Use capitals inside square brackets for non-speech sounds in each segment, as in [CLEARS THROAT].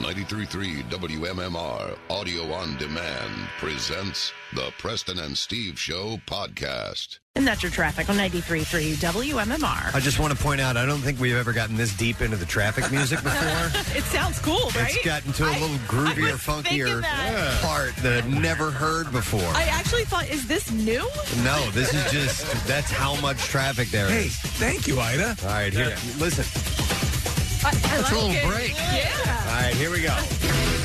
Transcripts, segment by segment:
933 WMMR Audio on Demand presents the Preston and Steve Show podcast. And that's your traffic on 93.3 WMMR. I just want to point out, I don't think we've ever gotten this deep into the traffic music [LAUGHS] before. it sounds cool, right? It's gotten to a I- little I groovier, was thinking funkier that. part that I've never heard before. I actually thought, is this new? no, this is just, that's how much traffic there is. Hey, thank you, Ida. All right, here, listen. I, I Let's like roll a it. break. Yeah. All right, here we go.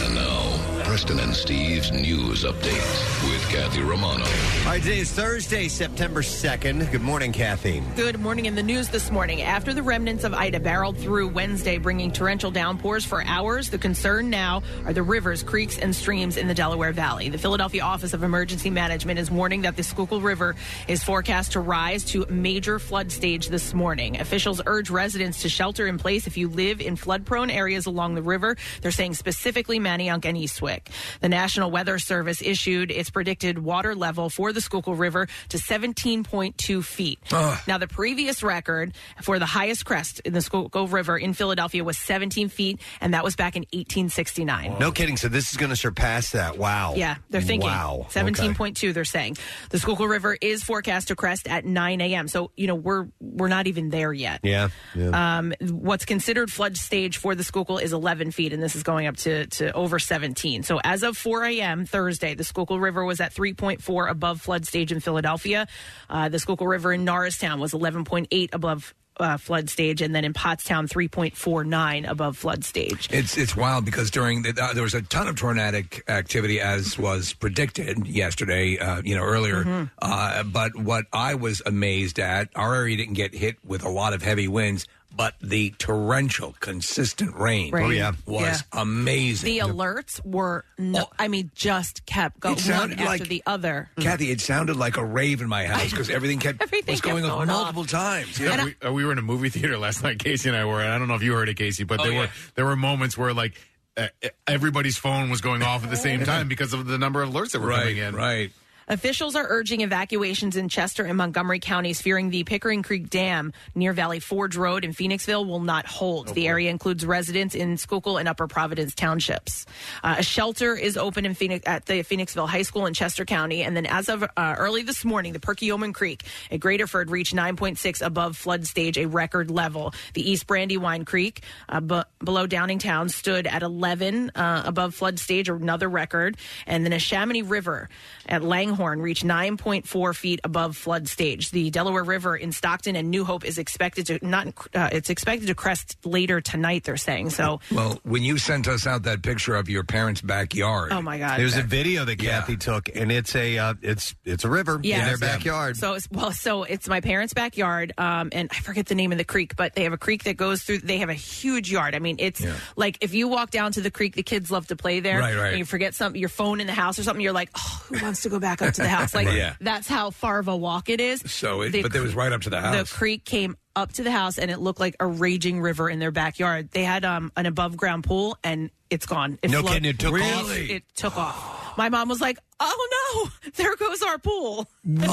And now, Preston and Steve's news update with Kathy Romano. All right, today is Thursday, September 2nd. Good morning, Kathy. Good morning in the news this morning. After the remnants of Ida barreled through Wednesday, bringing torrential downpours for hours, the concern now are the rivers, creeks, and streams in the Delaware Valley. The Philadelphia Office of Emergency Management is warning that the Schuylkill River is forecast to rise to major flood stage this morning. Officials urge residents to shelter in place if you live in flood prone areas along the river. They're saying specifically Manayunk and Eastwick. The National Weather Service issued its predicted water level for the Schuylkill River to 17.2 feet. Now, the previous record for the highest crest in the Schuylkill River in Philadelphia was 17 feet, and that was back in 1869. No kidding. So this is going to surpass that. Wow. Yeah, they're thinking. Wow. Okay. 17.2 they're saying. The Schuylkill River is forecast to crest at 9 a.m. So, you know, we're we're not even there yet. Yeah. Uh, yeah. Um, what's considered flood stage for the Schuylkill is 11 feet, and this is going up to, to over 17. So as of 4 a.m. Thursday, the Schuylkill River was at 3.4 above flood stage in Philadelphia. Uh, the Schuylkill River in Norristown was 11.8 above uh, flood stage, and then in Pottstown, 3.49 above flood stage. It's it's wild because during the, uh, there was a ton of tornadic activity as was predicted yesterday, uh, you know earlier. Mm-hmm. Uh, but what I was amazed at, our area didn't get hit with a lot of heavy winds, but the torrential, consistent rain, Rain. Oh, yeah. was Yeah. amazing. Oh. The alerts were, no, I mean, just kept going It one sounded after like- the other. Mm. Kathy, it sounded like a rave in my [LAUGHS] house because everything kept Everything was going kept up going off. multiple times. Yeah, we, uh, we were in a movie theater last night. Casey and I were. And I don't know if you heard it, Casey, but Oh, there yeah. were there were moments where like uh, everybody's phone was going off at the same time because of the number of alerts that were coming Right, in. right. Officials are urging evacuations in Chester and Montgomery counties, fearing the Pickering Creek Dam near Valley Forge Road in Phoenixville will not hold. the area includes residents in Schuylkill and Upper Providence townships. Uh, a shelter is open in Phoenix at the Phoenixville High School in Chester County, and then as of uh, early this morning, the Perkiomen Creek at Greaterford reached 9.6 above flood stage, a record level. The East Brandywine Creek uh, b- below Downingtown stood at 11 uh, above flood stage, another record. And then a Chamonix River at Langhorne reached 9.4 feet above flood stage. The Delaware River in Stockton and New Hope is expected to not uh, it's expected to crest later tonight. They're saying so. Well, when you sent us out that picture of your parents' backyard, Oh my God! There's a video that Kathy took, and it's a uh, it's it's a river in their backyard. So it's, well, so it's my parents' backyard, um, and I forget the name of the creek, but they have a creek that goes through. They have a huge yard. I mean, it's like if you walk down to the creek, the kids love to play there. Right, right. And you forget something, your phone in the house or something, you're like, oh, who wants to go back up to the house? Like Right. Yeah. that's how far of a walk it is. So, it, The but it was right up to the the house. creek came up to the house and it looked like a raging river in their backyard. They had um, an above ground pool and it's gone. It No kidding, it took It- off? It, took off. My mom was like, "Oh no, [LAUGHS] there goes our pool." [LAUGHS] oh my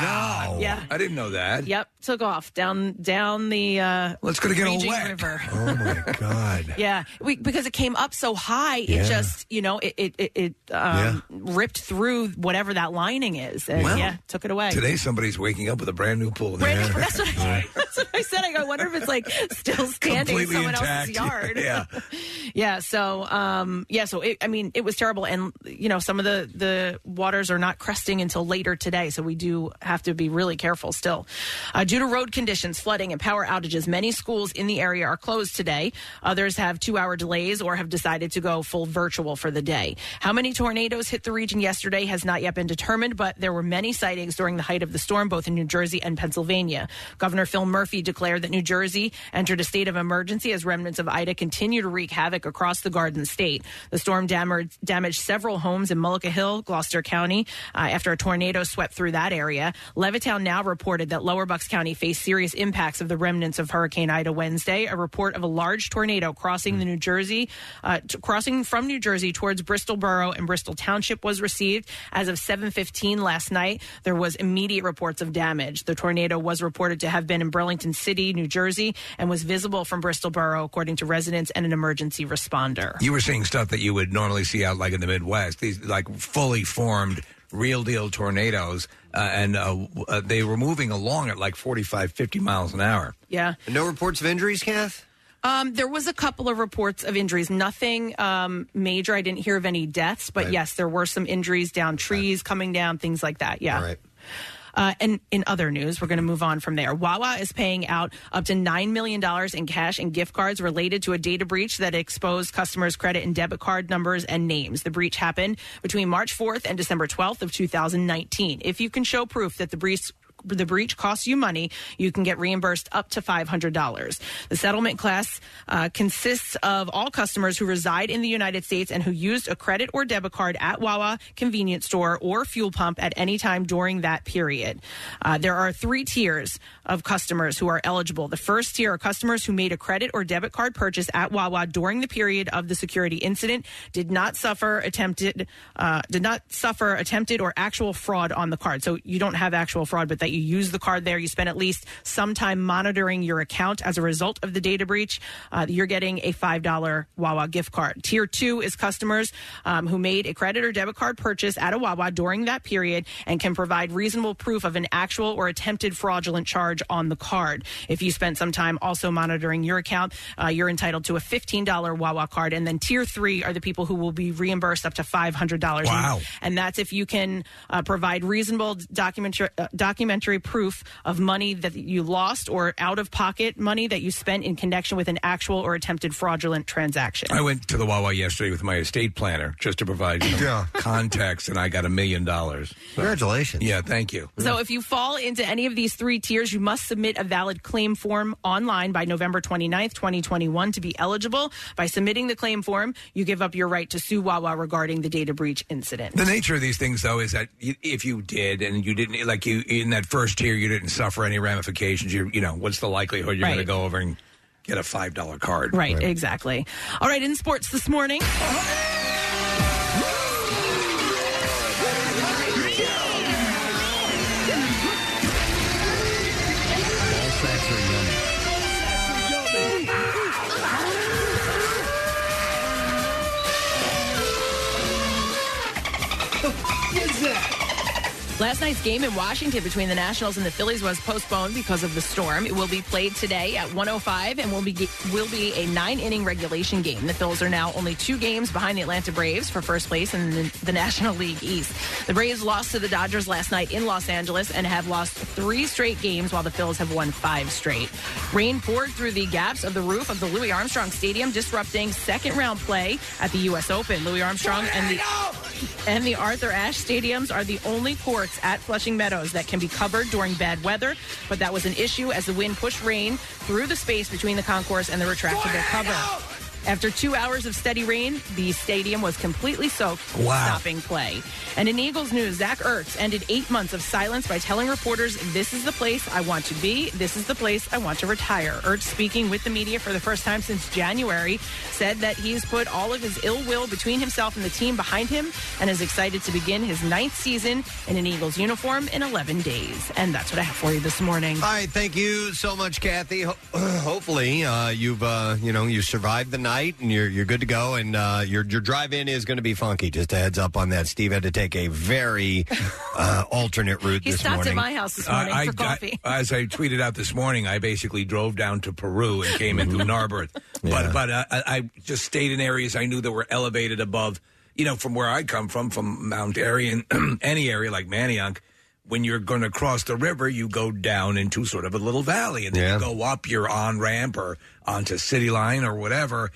God! Yeah. I didn't know that. Yep, took off down down the uh, Let's go to get all raging wet. river. [LAUGHS] oh my god! Yeah, we, because it came up so high, Yeah. it just you know it it, it, it um, ripped through whatever that lining is, and Wow. yeah, took it away. Today, somebody's waking up with a brand new pool. in their Brand new- yard. that's, what I, that's what I said. I go, I wonder if it's like still standing in Completely someone intact. [LAUGHS] else's yard. yeah. Yeah, so um yeah, so it, I mean it was terrible and you know some of the the waters are not cresting until later today, so we do have to be really careful still. Uh, due to road conditions, flooding and power outages, many schools in the area are closed today. Others have 2-hour delays or have decided to go full virtual for the day. How many tornadoes hit the region yesterday has not yet been determined, but there were many sightings during the height of the storm both in New Jersey and Pennsylvania. Governor Phil Murphy declared that New Jersey entered a state of emergency as remnants of Ida continue to wreak havoc across the Garden State. The storm damaged, damaged several homes in Mullica Hill, Gloucester Gloucester County uh, after a tornado swept through that area. Levittown now reported that Lower Bucks County faced serious impacts of the remnants of Hurricane Ida Wednesday. A report of a large tornado crossing the New Jersey, uh, t- crossing from New Jersey towards Bristol Borough and Bristol Township was received as of 7:15 last night. There was immediate reports of damage. The tornado was reported to have been in Burlington City, New Jersey, and was visible from Bristol Borough, according to residents and an emergency responder. You were seeing stuff that you would normally see out like in the Midwest. These like fully formed real deal tornadoes, uh, and uh, w- uh, they were moving along at like 45, 50 miles an hour. Yeah. No reports of injuries, Kath? Um, there was a couple of reports of injuries, nothing um, major. I didn't hear of any deaths, but yes, there were some injuries down trees, coming down, things like that. Yeah. Uh, and in other news, we're going to move on from there. Wawa is paying out up to $9 million in cash and gift cards related to a data breach that exposed customers' credit and debit card numbers and names. The breach happened between March 4th and December 12th of 2019. If you can show proof that the breach the breach costs you money, you can get reimbursed up to $500. The settlement class uh, consists of all customers who reside in the United States and who used a credit or debit card at Wawa convenience store or fuel pump at any time during that period. Uh, there are three tiers of customers who are eligible. The first tier are customers who made a credit or debit card purchase at Wawa during the period of the security incident, did not suffer attempted, uh, did not suffer attempted or actual fraud on the card. So you don't have actual fraud, but that you use the card there. You spend at least some time monitoring your account as a result of the data breach. Uh, you're getting a $5 Wawa gift card. Tier two is customers um, who made a credit or debit card purchase at a Wawa during that period and can provide reasonable proof of an actual or attempted fraudulent charge on the card. If you spent some time also monitoring your account, uh, you're entitled to a $15 Wawa card. And then tier three are the people who will be reimbursed up to $500. Wow. And that's if you can uh, provide reasonable documentary, uh, documentary proof of money that you lost or out of pocket money that you spent in connection with an actual or attempted fraudulent transaction. I went to the Wawa yesterday with my estate planner just to provide some context, and I got a million dollars. Congratulations. Yeah, thank you. So if you fall into any of these three tiers, you must submit a valid claim form online by November 29th, 2021 to be eligible. By submitting the claim form, you give up your right to sue Wawa regarding the data breach incident. The nature of these things, though, is that y- if you did and you didn't, like you in that first tier, you didn't suffer any ramifications. You, you know, what's the likelihood you're going Right. to go over and get a five dollar card? Right, exactly. All right, in sports this morning. Last night's game in Washington between the Nationals and the Phillies was postponed because of the storm. It will be played today at 105 and will be will be a nine-inning regulation game. The Phillies are now only two games behind the Atlanta Braves for first place in the, the National League East. The Braves lost to the Dodgers last night in Los Angeles and have lost three straight games, while the Phillies have won five straight. Rain poured through the gaps of the roof of the Louis Armstrong Stadium, disrupting second-round play at the U.S. Open. Louis Armstrong and the and the Arthur Ashe Stadiums are the only courts at Flushing Meadows that can be covered during bad weather, but that was an issue as the wind pushed rain through the space between the concourse and the retractable cover. After two hours of steady rain, the stadium was completely soaked, Wow. stopping play. And in Eagles news, Zach Ertz ended eight months of silence by telling reporters, This is the place I want to be. This is the place I want to retire. Ertz, speaking with the media for the first time since January, said that he's put all of his ill will between himself and the team behind him and is excited to begin his ninth season in an Eagles uniform in 11 days. And that's what I have for you this morning. All right, thank you so much, Kathy. Ho- [CLEARS THROAT] hopefully, uh, you've uh, you know you survived the night and you're you're good to go. And uh, your your drive-in is going to be funky. Just a heads up on that. Steve had to take a very uh, alternate route He this stopped at morning. my house this morning for got- coffee. [LAUGHS] as I tweeted out this morning, I basically drove down to Peru and came in [LAUGHS] through Narberth. But but uh, I, I just stayed in areas I knew that were elevated above, you know, from where I come from, from Mount Airy and [CLEARS THROAT] any area like Manayunk. When you're going to cross the river, you go down into sort of a little valley, and then you go up your on ramp or onto City Line or whatever.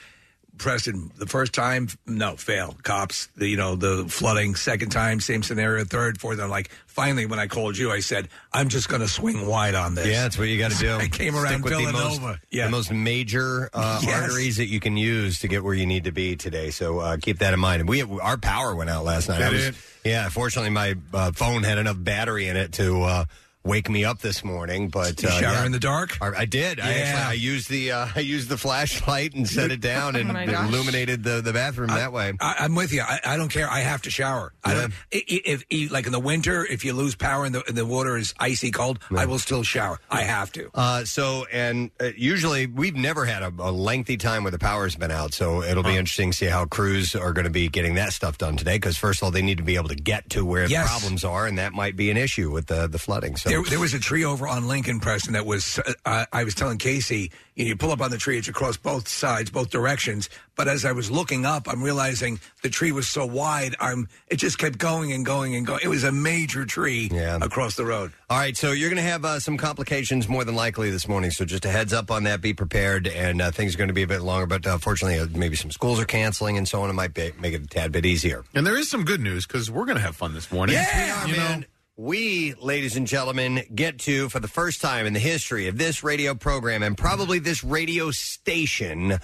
Preston, the first time, no, fail. Cops, the, you know, the flooding. Second time, same scenario. Third, fourth. I'm like, finally, when I called you, I said, I'm just going to swing wide on this. Yeah, that's what you got to do. [LAUGHS] I came around Stick with Villanova. The most, yeah. the most major uh, [LAUGHS] Yes. arteries that you can use to get where you need to be today. So uh, keep that in mind. And we our power went out last night. I That was- it? yeah, fortunately, my uh, phone had enough battery in it to uh, wake me up this morning. But You uh, shower yeah. in the dark? I I did. I, Yeah. actually, I used the uh, I used the flashlight and set it down and [LAUGHS] Oh my gosh. illuminated the, the bathroom that way. I, I'm with you. I, I don't care. I have to shower. I don't. i- i- If, i like in the winter, if you lose power and the, and the water is icy cold, I will still shower. I have to. Uh, so, and uh, usually we've never had a, a lengthy time where the power's been out. So it'll be interesting to see how crews are going to be getting that stuff done today. Because first of all, they need to be able to get to where Yes. the problems are, and that might be an issue with the the flooding. So There, there was a tree over on Lincoln, Preston. That was uh, I- I was telling Casey. You, know, you pull up on the tree; it's across both sides, both directions. But as I was looking up, I'm realizing the tree was so wide. I'm it just kept going and going and [LAUGHS] going. It was a major tree across the road. All right, so you're going to have uh, some complications more than likely this morning. So just a heads up on that. Be prepared, and uh, things are going to be a bit longer. But uh, fortunately, uh, maybe some schools are canceling and so on. It might be, make it a tad bit easier. And there is some good news because we're going to have fun this morning. Yes, we are, man. We, ladies and gentlemen, get to, for the first time in the history of this radio program and probably this radio station,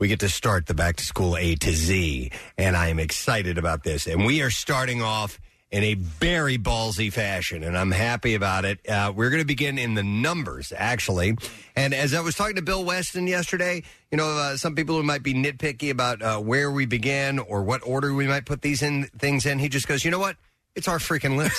we get to start the back to school A to Z. And I am excited about this. And we are starting off in a very ballsy fashion, and I'm happy about it. Uh, we're going to begin in the numbers, actually. And as I was talking to Bill Weston yesterday, you know, uh, some people who might be nitpicky about uh, where we begin or what order we might put these in things in, he just goes, you know what? It's our freaking list.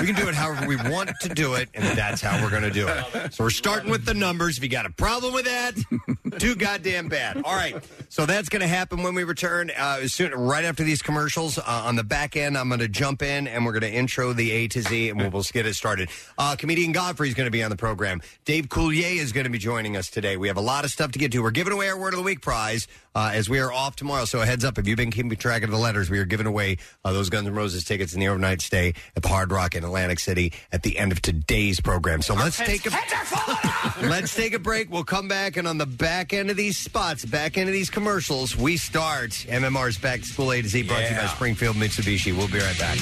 we can do it however we want to do it, and that's how we're going to do it. So we're starting with the numbers. If you got a problem with that, too goddamn bad. All right. So that's going to happen when we return. Uh, soon, right after these commercials, uh, on the back end, I'm going to jump in and we're going to intro the A to Z and we'll, we'll get it started. Uh, comedian Godfrey's going to be on the program. Dave Coulier is going to be joining us today. We have a lot of stuff to get to. We're giving away our Word of the Week prize uh, as we are off tomorrow. So a heads up, if you've been keeping track of the letters, we are giving away uh, those Guns N' Roses tickets in the overnight stay at the Hard Rock in Atlantic City at the end of today's program. So let's take a let's take a break. We'll come back and on the back end of these spots, back end of these commercials, we start MMR's Back to School A to Z brought to you by Yeah. Springfield Mitsubishi. We'll be right back.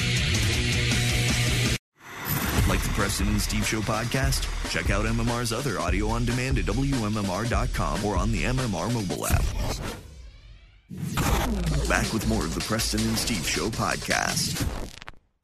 Like the Preston and Steve Show podcast? Check out MMR's other audio on demand at WMMR.com or on the MMR mobile app. Back with more of the Preston and Steve Show podcast.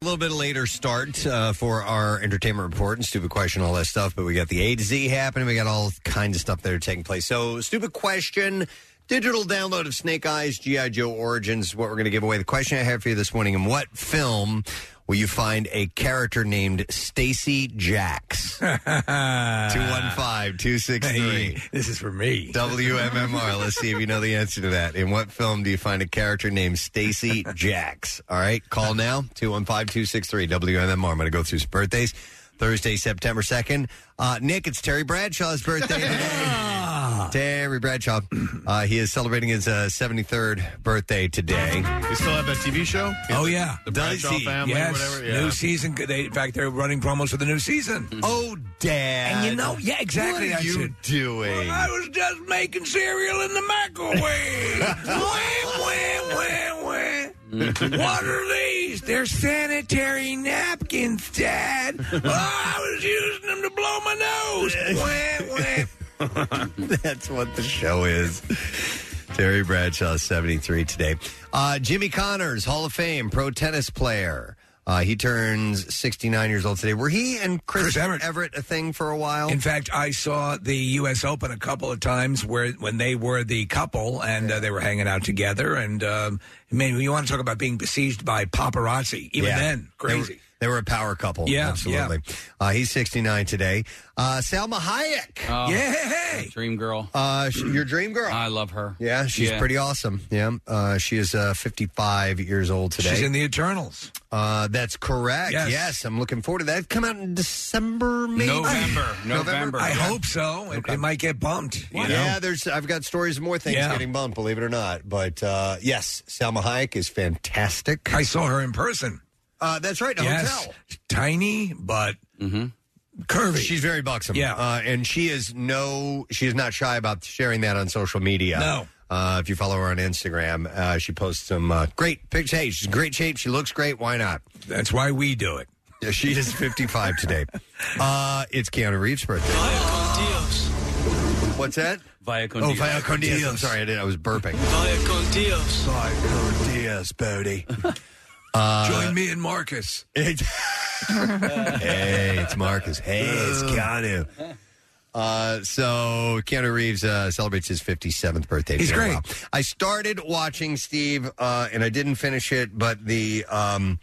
A little bit later start uh, for our entertainment report and stupid question, all that stuff. But we got the A to Z happening. We got all kinds of stuff that are taking place. So, stupid question, digital download of Snake Eyes GI Joe Origins. What we're going to give away. The question I have for you this morning: In what film will you find a character named Stacy Jacks? Two one five two six three. This is for me. WMMR. Let's see if you know the answer to that. In what film do you find a character named Stacy Jacks? All right, call now 215-263 WMMR. I'm going to go through some birthdays. Thursday, September 2nd. Uh, Nick, it's Terry Bradshaw's birthday [LAUGHS] today. Terry Bradshaw. Uh, he is celebrating his uh, 73rd birthday today. You still have that TV show? Oh yeah, The Bradshaw family, Yes, whatever. Yeah. Mm-hmm. new season. They, in fact, they're running promos for the new season. Oh, Dad. And you know, yeah, exactly. What I are you said, doing? I was just making cereal in the [LAUGHS] microwave. wah, wah, Mm-hmm. wah, wah. What are these? They're sanitary [LAUGHS] napkins, Dad. Oh, I was using them to blow my nose. Wah, wah. [LAUGHS] That's what the show is. [LAUGHS] Terry Bradshaw, 73 today. Uh, Jimmy Connors, Hall of Fame, pro tennis player. Uh, he turns 69 years old today. Were he and Chris, Chris Everett. Everett. a thing for a while? In fact, I saw the U.S. Open a couple of times where when they were the couple and uh, they were hanging out together. And um, man, you want to talk about being besieged by paparazzi? Even Yeah. then, They crazy. were, they were a power couple. Yeah, absolutely. Uh, he's 69 today. Uh, Salma Hayek, Oh, yeah, hey, Dream girl. uh, sh- your dream girl. I love her. yeah, she's Yeah. pretty awesome. Yeah, uh, she is uh, 55 years old today. she's in the Eternals. uh, that's correct. Yes. Yes. I'm looking forward to that. Come out in December, maybe [LAUGHS] November. November. I hope so. It, it might get bumped. You know? Yeah, there's. I've got stories of more things Yeah. getting bumped, believe it or not. But uh, yes, Salma Hayek is fantastic. I saw her in person. Uh, that's right, a hotel. tiny but Mm-hmm. curvy. She's very buxom. Yeah. uh, and she is no. She is not shy about sharing that on social media. No. Uh, if you follow her on Instagram, uh, she posts some uh, great pictures. Hey, she's in great shape. She looks great. Why not? That's why we do it. Yeah, she is 55 [LAUGHS] today. Uh, it's Keanu Reeves' birthday. What's that? Via Oh, Via con Dios. I'm sorry, I, did, I was burping. Via con Dios. Via con Dios, Bodie. Uh, Join me [LAUGHS] and Marcus. hey, it's Marcus. Hey, it's Keanu. Uh, so Keanu Reeves uh, celebrates his 57th birthday. He's It's been a great. while. I started watching Steve, uh, and I didn't finish it, but the um,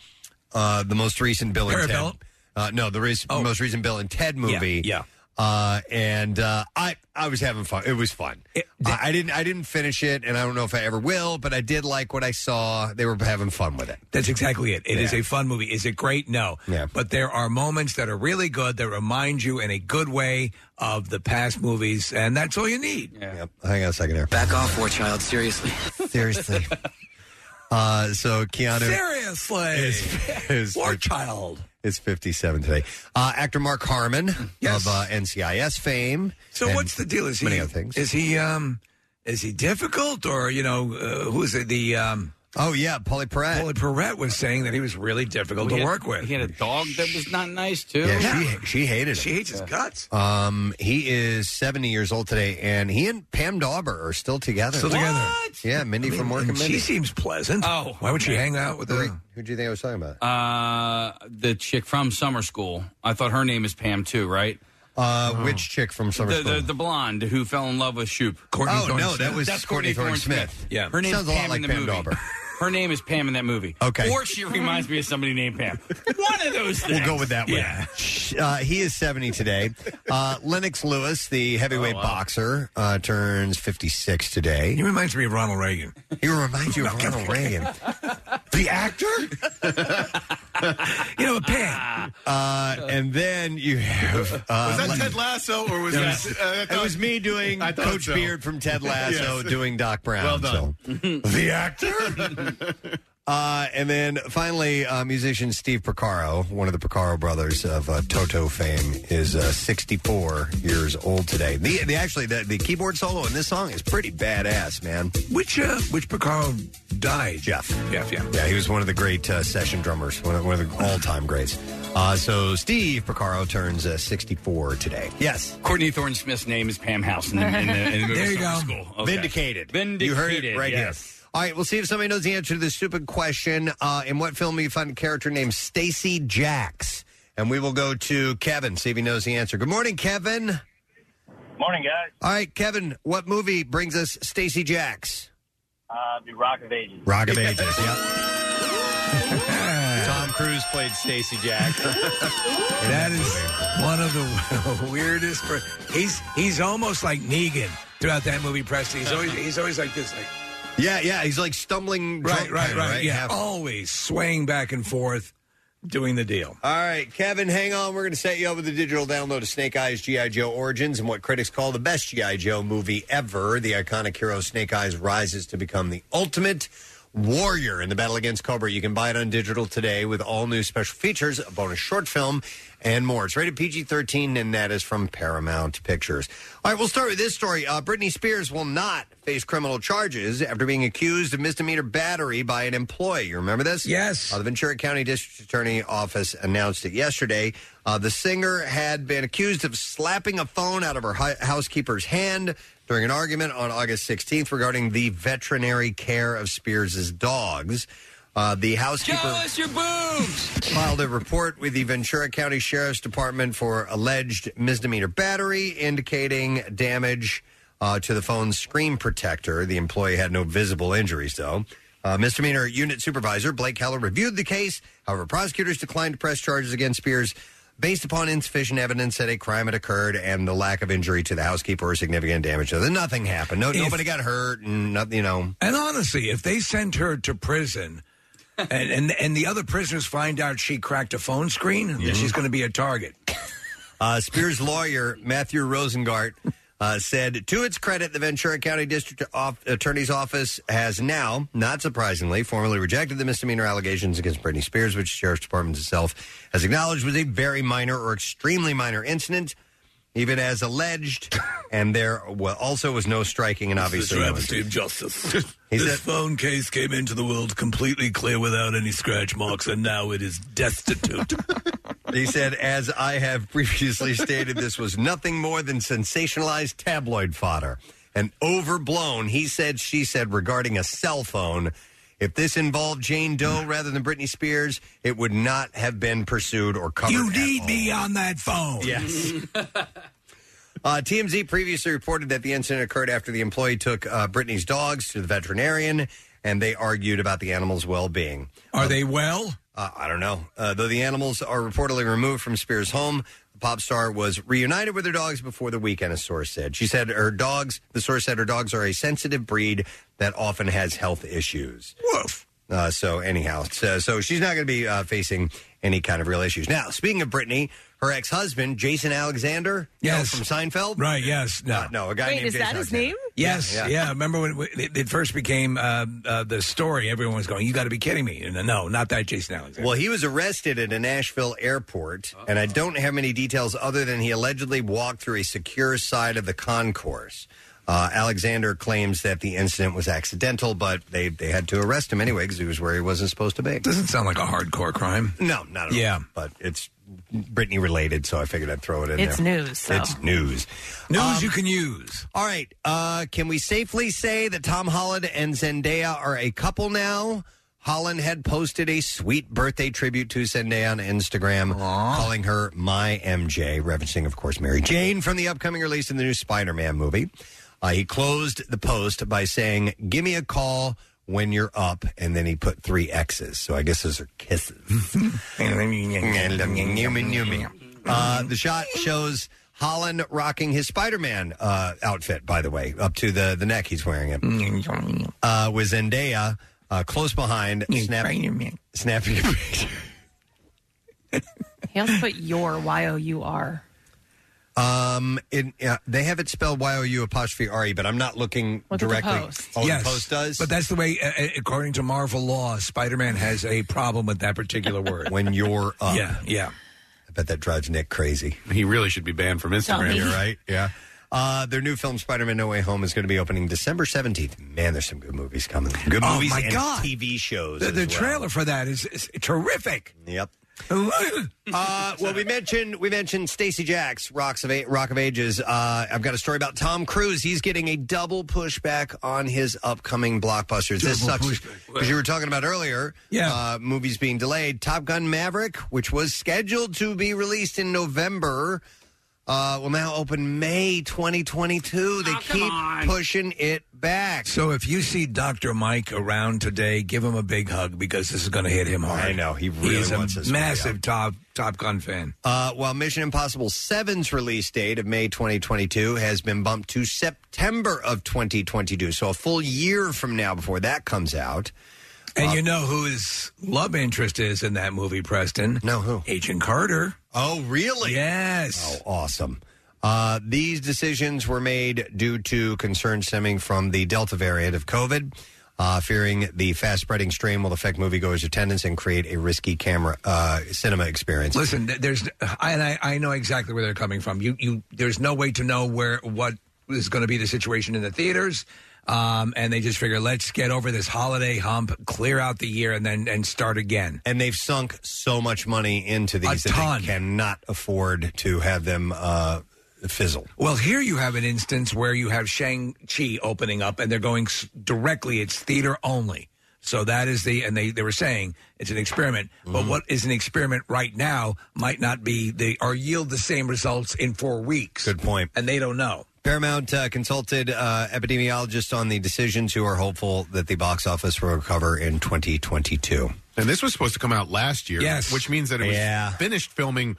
uh, the most recent Bill and Ted. Parabellum? Oh. Uh, no, the rec- most recent Bill and Ted movie. yeah. Uh, and uh, I I was having fun. It was fun. I, I didn't I didn't finish it, and I don't know if I ever will, but I did like what I saw. They were having fun with it. That's exactly it. It is a fun movie. Is it great? No. Yeah. But there are moments that are really good that remind you in a good way of the past movies, and that's all you need. Yep. Hang on a second there. Back off, war child. Seriously. [LAUGHS] Seriously. uh, so Keanu Seriously. is War child. is 57 today. Uh, actor Mark Harmon of uh, NCIS fame. So and what's the deal? Is he many other things? is he um is he difficult or you know uh, who is it the um oh yeah, Polly Perrette. Paulie Perrette was saying that he was really difficult to He had- work with. He had a dog that was not nice, too. yeah, she she hated she him. hates his guts. Um, he is 70 years old today, and he and Pam Dauber are still together. Still together. Yeah, Mindy from Work and And she Mindy. seems pleasant. Oh, why would she hang out with her? Who'd you think I was talking about? Uh, the chick from summer school. I thought her name is Pam, too, right? Uh-huh. Uh, which chick from Summer The, School? the, the blonde who fell in love with Shoop. Courtney oh Thorne no, Smith? that was That's Courtney Thorne Smith. Yeah. Her name Sounds a lot Pam like in the Pam movie. [LAUGHS] Dauber. Her name is Pam in that movie. Okay. Or she reminds me of somebody named Pam. One of those things. We'll go with that one. Yeah. Uh, he is 70 today. Uh, Lennox Lewis, the heavyweight Oh, boxer, uh, turns 56 He today. reminds me of Ronald Reagan. He reminds [LAUGHS] you of Ronald Reagan. The actor? you know, Pam. Uh, and then you have. Uh, Was that Len- Ted Lasso or was Yes. it? Uh, I it thought- was me doing I thought Coach so. Beard from Ted Lasso [LAUGHS] Yes. doing Doc Brown. Well done. [LAUGHS] so. the actor? uh, and then finally, uh, musician Steve Picaro, one of the Picaro brothers of uh, Toto fame, is uh, 64 years old today. The, the Actually, the, the keyboard solo in this song is pretty badass, man. Which uh, which Picaro died? Jeff. Jeff, yeah. Yeah, he was one of the great uh, session drummers, one of, one of the all time greats. Uh, so Steve Picaro turns uh, 64 today. Yes. Courtney Thorne Smith's name is Pam House in the, in the, in the movie There you Summer go. School. Okay. Vindicated. Vindicated. You heard it right yes. here. All right, we'll see if somebody knows the answer to this stupid question. Uh, in what film do you find a character named Stacy Jacks? And we will go to Kevin, see if he knows the answer. Good morning, Kevin. Morning, guys. All right, Kevin, what movie brings us Stacy Jacks? Uh, the Rock of Ages. Rock of Ages, yeah. Tom Cruise played Stacy [LAUGHS] Jacks. [LAUGHS] That is one of the [LAUGHS] weirdest. per- He's he's almost like Negan throughout that movie. Preston. He's always he's always like this, like [LAUGHS] Yeah, yeah, he's like stumbling. right, drunk right, kinda, right, yeah, Oh. Half- always swaying back and forth, doing the deal. All right, Kevin, hang on. We're going to set you up with a digital download of Snake Eyes G.I. Joe Origins and what critics call the best G.I. Joe movie ever. The iconic hero Snake Eyes rises to become the ultimate warrior in the battle against Cobra. You can buy it on digital today with all new special features, a bonus short film, and more. It's rated PG 13, and that is from Paramount Pictures. All right, we'll start with this story. Uh, Britney Spears will not face criminal charges after being accused of misdemeanor battery by an employee. You remember this? Yes. Uh, the Ventura County District Attorney Office announced it yesterday. Uh, the singer had been accused of slapping a phone out of her hu- housekeeper's hand during an argument on August 16th regarding the veterinary care of Spears' dogs. Uh, the housekeeper Jealous your boobs. filed a report with the Ventura County Sheriff's Department for alleged misdemeanor battery, indicating damage uh, to the phone's screen protector. The employee had no visible injuries, though. Uh, misdemeanor unit supervisor Blake Heller reviewed the case. However, prosecutors declined to press charges against Spears based upon insufficient evidence that a crime had occurred and the lack of injury to the housekeeper or significant damage. So then nothing happened. No, nobody got hurt, and nothing, you know. And honestly, if they send her to [LAUGHS] prison, and and, and the other prisoners find out she cracked a phone screen, Mm-hmm. then she's going to be a target. [LAUGHS] Uh, Spears' lawyer, Matthew Rosengart, uh, said, To its credit, the Ventura County District Off- Attorney's Office has now, not surprisingly, formally rejected the misdemeanor allegations against Britney Spears, which the Sheriff's Department itself has acknowledged was a very minor or extremely minor incident. even as [LAUGHS] alleged. and there wa- also was no striking, and obviously, no injury. of justice. [LAUGHS] He said- this phone case came into the world completely clear without any scratch marks, and now it is destitute. he said, as I have previously stated, this was nothing more than sensationalized tabloid fodder and overblown. He said, she said, regarding a cell phone. If this involved Jane Doe rather than Britney Spears, it would not have been pursued or covered. You at need all. me on that phone. [LAUGHS] Yes. Uh, TMZ previously reported that the incident occurred after the employee took uh, Brittany's dogs to the veterinarian, and they argued about the animals' well-being. Are they well? Uh, I don't know. Uh, though the animals are reportedly removed from Spears' home, the pop star was reunited with her dogs before the weekend. A source said she said her dogs. The source said her dogs are a sensitive breed that often has health issues. Woof. Uh, so anyhow, so, so she's not going to be uh, facing any kind of real issues. Now, speaking of Brittany, her ex-husband Jason Alexander, you know, Yes. from Seinfeld, Right. Yes. No. Uh, no, a guy Wait, named is Jason that his Alexander. name? Yes, Yeah, yeah. yeah. Remember when when it, it first became uh, uh, the story? Everyone was going, "You got to be kidding me!" And uh, no, not that Jason Alexander. Well, he was arrested at a Nashville airport, and I don't have any details other than he allegedly walked through a secure side of the concourse. Uh, Alexander claims that the incident was accidental, but they, they had to arrest him anyway because he was where he wasn't supposed to be. Doesn't sound like a hardcore crime. No, not at all. Yeah. But it's Britney related, so I figured I'd throw it in It's there. news, so. It's news. News you can use. Um, All right. Uh, can we safely say that Tom Holland and Zendaya are a couple now? Holland had posted a sweet birthday tribute to Zendaya on Instagram, calling her my MJ, referencing, of course, Mary Jane from the upcoming release in the new Spider Man movie. Uh, he closed the post by saying, Give me a call when you're up. And then he put three X's. So I guess those are kisses. Uh, the shot shows Holland rocking his Spider Man uh, outfit, by the way, up to the, the neck he's wearing it. Uh, with Zendaya uh, close behind, snapping, snapping a picture. He also put your Y O U R. Um, it, uh, they have it spelled Y O U apostrophe R E, but I'm not looking Look at the directly. post. Oh, yes, the post does. But that's the way, uh, uh, according to Marvel law, Spider-Man has a problem with [LAUGHS] that particular word. when you're up, yeah, yeah. Uh, I bet that drives Nick crazy. He really should be banned from Instagram. Dummy. You're right. [LAUGHS] Yeah. Uh, their new film, Spider Man No Way Home, is going to be opening December 17th. Man, there's some good movies coming. Good Oh, movies my and God. TV shows. The, as the well. trailer for that is, is terrific. [LAUGHS] Yep. Wait, Uh, well, we mentioned we mentioned Stacy Jacks, Rocks of A- Rock of Ages. Uh, I've got a story about Tom Cruise. He's getting a double pushback on his upcoming blockbusters. this Double sucks pushback. because you were talking about earlier. Yeah. uh, movies being delayed. Top Gun Maverick, which was scheduled to be released in November, uh, will now open May 2022. Oh, They keep pushing it back. so if you see Doctor Mike around today, give him a big hug because this is going to hit him hard. I know, he really He's wants a this massive Top Top Gun fan. Uh, while Mission Impossible 7's release date of May 2022 has been bumped to September of 2022, so a full year from now before that comes out. uh, And you know who his love interest is in that movie, Preston? No, who? Agent Carter. Oh, really? Oh, Yes. Awesome. Uh, these decisions were made due to concerns stemming from the Delta variant of COVID, uh, fearing the fast spreading strain will affect moviegoers' attendance and create a risky camera uh, cinema experience. Listen, th- there's I, and I, I know exactly where they're coming from. You, you, there's no way to know where what is going to be the situation in the theaters, um, and they just figure let's get over this holiday hump, clear out the year, and then and start again. and they've sunk so much money into these that ton. they cannot afford to have them uh, fizzle. Well, here you have an instance where you have Shang Chi opening up, and they're going s- directly. It's theater only. So that is the, and they, they were saying it's an experiment, Mm-hmm. but what is an experiment right now might not be the or yield the same results in four weeks. Good point. and they don't know. Paramount uh, consulted uh, epidemiologists on the decisions who are hopeful that the box office will recover in 2022. And this was supposed to come out last year. Yes. Which means that it was Yeah. finished filming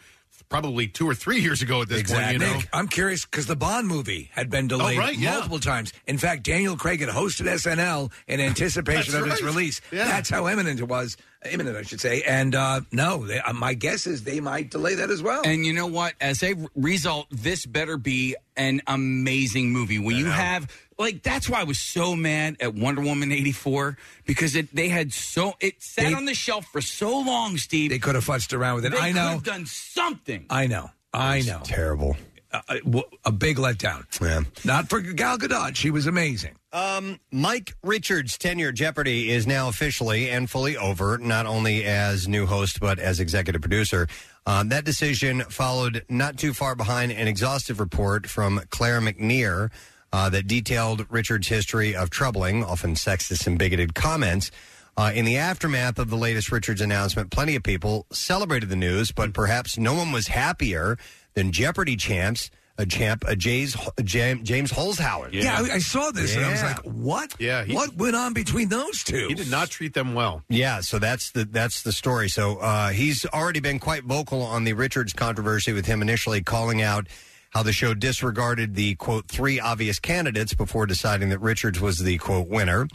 probably two or three years ago at this point, you know? Oh, Nick, I'm curious because the Bond movie had been delayed right, yeah. multiple times. In fact, Daniel Craig had hosted SNL in anticipation of [LAUGHS] That's its right. release. Yeah. That's how imminent it was. Imminent, I should say. And uh, no, they, uh, my guess is they might delay that as well. And you know what? As a r- result, this better be an amazing movie. When you have like that's why I was so mad at Wonder Woman eighty four because it they had so it sat They- on the shelf for so long, Steve. they They, could have futzed around with it. I know. have done something. I know. I know. Terrible. a, a- w- a big letdown. Yeah. Not for Gal Gadot. She was amazing. Um, Mike Richards' tenure at Jeopardy is now officially and fully over, not only as new host, but as executive producer. Um, that decision followed not too far behind an exhaustive report from Claire McNear uh, that detailed Richards' history of troubling, often sexist and bigoted comments. Uh, in the aftermath of the latest Richards announcement, plenty of people celebrated the news, but perhaps no one was happier than Jeopardy champs, a champ, a Jay's, Jam, James Holzhauer. Yeah, I, I saw this and I was Yeah. like, what? Yeah, he- what went on between those two? He did not treat them well. Yeah, so that's the that's the story. So uh, he's already been quite vocal on the Richards controversy with him initially calling out how the show disregarded the quote three obvious candidates before deciding that Richards was the quote winner.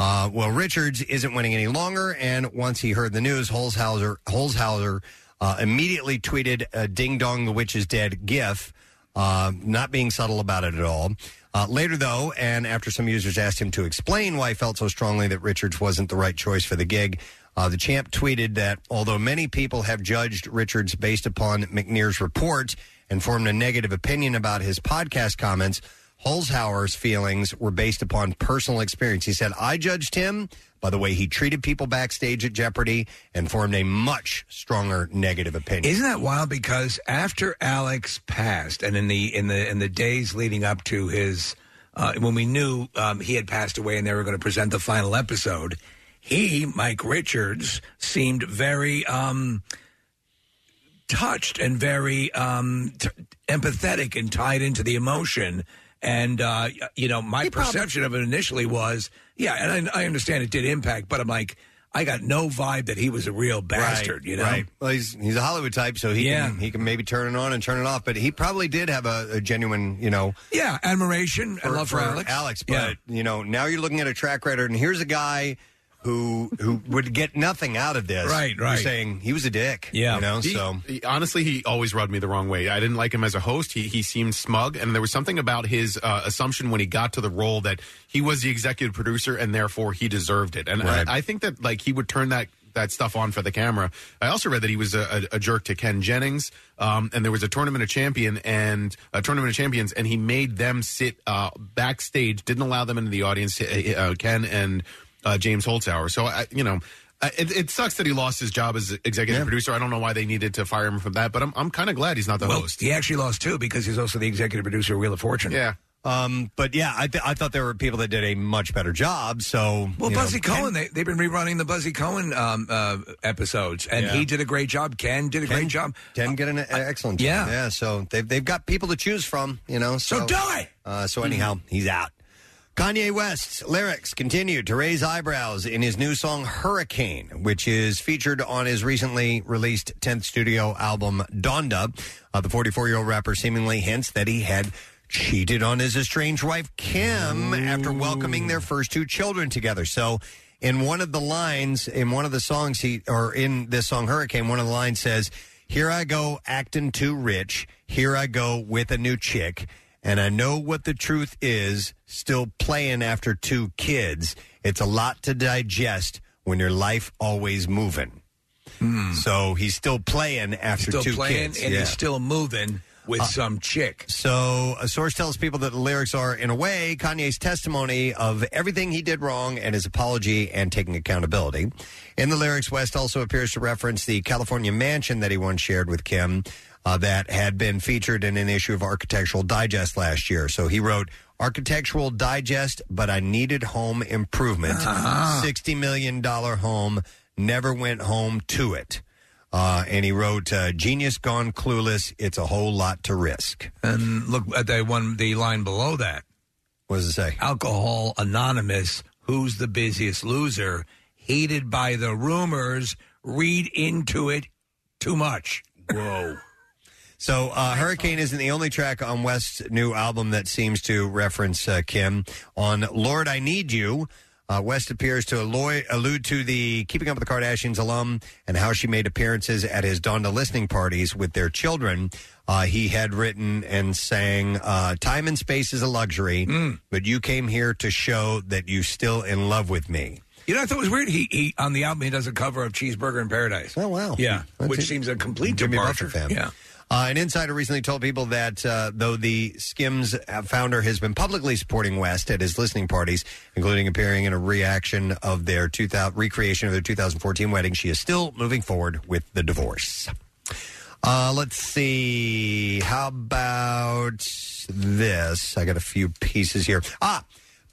Uh, well, Richards isn't winning any longer, and once he heard the news, Holzhauser Holzhauser uh, immediately tweeted a "Ding Dong, the Witch is Dead" gif uh, not being subtle about it at all. Uh, later, though, and after some users asked him to explain why he felt so strongly that Richards wasn't the right choice for the gig, uh, the champ tweeted that although many people have judged Richards based upon McNear's report and formed a negative opinion about his podcast comments, Holzhauer's feelings were based upon personal experience. He said, I judged him by the way he treated people backstage at Jeopardy and formed a much stronger negative opinion. Isn't that wild? Because after Alex passed, and in the in the in the days leading up to his, uh, when we knew um, he had passed away, and they were going to present the final episode, he Mike Richards seemed very um, touched and very um, t- empathetic and tied into the emotion. And uh, you know, my perception of it initially was, yeah, and I, I understand it did impact, but I'm like, I got no vibe that he was a real bastard. Right, you know, Right. Well, he's he's a Hollywood type, so he can he can maybe turn it on and turn it off. But he probably did have a, a genuine, you know, Yeah, admiration and love for, Alex. but you know, now you're looking at a track record, and here's a guy who who would get nothing out of this. Right, You're right. saying he was a dick. You know, He- so he- honestly, he always rubbed me the wrong way. I didn't like him as a host. He he seemed smug, and there was something about his uh, assumption when he got to the role that he was the executive producer and therefore he deserved it. And, and Right. I think that like he would turn that. That stuff on for the camera. I also read that he was a, a, a jerk to Ken Jennings, um, and there was a tournament of champion and a tournament of champions, and he made them sit uh, backstage, didn't allow them into the audience. Uh, uh, Ken and uh, James Holzhauer. So I, you know, I, it, it sucks that he lost his job as executive producer. I don't know why they needed to fire him from that, but I'm I'm kind of glad he's not the Well, host. he actually lost two because he's also the executive producer of Wheel of Fortune. Yeah. Um, but yeah, I, th- I thought there were people that did a much better job. So Well, you know, Buzzy Cohen, they, they've been rerunning the Buzzy Cohen um, uh, episodes, and Yeah. he did a great job. Ken did a great job. Ken get an excellent job. Yeah. yeah. So they've they've got people to choose from, you know. So, So do Hmm. it! Uh, so anyhow, he's out. Kanye West's lyrics continued to raise eyebrows in his new song Hurricane, which is featured on his recently released 10th studio album Donda. Uh, the 44 year old rapper seemingly hints that he had cheated on his estranged wife Kim after welcoming their first two children together. So, in one of the lines, in one of the songs, he or in this song Hurricane, one of the lines says, "Here I go acting too rich. Here I go with a new chick." And I know what the truth is, still playing after two kids. It's a lot to digest when your life always moving. So he's still playing after Hmm. Still two playing, kids. and yeah. he's still moving with Uh, some chick. So, a source tells people that the lyrics are, in a way, Kanye's testimony of everything he did wrong and his apology and taking accountability. In the lyrics, West also appears to reference the California mansion that he once shared with Kim uh, that had been featured in an issue of Architectural Digest last year. So, he wrote, Architectural Digest, but I needed home improvement. Uh-huh. $60 million home, never went home to it. Uh, and he wrote, uh, Genius Gone Clueless, it's a whole lot to risk. And look at the one, the line below that. What does it say? Alcohol Anonymous, who's the busiest loser? Hated by the rumors, read into it too much. Whoa. [LAUGHS] So, uh, Hurricane isn't the only track on West's new album that seems to reference uh, Kim. On Lord, I Need You, uh, West appears to alloy, allude to the Keeping Up with the Kardashians alum and how she made appearances at his Donda listening parties with their children. Uh, he had written and sang, uh, Time and space is a luxury, Mm. Hmm. but you came here to show that you still in love with me. You know, I thought it was weird. He, he on the album he does a cover of Cheeseburger in Paradise. Oh wow, yeah, That's which it. seems a complete Jimmy departure. Buffett fan. Yeah, Uh, an insider recently told people that uh, though the Skims uh, founder has been publicly supporting West at his listening parties, including appearing in a reaction of their 2000, recreation of their 2014 wedding, she is still moving forward with the divorce. Uh, let's see. How about this? I got a few pieces here. Ah,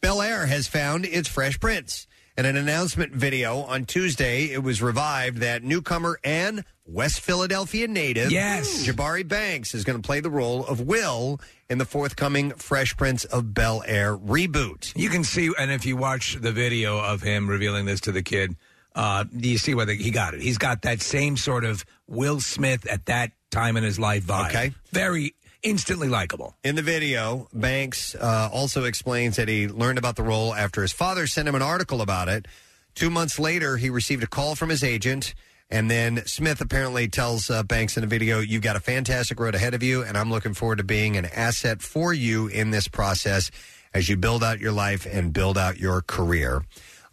Bel Air has found its Fresh Prince. In an announcement video on Tuesday, it was revived that newcomer and West Philadelphia native yes. Jabari Banks is going to play the role of Will in the forthcoming Fresh Prince of Bel Air reboot. You can see, and if you watch the video of him revealing this to the kid, uh, you see whether he got it. He's got that same sort of Will Smith at that time in his life vibe. Okay. Very instantly likable. In the video, Banks uh, also explains that he learned about the role after his father sent him an article about it. Two months later, he received a call from his agent, and then Smith apparently tells uh, Banks in the video, You've got a fantastic road ahead of you, and I'm looking forward to being an asset for you in this process as you build out your life and build out your career.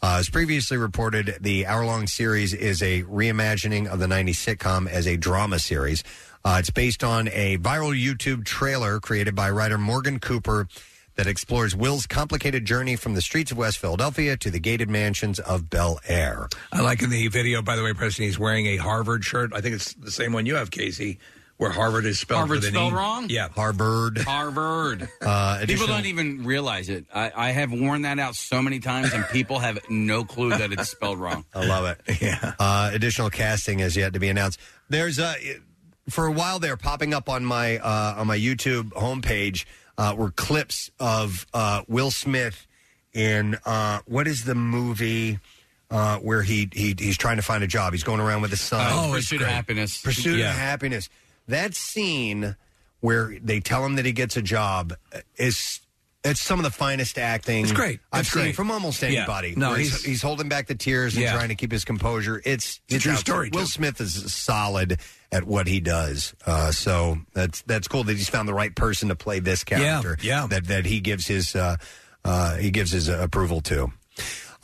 Uh, as previously reported, the hour long series is a reimagining of the 90s sitcom as a drama series. Uh, it's based on a viral YouTube trailer created by writer Morgan Cooper that explores Will's complicated journey from the streets of West Philadelphia to the gated mansions of Bel Air. I like in the video, by the way, Preston, he's wearing a Harvard shirt. I think it's the same one you have, Casey, where Harvard is spelled Harvard with an spelled E. wrong? Yeah. [LAUGHS] Harvard. Harvard. Uh, people additional- don't even realize it. I, I have worn that out so many times, and people have no clue that it's spelled wrong. [LAUGHS] I love it. Yeah. Uh, additional casting has yet to be announced. There's a for a while there popping up on my uh, on my YouTube homepage uh, were clips of uh, Will Smith in uh, what is the movie uh, where he, he he's trying to find a job. He's going around with his son. Uh, Pursuit of Happiness. Oh, Pursuit Yeah. of Happiness. That scene where they tell him that he gets a job is it's some of the finest acting It's great. I've It's seen great. from almost Yeah. anybody. No, where he's, he's- he's holding back the tears and Yeah. trying to keep his composure. It's, It's a true out- story, Will too. Smith is solid at what he does, uh, so that's that's cool that he's found the right person to play this character. Yeah, that that he gives his uh, uh, he gives his uh, approval to.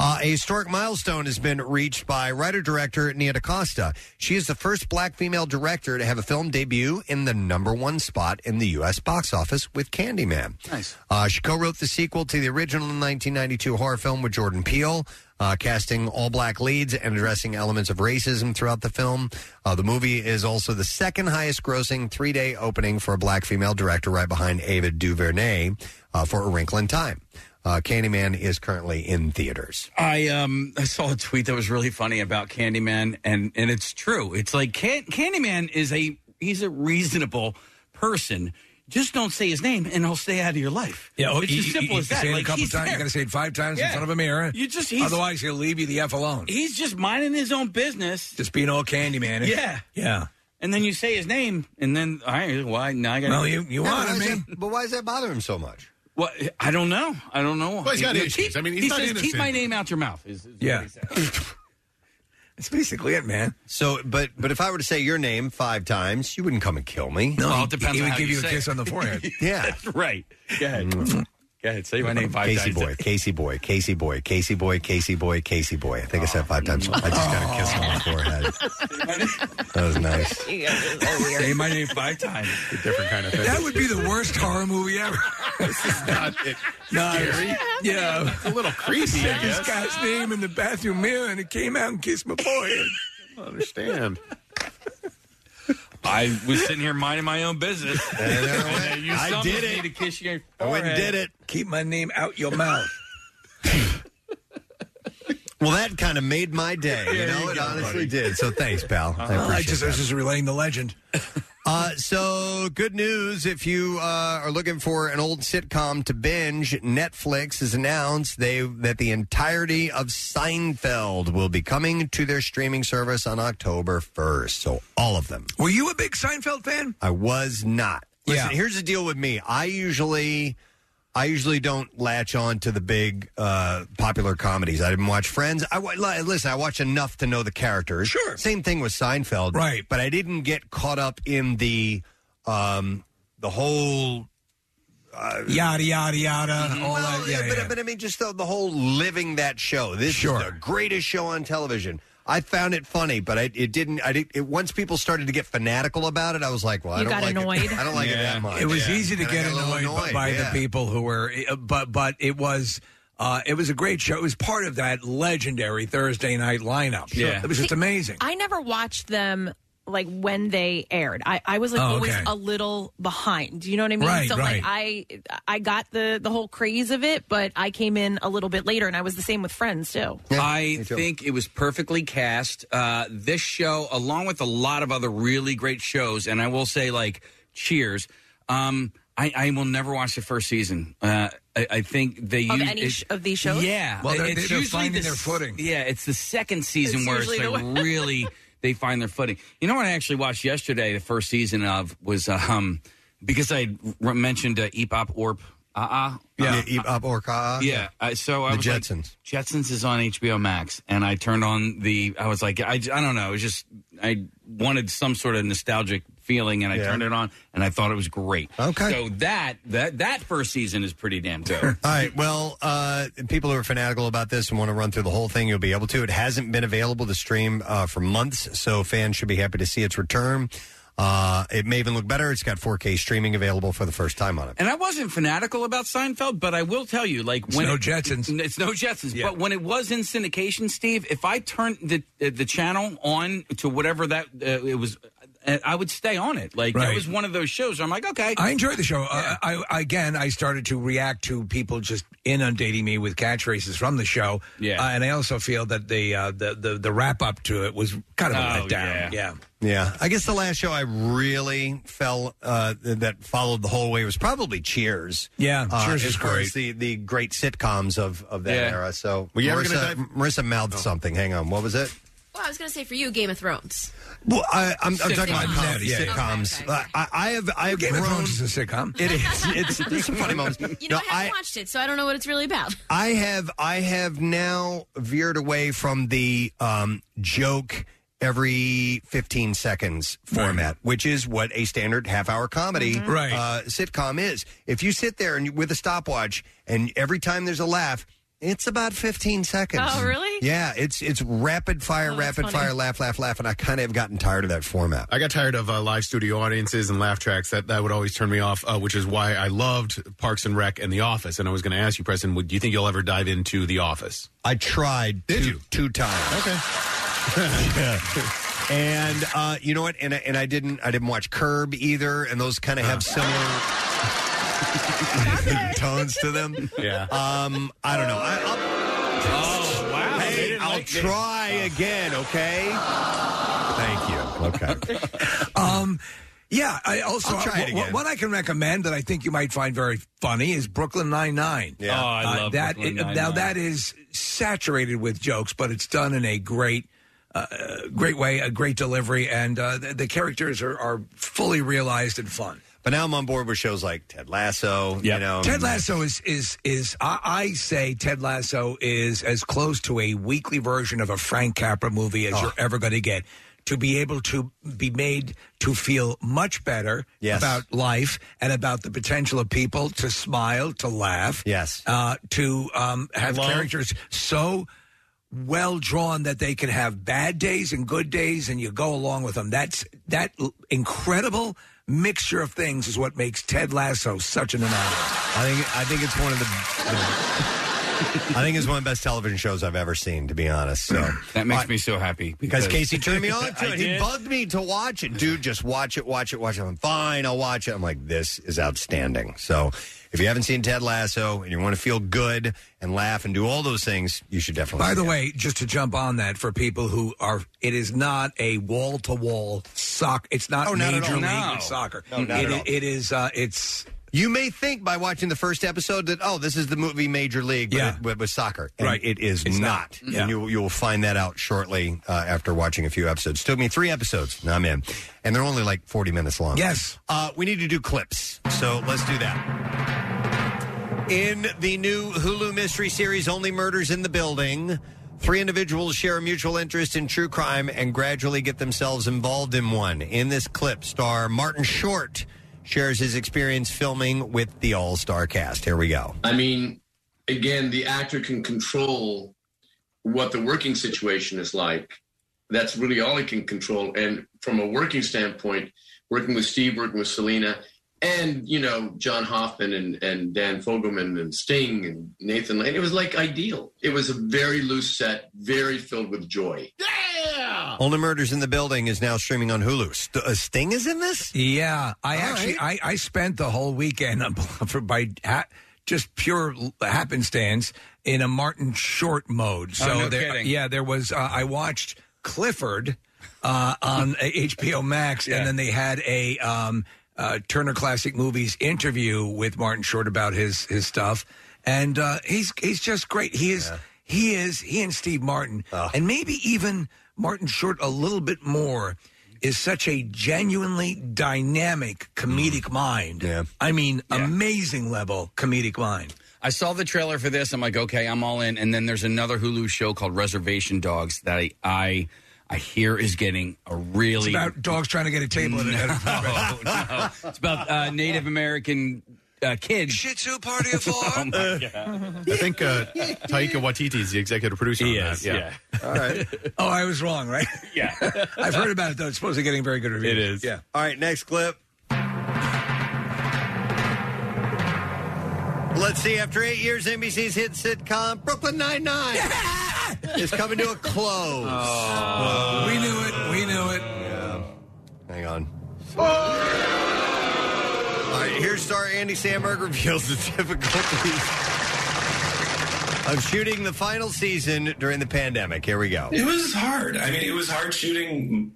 Uh, a historic milestone has been reached by writer director Nia DaCosta. She is the first black female director to have a film debut in the number one spot in the U.S. box office with Candyman. Nice. Uh, she co wrote the sequel to the original 1992 horror film with Jordan Peele, uh, casting all black leads and addressing elements of racism throughout the film. Uh, the movie is also the second highest grossing three day opening for a black female director, right behind Ava DuVernay uh, for A Wrinkle in Time. Uh, Candyman is currently in theaters. I um I saw a tweet that was really funny about Candyman, and and it's true. It's like Can- Candyman is a he's a reasonable person. Just don't say his name, and he'll stay out of your life. Yeah, oh, it's you- as simple you- as you that. Say it Like, a couple he's times. You there. got to say it five times in Yeah. front of a mirror. You just- he's- otherwise he'll leave you the f alone. He's just minding his own business. Just being all candy man. Yeah. yeah. And then you say his name, and then all right, why now I got? No, you you but, wanted why me. does that, but why does that bother him so much? What I don't know. I don't know. Well, he's got You know, issues. keep- I mean, he's he not says, innocent. "Keep my name out your mouth." Is, is Yeah. what he said. [LAUGHS] That's basically it, man. So, but but if I were to say your name five times, you wouldn't come and kill me. No, Well, he- it depends He on would how give you you a say kiss it. on [LAUGHS] the forehead. Yeah. right. Go ahead. Go ahead. [LAUGHS] Say my name five Mm. Casey times. boy, Casey boy, Casey boy, Casey boy, Casey boy, Casey boy. I think I said five times. I just got a kiss on my forehead. [LAUGHS] That was nice. Say my name five times. A different kind of thing. That would be the worst horror movie ever. Not- [LAUGHS] it- No, yeah. it's a little creepy, I Said this guess. guy's name in the bathroom mirror, and it came out and kissed my forehead. I don't understand. [LAUGHS] I was sitting here minding my own business. And there I And, uh, went. you I summoned did me it. To kiss your I went forehead. and did it. Keep my name out your mouth. Well, that kind of made my day. You know, you it go, honestly did. So thanks, pal. Uh-huh. I appreciate I just, that. I was just relaying the legend. Uh, so, good news if you uh, are looking for an old sitcom to binge, Netflix has announced they that the entirety of Seinfeld will be coming to their streaming service on October 1st. So, all of them. Were you a big Seinfeld fan? I was not. Listen, Yeah. here's the deal with me. I usually I usually don't latch on to the big uh, popular comedies. I didn't watch Friends. I wa- li- listen. I watched enough to know the characters. Sure. Same thing with Seinfeld. Right. But I didn't get caught up in the um, the whole. uh, Yada yada yada. All well, that. Yeah, yeah, but, yeah. but I mean, just the, the whole living that show. This Sure. is the greatest show on television. I found it funny, but I, it didn't. I did, it, once people started to get fanatical about it, I was like, well, You I don't got like annoyed? it. I don't like it Yeah. that much. It was Yeah. easy to And I get got a little annoyed, b- by yeah. the people who were, eh, but but it was. Uh, it was a great show. It was part of that legendary Thursday night lineup. Yeah. it was just See, amazing. I never watched them like when they aired. I, I was like Oh, always okay. a little behind. Do you know what I mean? Right, so right. like I I got the the whole craze of it, but I came in a little bit later and I was the same with friends too. I think it was perfectly cast. Uh, this show, along with a lot of other really great shows, and I will say, like, cheers. Um, I, I will never watch the first season. Uh, I, I think they Of use any it- sh- of these shows? Yeah, Well, they're- it's they're usually finding the their s- footing. Yeah, it's the second season It's where it's usually like the one- [LAUGHS] really they find their footing. You know what I actually watched yesterday? The first season of was um because I re- mentioned uh, Eepop Orp. Uh uh. Yeah, uh, Eve- Ab Orca. Yeah. I, so I The was like, Jetsons. Jetsons is on HBO Max, and I turned on the. I was like, I, I don't know. It was just I wanted some sort of nostalgic feeling, and I Yeah. turned it on, and I thought it was great. Uh, Okay. So that that that first season is pretty damn dope. [LAUGHS] All right. Well, uh, people who are fanatical about this and want to run through the whole thing, you'll be able to. It hasn't been available to stream uh, for months, so fans should be happy to see its return. Uh, it may even look better. It's got 4K streaming available for the first time on it. And I wasn't fanatical about Seinfeld, but I will tell you, like when no it- Jetsons. it's no Jetsons. But when it was in syndication, Steve, if I turned the uh, the channel on to whatever that uh, it was, uh, I would stay on it. Like that Right. was one of those shows. Where I'm like, okay, I enjoyed the show. Uh, I, I again, I started to react to people just inundating me with catchphrases from the show. Yeah. Uh, and I also feel that the uh, the, the the wrap up to it was kind of a Oh, letdown. yeah. Yeah, I guess the last show I really fell uh, that followed the whole way was probably Cheers. Yeah, uh, Cheers as is far great. as The the great sitcoms of of that Yeah. era. So Were you ever Marissa, gonna Marissa mouthed something. Hang on, what was it? Well, I was going to say for you, Game of Thrones. Well, I, I'm, I'm talking about Sitcoms. comedy Yeah, yeah. sitcoms. Okay, okay, okay. I, I have I have Game grown. of Thrones is a sitcom. It is. [LAUGHS] It's there's some funny moments. You know, No, I haven't watched it, so I don't know what it's really about. [LAUGHS] I have I have now veered away from the um, joke every 15 seconds format, which is what a standard half-hour comedy Mm-hmm. Right. uh, sitcom is. If you sit there and you, with a stopwatch, and every time there's a laugh. It's about 15 seconds. Oh, really? Yeah, it's it's rapid Oh, fire, rapid fire, laugh, laugh, laugh, and I kind of have gotten tired of that format. I got tired of uh, live studio audiences and laugh tracks. That that would always turn me off, uh, which is why I loved Parks and Rec and The Office. And I was going to ask you, Preston, would do you think you'll ever dive into The Office? I tried Did two, you? two times. [LAUGHS] Okay. And uh, you know what? And I, and I didn't I didn't watch Curb either, and those kind of have Uh. similar [LAUGHS] [LAUGHS] tones to them. Yeah. Um, I don't know. I, I'll, Oh wow! They hey, didn't I'll like Uh. this. try again. Okay. Thank you. [LAUGHS] Okay. Um, yeah, I also I'll try it wh- wh- again. what I can recommend that I think you might find very funny is Brooklyn Nine Nine. Yeah. Oh, I love that. Brooklyn Nine-Nine. Now that is saturated with jokes, but it's done in a great, uh, great way, a great delivery, and uh, the, the characters are, are fully realized and fun. But now I'm on board with shows like Ted Lasso. You Yep. know, Ted Lasso is is is I, I say Ted Lasso is as close to a weekly version of a Frank Capra movie as you're ever going to get. To be able to be made to feel much better Yes. about life and about the potential of people to smile, to laugh, Yes. uh, to um, have Love. characters so well drawn that they can have bad days and good days, and you go along with them. That's that l- incredible mixture of things is what makes Ted Lasso such an anomaly. I think I think it's one of the. [LAUGHS] I think it's one of the best television shows I've ever seen, to be honest. So That makes me so happy Because Casey turned me on to [LAUGHS] I it. He did. bugged me to watch it. Dude, just watch it, watch it, watch it. I'm fine, I'll watch it. I'm like, this is outstanding. So if you haven't seen Ted Lasso and you want to feel good and laugh and do all those things, you should definitely By see the it. way, just to jump on that for people who are, it is not a wall to wall sock. It's not Oh, not at major all. league No. soccer. No, not It at i- all. it is. Uh, it's You may think by watching the first episode that, oh, this is the movie Major League, but, Yeah. it, but with soccer. And Right. It is It's not. not. Yeah. And you, you'll find that out shortly uh, after watching a few episodes. Took me three episodes, and I'm in. And they're only like 40 minutes long. Yes. Uh, we need to do clips. So let's do that. In the new Hulu mystery series, Only Murders in the Building, three individuals share a mutual interest in true crime and gradually get themselves involved in one. In this clip, star Martin Short shares his experience filming with the all star cast. Here we go. I mean, again, the actor can control what the working situation is like. that's really all I can control. And from a working standpoint, working with Steve, working with Selena, and you know John Hoffman and, and Dan Fogelman and Sting and Nathan Lane, it was like ideal. It was a very loose set, very filled with joy. Only Murders in the Building is now streaming on Hulu. St- uh, Sting is in this? Yeah, I actually I, I spent the whole weekend [LAUGHS] for by ha- just pure l- happenstance in a Martin Short mode. So Oh, no there, kidding. yeah, there was uh, I watched Clifford uh, on [LAUGHS] uh, HBO Max, and then they had a um, uh, Turner Classic Movies interview with Martin Short about his his stuff, and uh, he's he's just great. He is he is he and Steve Martin, and maybe even Martin Short a little bit more. Is such a genuinely dynamic comedic mind. Mm. Yeah. I mean, amazing level comedic mind. I saw the trailer for this. I'm like, okay, I'm all in. And then there's another Hulu show called Reservation Dogs that I I, I hear is getting a really [LAUGHS] It's about dogs trying to get a table in it. no, no. It's about uh, Native American uh, kids. Shih Tzu party of four. [LAUGHS] oh my God. I think [LAUGHS] uh, Taika Waititi is the executive producer. He on is, that. yeah. All right. [LAUGHS] Oh, I was wrong, right? Yeah. [LAUGHS] I've heard about it, though. It's supposed to getting very good reviews. It is. Yeah. All right, next clip. Let's see. After eight years, NBC's hit sitcom Brooklyn Nine Nine is coming to a [LAUGHS] close. Oh. we knew it. We knew it. Hang on. All right, here's star Andy Samberg [LAUGHS] reveals the difficulties of shooting the final season during the pandemic. Here we go. It was hard. I mean, it was hard shooting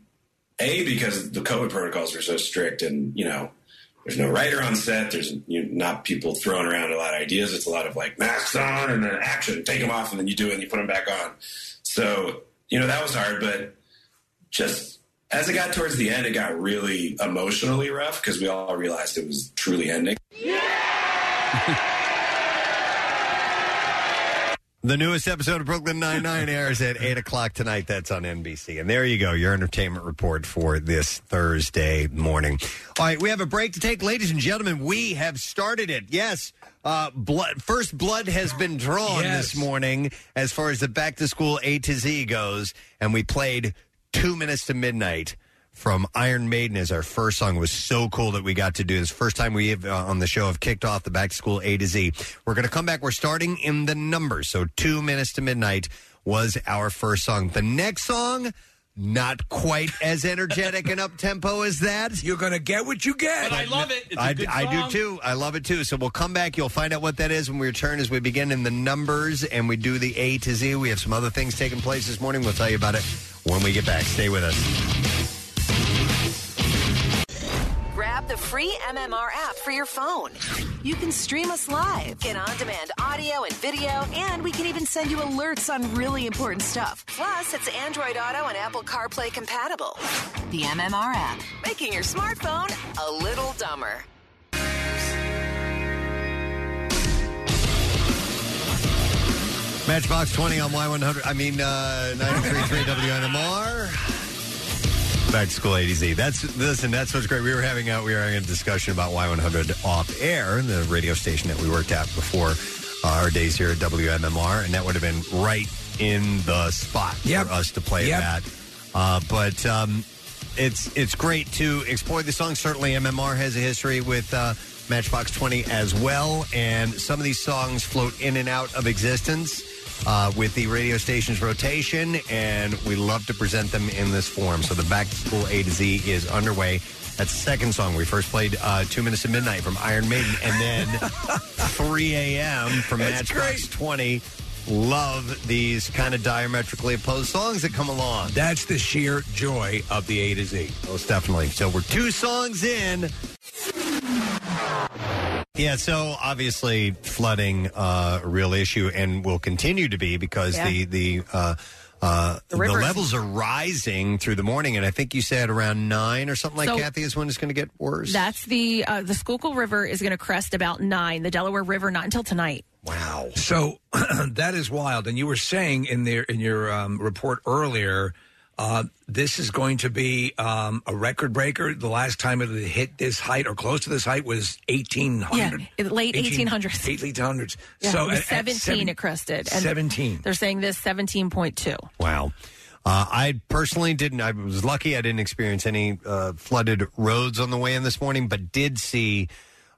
A because the COVID protocols were so strict and, you know, there's no writer on set. There's you know, not people throwing around a lot of ideas. It's a lot of like masks on and then action, take them off, and then you do it and you put them back on. So, you know, that was hard, but just as it got towards the end, it got really emotionally rough because we all realized it was truly ending. [LAUGHS] The newest episode of Brooklyn Nine Nine airs at eight o'clock tonight. That's on NBC. And there you go, your entertainment report for this Thursday morning. All right, we have a break to take, ladies and gentlemen. We have started it. Yes, uh, blood. First blood has been drawn this morning as far as the back to school A to Z goes, and we played two minutes to midnight from Iron Maiden as our first song. It was so cool that we got to do this. First time we have, uh, on the show have kicked off the back to school A to Z. We're going to come back. We're starting in the numbers. So two minutes to midnight was our first song. The next song, not quite as energetic and up tempo as that. You're going to get what you get. But I love it. It's a I, good I do song. too. I love it too. So we'll come back. You'll find out what that is when we return as we begin in the numbers and we do the A to Z. We have some other things taking place this morning. We'll tell you about it when we get back. Stay with us. Grab the free MMR app for your phone. You can stream us live, get on demand audio and video, and we can even send you alerts on really important stuff. Plus, it's Android Auto and Apple CarPlay compatible. The MMR app, making your smartphone a little dumber. Matchbox 20 on Y100. I mean, uh, 933 WNMR. Back to school A to Z. That's listen. That's what's great. We were having out. We were having a discussion about Y100 off air, the radio station that we worked at before uh, our days here at WMMR, and that would have been right in the spot for us to play Yep. that. Uh, but um, it's it's great to explore the song. Certainly, MMR has a history with uh, Matchbox Twenty as well, and some of these songs float in and out of existence uh, with the radio station's rotation, and we love to present them in this form. So the Back to School A to Z is underway. That's the second song we first played, uh, Two Minutes to Midnight from Iron Maiden, and then 3 a.m. from That's Matchbox 20. Love these kind of diametrically opposed songs that come along. That's the sheer joy of the A to Z. Most definitely. So we're two songs in. Yeah, so obviously flooding uh, a real issue and will continue to be because Yeah. the the uh, uh, the, rivers. levels are rising through the morning, and I think you said around nine or something like So- Kathy is when it's going to get worse. That's the uh, the Schuylkill River is going to crest about nine. The Delaware River not until tonight. Wow. So [CLEARS THROAT] that is wild. And you were saying in there in your um, report earlier, uh, this is going to be um, a record breaker. The last time it had hit this height or close to this height was 1800. Yeah, in the late 1800s. 1800s. Yeah, so it was at- at seventeen seven- it crested. 17. They're saying this seventeen point two. Wow. Uh, I personally didn't. I was lucky I didn't experience any uh, flooded roads on the way in this morning, but did see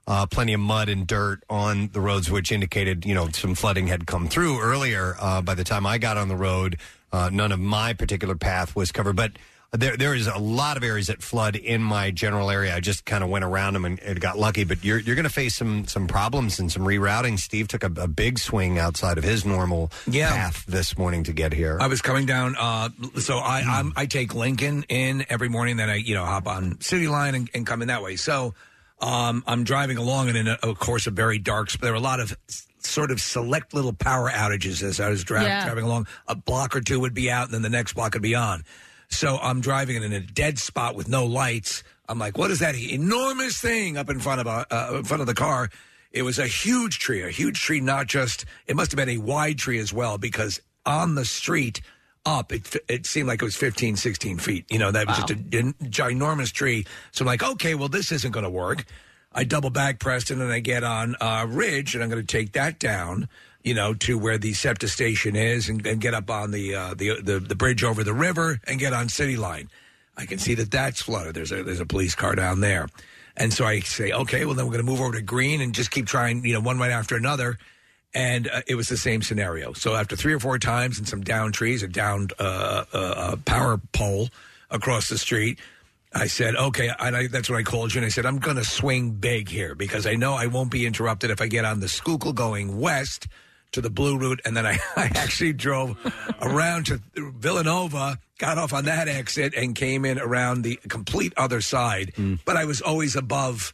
uh, plenty of mud and dirt on the roads, which indicated you know some flooding had come through earlier. Uh, by the time I got on the road, uh, none of my particular path was covered, but. There, there is a lot of areas that flood in my general area. I just kind of went around them and, and got lucky. But you're you're going to face some some problems and some rerouting. Steve took a, a big swing outside of his normal path this morning to get here. I was coming down. Uh, so I I'm, I take Lincoln in every morning. Then I you know hop on City Line and, and come in that way. So um, I'm driving along and in a, of course a very dark. There were a lot of s- sort of select little power outages as I was driving Yeah. driving along. A block or two would be out, and then the next block would be on. So I'm driving and in a dead spot with no lights. I'm like, what is that enormous thing up in front of a, uh, in front of the car? It was a huge tree, a huge tree, not just, it must have been a wide tree as well, because on the street up, it, f- it seemed like it was 15, 16 feet. You know, that was Wow. just a gin- ginormous tree. So I'm like, okay, well, this isn't going to work. I double back Preston and I get on uh, Ridge and I'm going to take that down, you know, to where the SEPTA station is and, and get up on the, uh, the, the, the bridge over the river and get on City Line. I can see that that's flooded. There's a there's a police car down there, and so I say, okay, well then we're going to move over to green and just keep trying, you know, one right after another. And uh, it was the same scenario. So after three or four times and some downed trees, a downed uh, uh, uh, power pole across the street, I said, okay, and I, that's when I called you and I said, I'm going to swing big here because I know I won't be interrupted if I get on the Schuylkill going west to the Blue Route. And then I, [LAUGHS] I actually drove around to Villanova, got off on that exit, and came in around the complete other side. Hmm. But I was always above,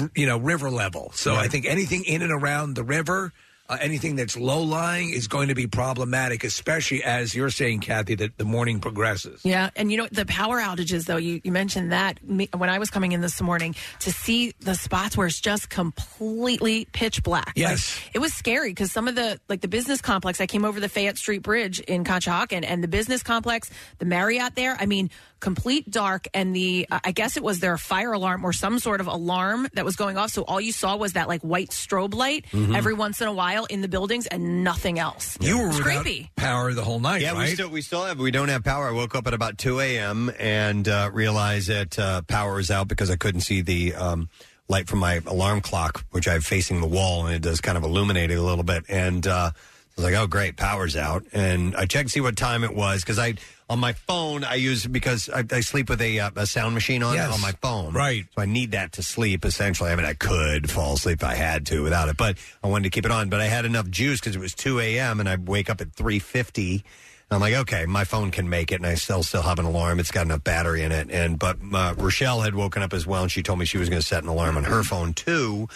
r- you know, river level. So I think anything in and around the river. Uh, anything that's low lying is going to be problematic, especially as you're saying, Kathy, that the morning progresses. Yeah, and you know the power outages though. You, you mentioned that me, when I was coming in this morning to see the spots where it's just completely pitch black. Yes. like, it was scary because some of the like the business complex. I came over the Fayette Street Bridge in Conshohocken, and the business complex, the Marriott there. I mean, complete dark, and the uh, I guess it was their fire alarm or some sort of alarm that was going off. So all you saw was that like white strobe light Mhm. every once in a while in the buildings, and nothing else. You were It's without creepy. power the whole night, yeah, right? we still we still have we don't have power. I woke up at about two a.m. and uh, realized that uh, power was out because I couldn't see the um, light from my alarm clock, which I have facing the wall, and it does kind of illuminate it a little bit. And uh, I was like, "Oh, great, power's out!" And I checked to see what time it was because I on my phone I use because I, I sleep with a, uh, a sound machine on Yes. on my phone, right? So I need that to sleep essentially. I mean, I could fall asleep if I had to without it, but I wanted to keep it on. But I had enough juice because it was two a.m. and I wake up at three fifty. I'm like, okay, my phone can make it, and I still still have an alarm. It's got enough battery in it. And but uh, Rochelle had woken up as well, and she told me she was going to set an alarm on her phone too.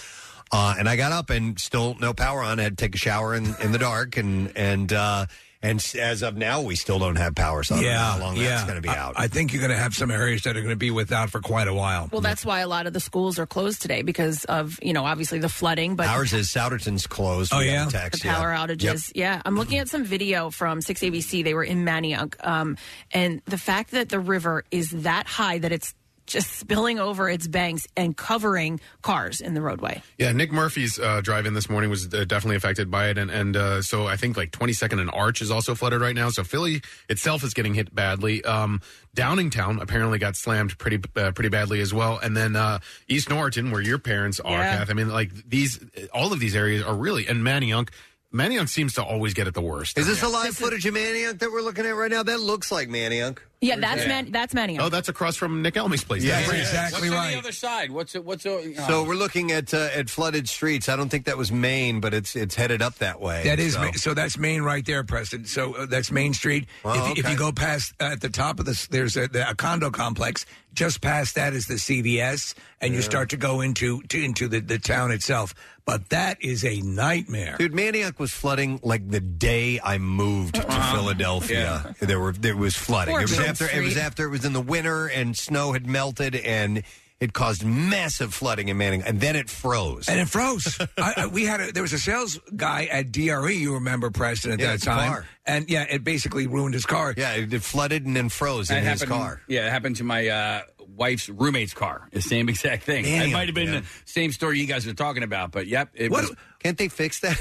Uh, and I got up and still no power on. I had to take a shower in, in the dark, and and uh, and s- as of now, we still don't have power. So I don't know how long that's going to be I- out. I, think you're going to have some areas that are going to be without for quite a while. Well, that's why a lot of the schools are closed today because of you know obviously the flooding, but Ours is Souderton's closed. Oh, We got yeah? a text, the power yeah. outages. Yeah, I'm looking at some video from 6ABC. They were in Manioc, um, and the fact that the river is that high that it's just spilling over its banks and covering cars in the roadway. Yeah, Nick Murphy's uh, drive-in this morning was uh, definitely affected by it, and and uh, so I think like 22nd and Arch is also flooded right now. So Philly itself is getting hit badly. Um, Downingtown apparently got slammed pretty uh, pretty badly as well, and then uh, East Norriton, where your parents are, Yeah. Kath. I mean, like these, all of these areas are really and Manayunk. Manayunk seems to always get it the worst. Is this the live footage of Maniac that we're looking at right now? That looks like Maniac. Yeah, that's Man- that's Manioc. Oh, that's across from Nick Elmy's place. That's right. what's on the other side? What's it? What's o- oh. So we're looking at uh, at flooded streets. I don't think that was Maine, but it's it's headed up that way. That is so. Ma- so. That's Main right there, Preston. So uh, that's Main Street. if, Oh, you- if okay. you go past uh, at the top of this, there's a, the, a condo complex. Just past that is the CVS, and you Yeah. start to go into to, into the, the town itself. But that is a nightmare. Dude, Maniac was flooding like the day I moved to Uh-huh. Philadelphia. There were there was flooding. Uh-huh. Poor it was Main after it was Street. after it was in the winter and snow had melted and it caused massive flooding in Manning and then it froze. And it froze. I, I, we had a, there was a sales guy at DRE. You remember Preston at Yeah, that it's a time, car. and yeah, it basically ruined his car. Yeah, it, flooded and then froze That happened, Yeah, it happened to my uh, wife's roommate's car. The same exact thing. Damn. it might have been Yeah. the same story you guys are talking about, but yep. It What- was, Can't they fix that?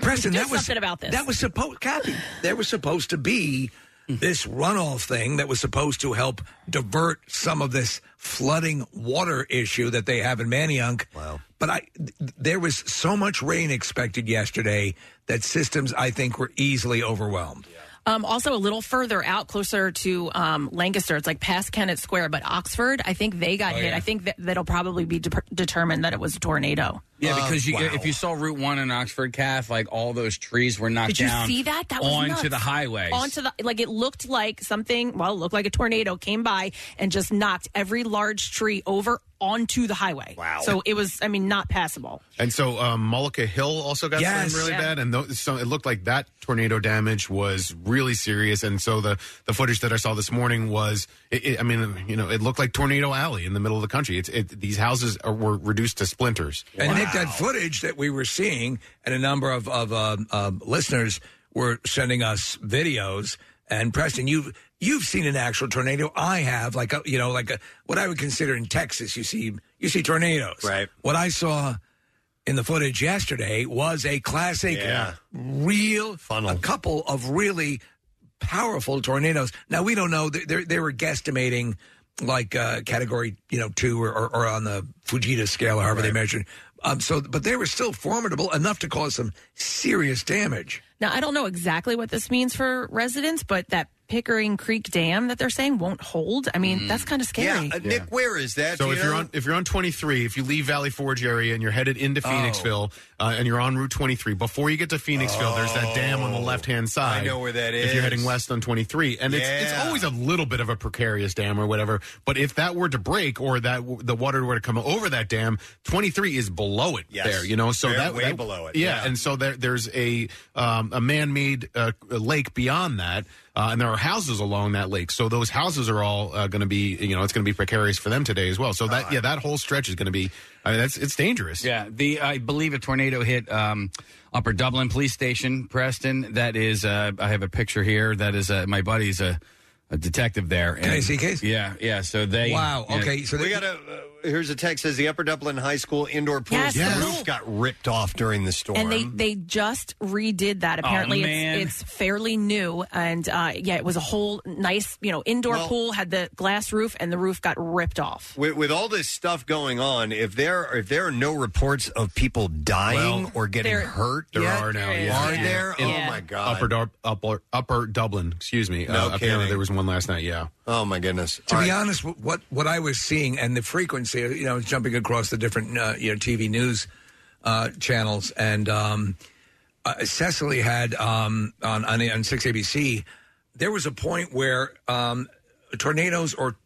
[LAUGHS] Preston, Do that was something about this. That was supposed, Kathy. There was supposed to be this runoff thing that was supposed to help divert some of this flooding water issue that they have in Manayunk. Wow. But I, th- there was so much rain expected yesterday that systems, I think, were easily overwhelmed. Um, also, a little further out, closer to um, Lancaster, it's like past Kennett Square, but Oxford, I think they got Oh, hit. yeah. I think that, that'll probably be de- determined that it was a tornado. Yeah, because you, if you saw Route One in Oxford, Calf, like all those trees were knocked Did you down. see that? That was onto nuts. the highways. Onto the like, it looked like something. Well, it looked like a tornado came by and just knocked every large tree over onto the highway. Wow! So it was, I mean, not passable. And so um, Mullica Hill also got slammed Yes. really Yeah. bad, and tho- so it looked like that tornado damage was really serious. And so the the footage that I saw this morning was, it, it, I mean, you know, it looked like Tornado Alley in the middle of the country. It's it, these houses are, were reduced to splinters. And Nick, that footage that we were seeing, and a number of of um, um, listeners were sending us videos. And Preston, you've you've seen an actual tornado. I have, like a, you know, like a, what I would consider in Texas, you see you see tornadoes. Right. What I saw in the footage yesterday was a classic, Yeah. real funnel, a couple of really powerful tornadoes. Now we don't know; they they- they were guesstimating like uh, category you know two or, or, or on the Fujita scale or however they measured. Um, so, but they were still formidable enough to cause some serious damage. Now, I don't know exactly what this means for residents, but that Pickering Creek Dam that they're saying won't hold. I mean, that's kind of scary. uh, where is that? So Do if you you are know? on if you're on 23, if you leave Valley Forge area and you're headed Oh. into Phoenixville, uh, and you're on Route 23, before you get to Phoenixville, there's that dam on the left hand side. Oh. I know where that If you're is. heading west on 23, and it's it's Yeah. always a little bit of a precarious dam or whatever. But if that were to break or that w- the water were to come over that dam, 23 is below it Yes. there. You know, so They're that way that- below it. Yeah, Yeah. and so there, there's a um, a man-made uh, lake beyond that, uh, and there are houses along that lake. So those houses are all uh, going to be, you know, it's going to be precarious for them today as well. So Uh-huh. that yeah, that whole stretch is going to be, I mean, that's it's dangerous. Yeah, the I believe a tornado hit um, Upper Dublin Police Station, Preston. That is, uh, I have a picture here. That is uh, my buddy's a, a detective there. Can I and- see, Case? Yeah, yeah. So they. yeah. we got a. Uh, here's a text says the Upper Dublin High School indoor pool Yes, Yes. the the roof pool. got ripped off during the storm. And they, they just redid that. Oh, Apparently, man. it's, it's fairly new. And uh, yeah, it was a whole nice, you know, indoor Well- pool, had the glass roof, and the roof got ripped off. With, with all this stuff going on, if there if there are no reports of people dying Well, or getting there- hurt, There yet, are now, yeah. Are there? In Oh my god! Upper, Dar- upper upper Dublin, excuse me. Uh, No kidding. apparently there was one last night. Yeah. Oh my goodness. To be honest, wh- what what I was seeing and the frequency, you know, jumping across the different uh, you know TV news uh, channels, and um, uh, Cecily had um, on, on on six ABC. There was a point where um, tornadoes or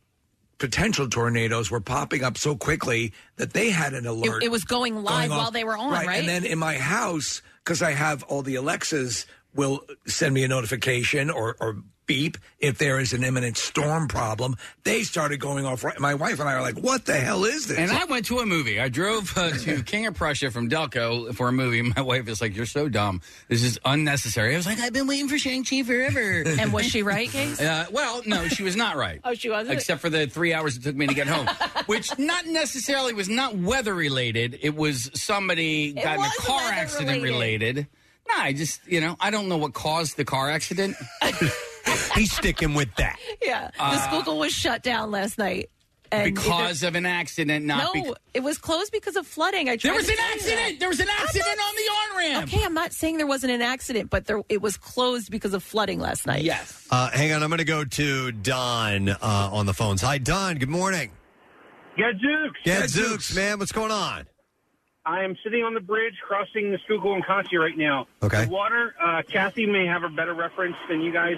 potential tornadoes were popping up so quickly that they had an alert. It, it was going live going off. while they were on, right? And then in my house, because I have all the Alexas, will send me a notification or, or beep if there is an imminent storm problem. They started going off. Right, my wife and I are like, "What the hell is this?" And I went to a movie. I drove uh, to King of Prussia from Delco for a movie. My [LAUGHS] wife is like, "You're so dumb. This is unnecessary." I was like, "I've been waiting for Shang Chi forever." [LAUGHS] and was [LAUGHS] she right, Case? Uh, well, no, she was not right. Oh, she wasn't? Except for the three hours it took me to get home, which not necessarily was not weather related. It was somebody got in a was car weather accident related. Nah, I just you know I don't know what caused the car [LAUGHS] accident. He's sticking with that yeah. the Uh, Schuylkill was shut down last night. And because either- of an accident, not no, because. it was closed because of flooding. I There tried was to an tell you accident! that. There was an I'm accident not- on the on-ramp! Okay, I'm not saying there wasn't an accident, but there it was closed because of flooding last night. Yes. Uh, hang on, I'm going to go to Don uh, on the phones. Hi, Don. Good morning. Gadzooks. Gadzooks, man. What's going on? I am sitting on the bridge crossing the Schuylkill and Conchie right now. Okay. The water, uh, Kathy may have a better reference than you guys.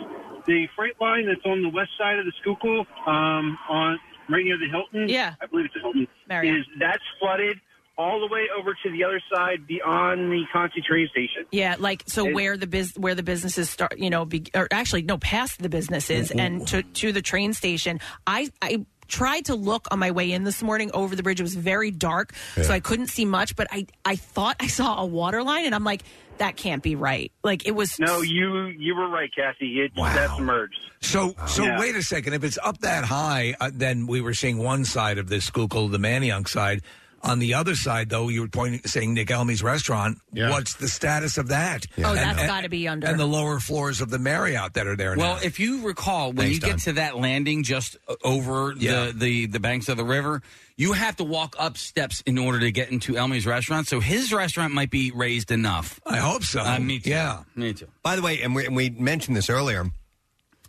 The freight line that's on the west side of the Schuylkill, um, on right near the Hilton. Yeah. I believe it's the Hilton. Marriott. Is that's flooded all the way over to the other side beyond the Conchie train station. Yeah, like so It- where the biz where the businesses start, you know, be, or actually no, past the businesses and to to the train station. I I tried to look on my way in this morning over the bridge. It was very dark, so I couldn't see much. But I I thought I saw a water line, and I'm like, that can't be right. Like it was No, you you were right, Kathy. It that's merged. So, Oh. so Yeah. wait a second. If it's up that high, uh, then we were seeing one side of this Schuylkill, the Manayunk side. On the other side, though, you were pointing saying Nick Elmy's restaurant. What's the status of that? Oh, that's And- got to be under. and the lower floors of the Marriott that are there. Well, now. if you recall, when Thanks, you get Don. to that landing just o- over Yeah. the, the, the banks of the river, you have to walk up steps in order to get into Elmy's restaurant. So his restaurant might be raised enough. I hope so. Uh, me too. Yeah. Me too. Uh-huh. By the way, and we, and we mentioned this earlier.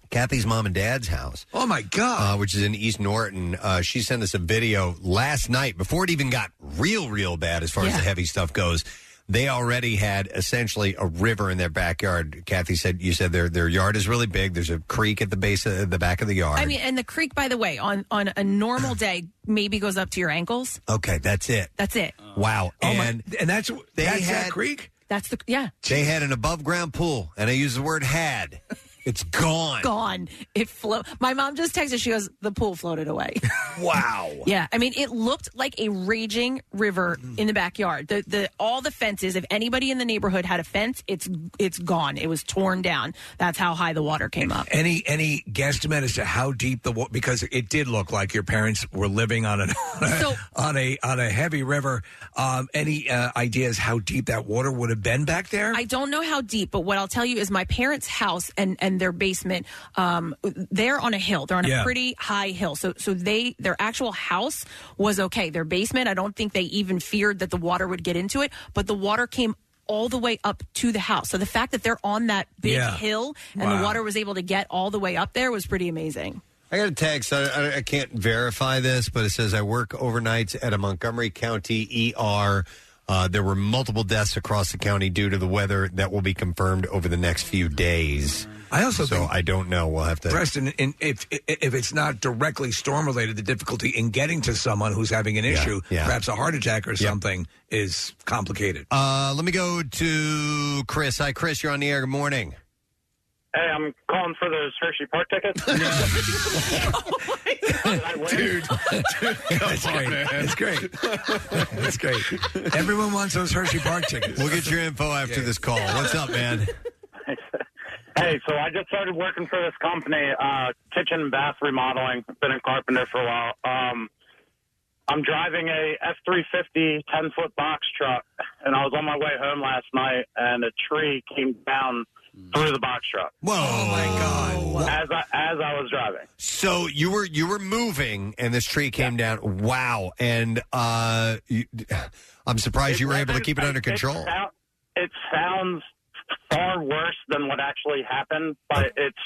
Kathy's mom and dad's house. Oh my God! Uh, which is in East Norton. Uh, she sent us a video last night before it even got real, real bad as far as the heavy stuff goes. They already had essentially a river in their backyard. Kathy said, "You said their their yard is really big. There's a creek at the base of the back of the yard. I mean, and the creek, by the way, on on a normal day, maybe goes up to your ankles. okay, that's it. That's it. Wow. and and that's they that's that had, creek. That's the yeah. They had an above ground pool, and I use the word had. It's gone. Gone. It flo My mom just texted. She goes, "The pool floated away." Wow. yeah, I mean, it looked like a raging river in the backyard. The the all the fences. If anybody in the neighborhood had a fence, it's it's gone. It was torn down. That's how high the water came up. Any any guesstimate as to how deep the wa- because it did look like your parents were living on an [LAUGHS] on a on a heavy river. Um, any uh, ideas how deep that water would have been back there? I don't know how deep, but what I'll tell you is my parents' house and and their basement. Um, they're on a hill. They're on Yeah. a pretty high hill. So so they their actual house was okay. Their basement. I don't think they even feared that the water would get into it, but the water came. All the way up to the house. So the fact that they're on that big Yeah. hill and the Wow. water was able to get all the way up there was pretty amazing. I got a text. I, I, I can't verify this, but it says I work overnights at a Montgomery County ER. Uh, there were multiple deaths across the county due to the weather that will be confirmed over the next few days. I also so I don't know. We'll have to. Preston, in, if if it's not directly storm related, the difficulty in getting to someone who's having an Yeah, issue, yeah. perhaps a heart attack or something, is [LAUGHS] complicated. Uh, let me go to Chris. Hi, Chris. You're on the air. Good morning. Hey, I'm calling for those Hershey Park tickets. [LAUGHS] Dude, that's great. That's great. That's great. [LAUGHS] Everyone wants those Hershey Park tickets. We'll get your info after this call. What's up, [LAUGHS] man? Hey, so I just started working for this company, uh, kitchen and bath remodeling. Been a carpenter for a while. Um, I'm driving a F350 10 foot box truck, and I was on my way home last night, and a tree came down through the box truck. Whoa! Oh my God! As I as I was driving. So you were you were moving, and this tree came down. Wow! And uh, you, I'm surprised you were able to keep it under control. It, sound- it sounds far worse than what actually happened, but it's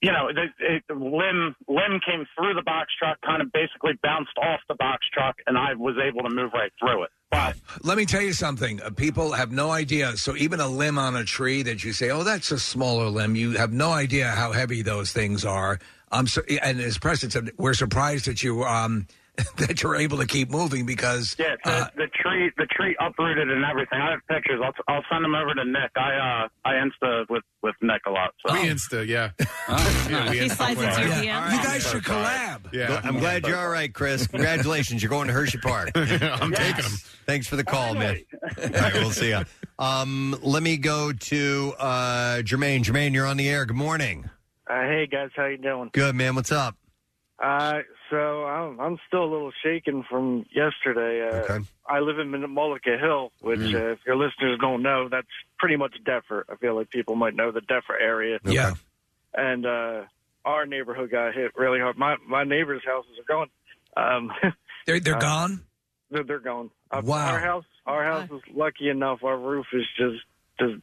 you know the it, limb limb came through the box truck, kind of basically bounced off the box truck, and I was able to move right through it. But Let me tell you something. Uh, People have no idea. So even a limb on a tree that you say, "Oh, that's a smaller limb," you have no idea how heavy those things are. I'm so, and as Preston said, we're surprised that you um, [LAUGHS] that you're able to keep moving because yeah, the, the tree the tree uprooted and everything. I have pictures. I'll I'll send them over to Nick. I uh I insta with with Nick a lot. So. We insta, yeah. [LAUGHS] Yeah, we He insta slides into your Yeah. DM. You guys should collab. Yeah, I'm glad you're all right, Chris. Congratulations. You're going to Hershey Park. [LAUGHS] I'm taking them. Thanks for the [LAUGHS] call, man. All right, we'll see ya. Um, let me go to uh, Jermaine. Jermaine, you're on the air. Good morning. Uh, hey guys, how you doing? Good, man. What's up? Uh, so I'm I'm still a little shaken from yesterday. Uh, I live in Mullica Hill, which Mhm. uh, if your listeners don't know, that's pretty much Deffer. I feel like people might know the Deffer area. Yeah. And uh, our neighborhood got hit really hard. My my neighbors' houses are gone. Um, [LAUGHS] they're they're uh, gone. They're, they're gone. Uh, Wow. Our house our house is lucky enough. Our roof is just just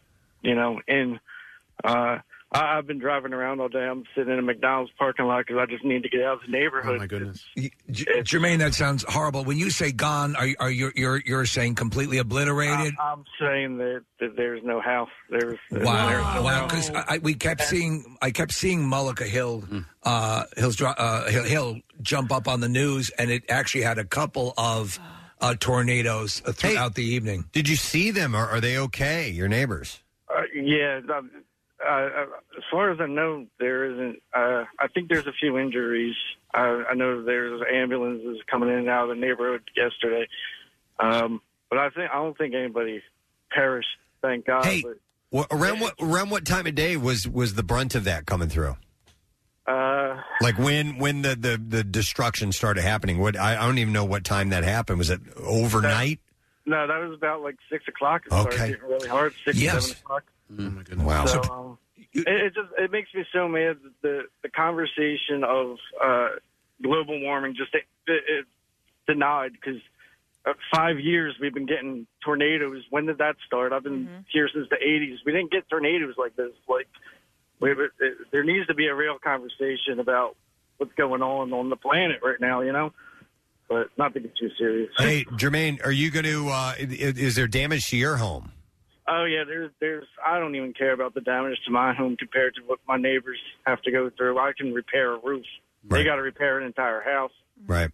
you know in. Uh, I, I've been driving around all day. I'm sitting in a McDonald's parking lot because I just need to get out of the neighborhood. Oh my goodness! J- Jermaine, that sounds horrible. When you say gone, are, are you you're you're saying completely obliterated? I'm saying that, that there's no house. There's Wow, There's no wow! house. Because I, I, we kept seeing, I kept seeing Mullica Hill, Hmm. uh, Hill's, dri- uh, Hill, Hill jump up on the news, and it actually had a couple of uh, tornadoes uh, throughout the evening. Did you see them? Or are they okay? Your neighbors? Uh, yeah. Um, uh, uh, as far as I know, there isn't. Uh, I think there's a few injuries. Uh, I know there's ambulances coming in and out of the neighborhood yesterday, um, but I think I don't think anybody perished. Thank God. Hey. But, Well, around what around what time of day was was the brunt of that coming through? uh, Like when when the the, the destruction started happening. What I, I don't even know what time that happened. Was it overnight? No, that was about like six o'clock. It started Okay. getting really hard. Six, Yes. seven o'clock. Wow. So, um, it, it just it makes me so mad that the the conversation of uh, global warming just it, it, it denied because uh, five years we've been getting tornadoes. When did that start? I've been here since the '80s. We didn't get tornadoes like this. Like, we, it, there needs to be a real conversation about what's going on on the planet right now. You know, but not to get too serious. hey, Jermaine, are you going to? Uh, i- i- is there damage to your home? Oh yeah, there's there's I don't even care about the damage to my home compared to what my neighbors have to go through. I can repair a roof. They got to repair an entire house. Right.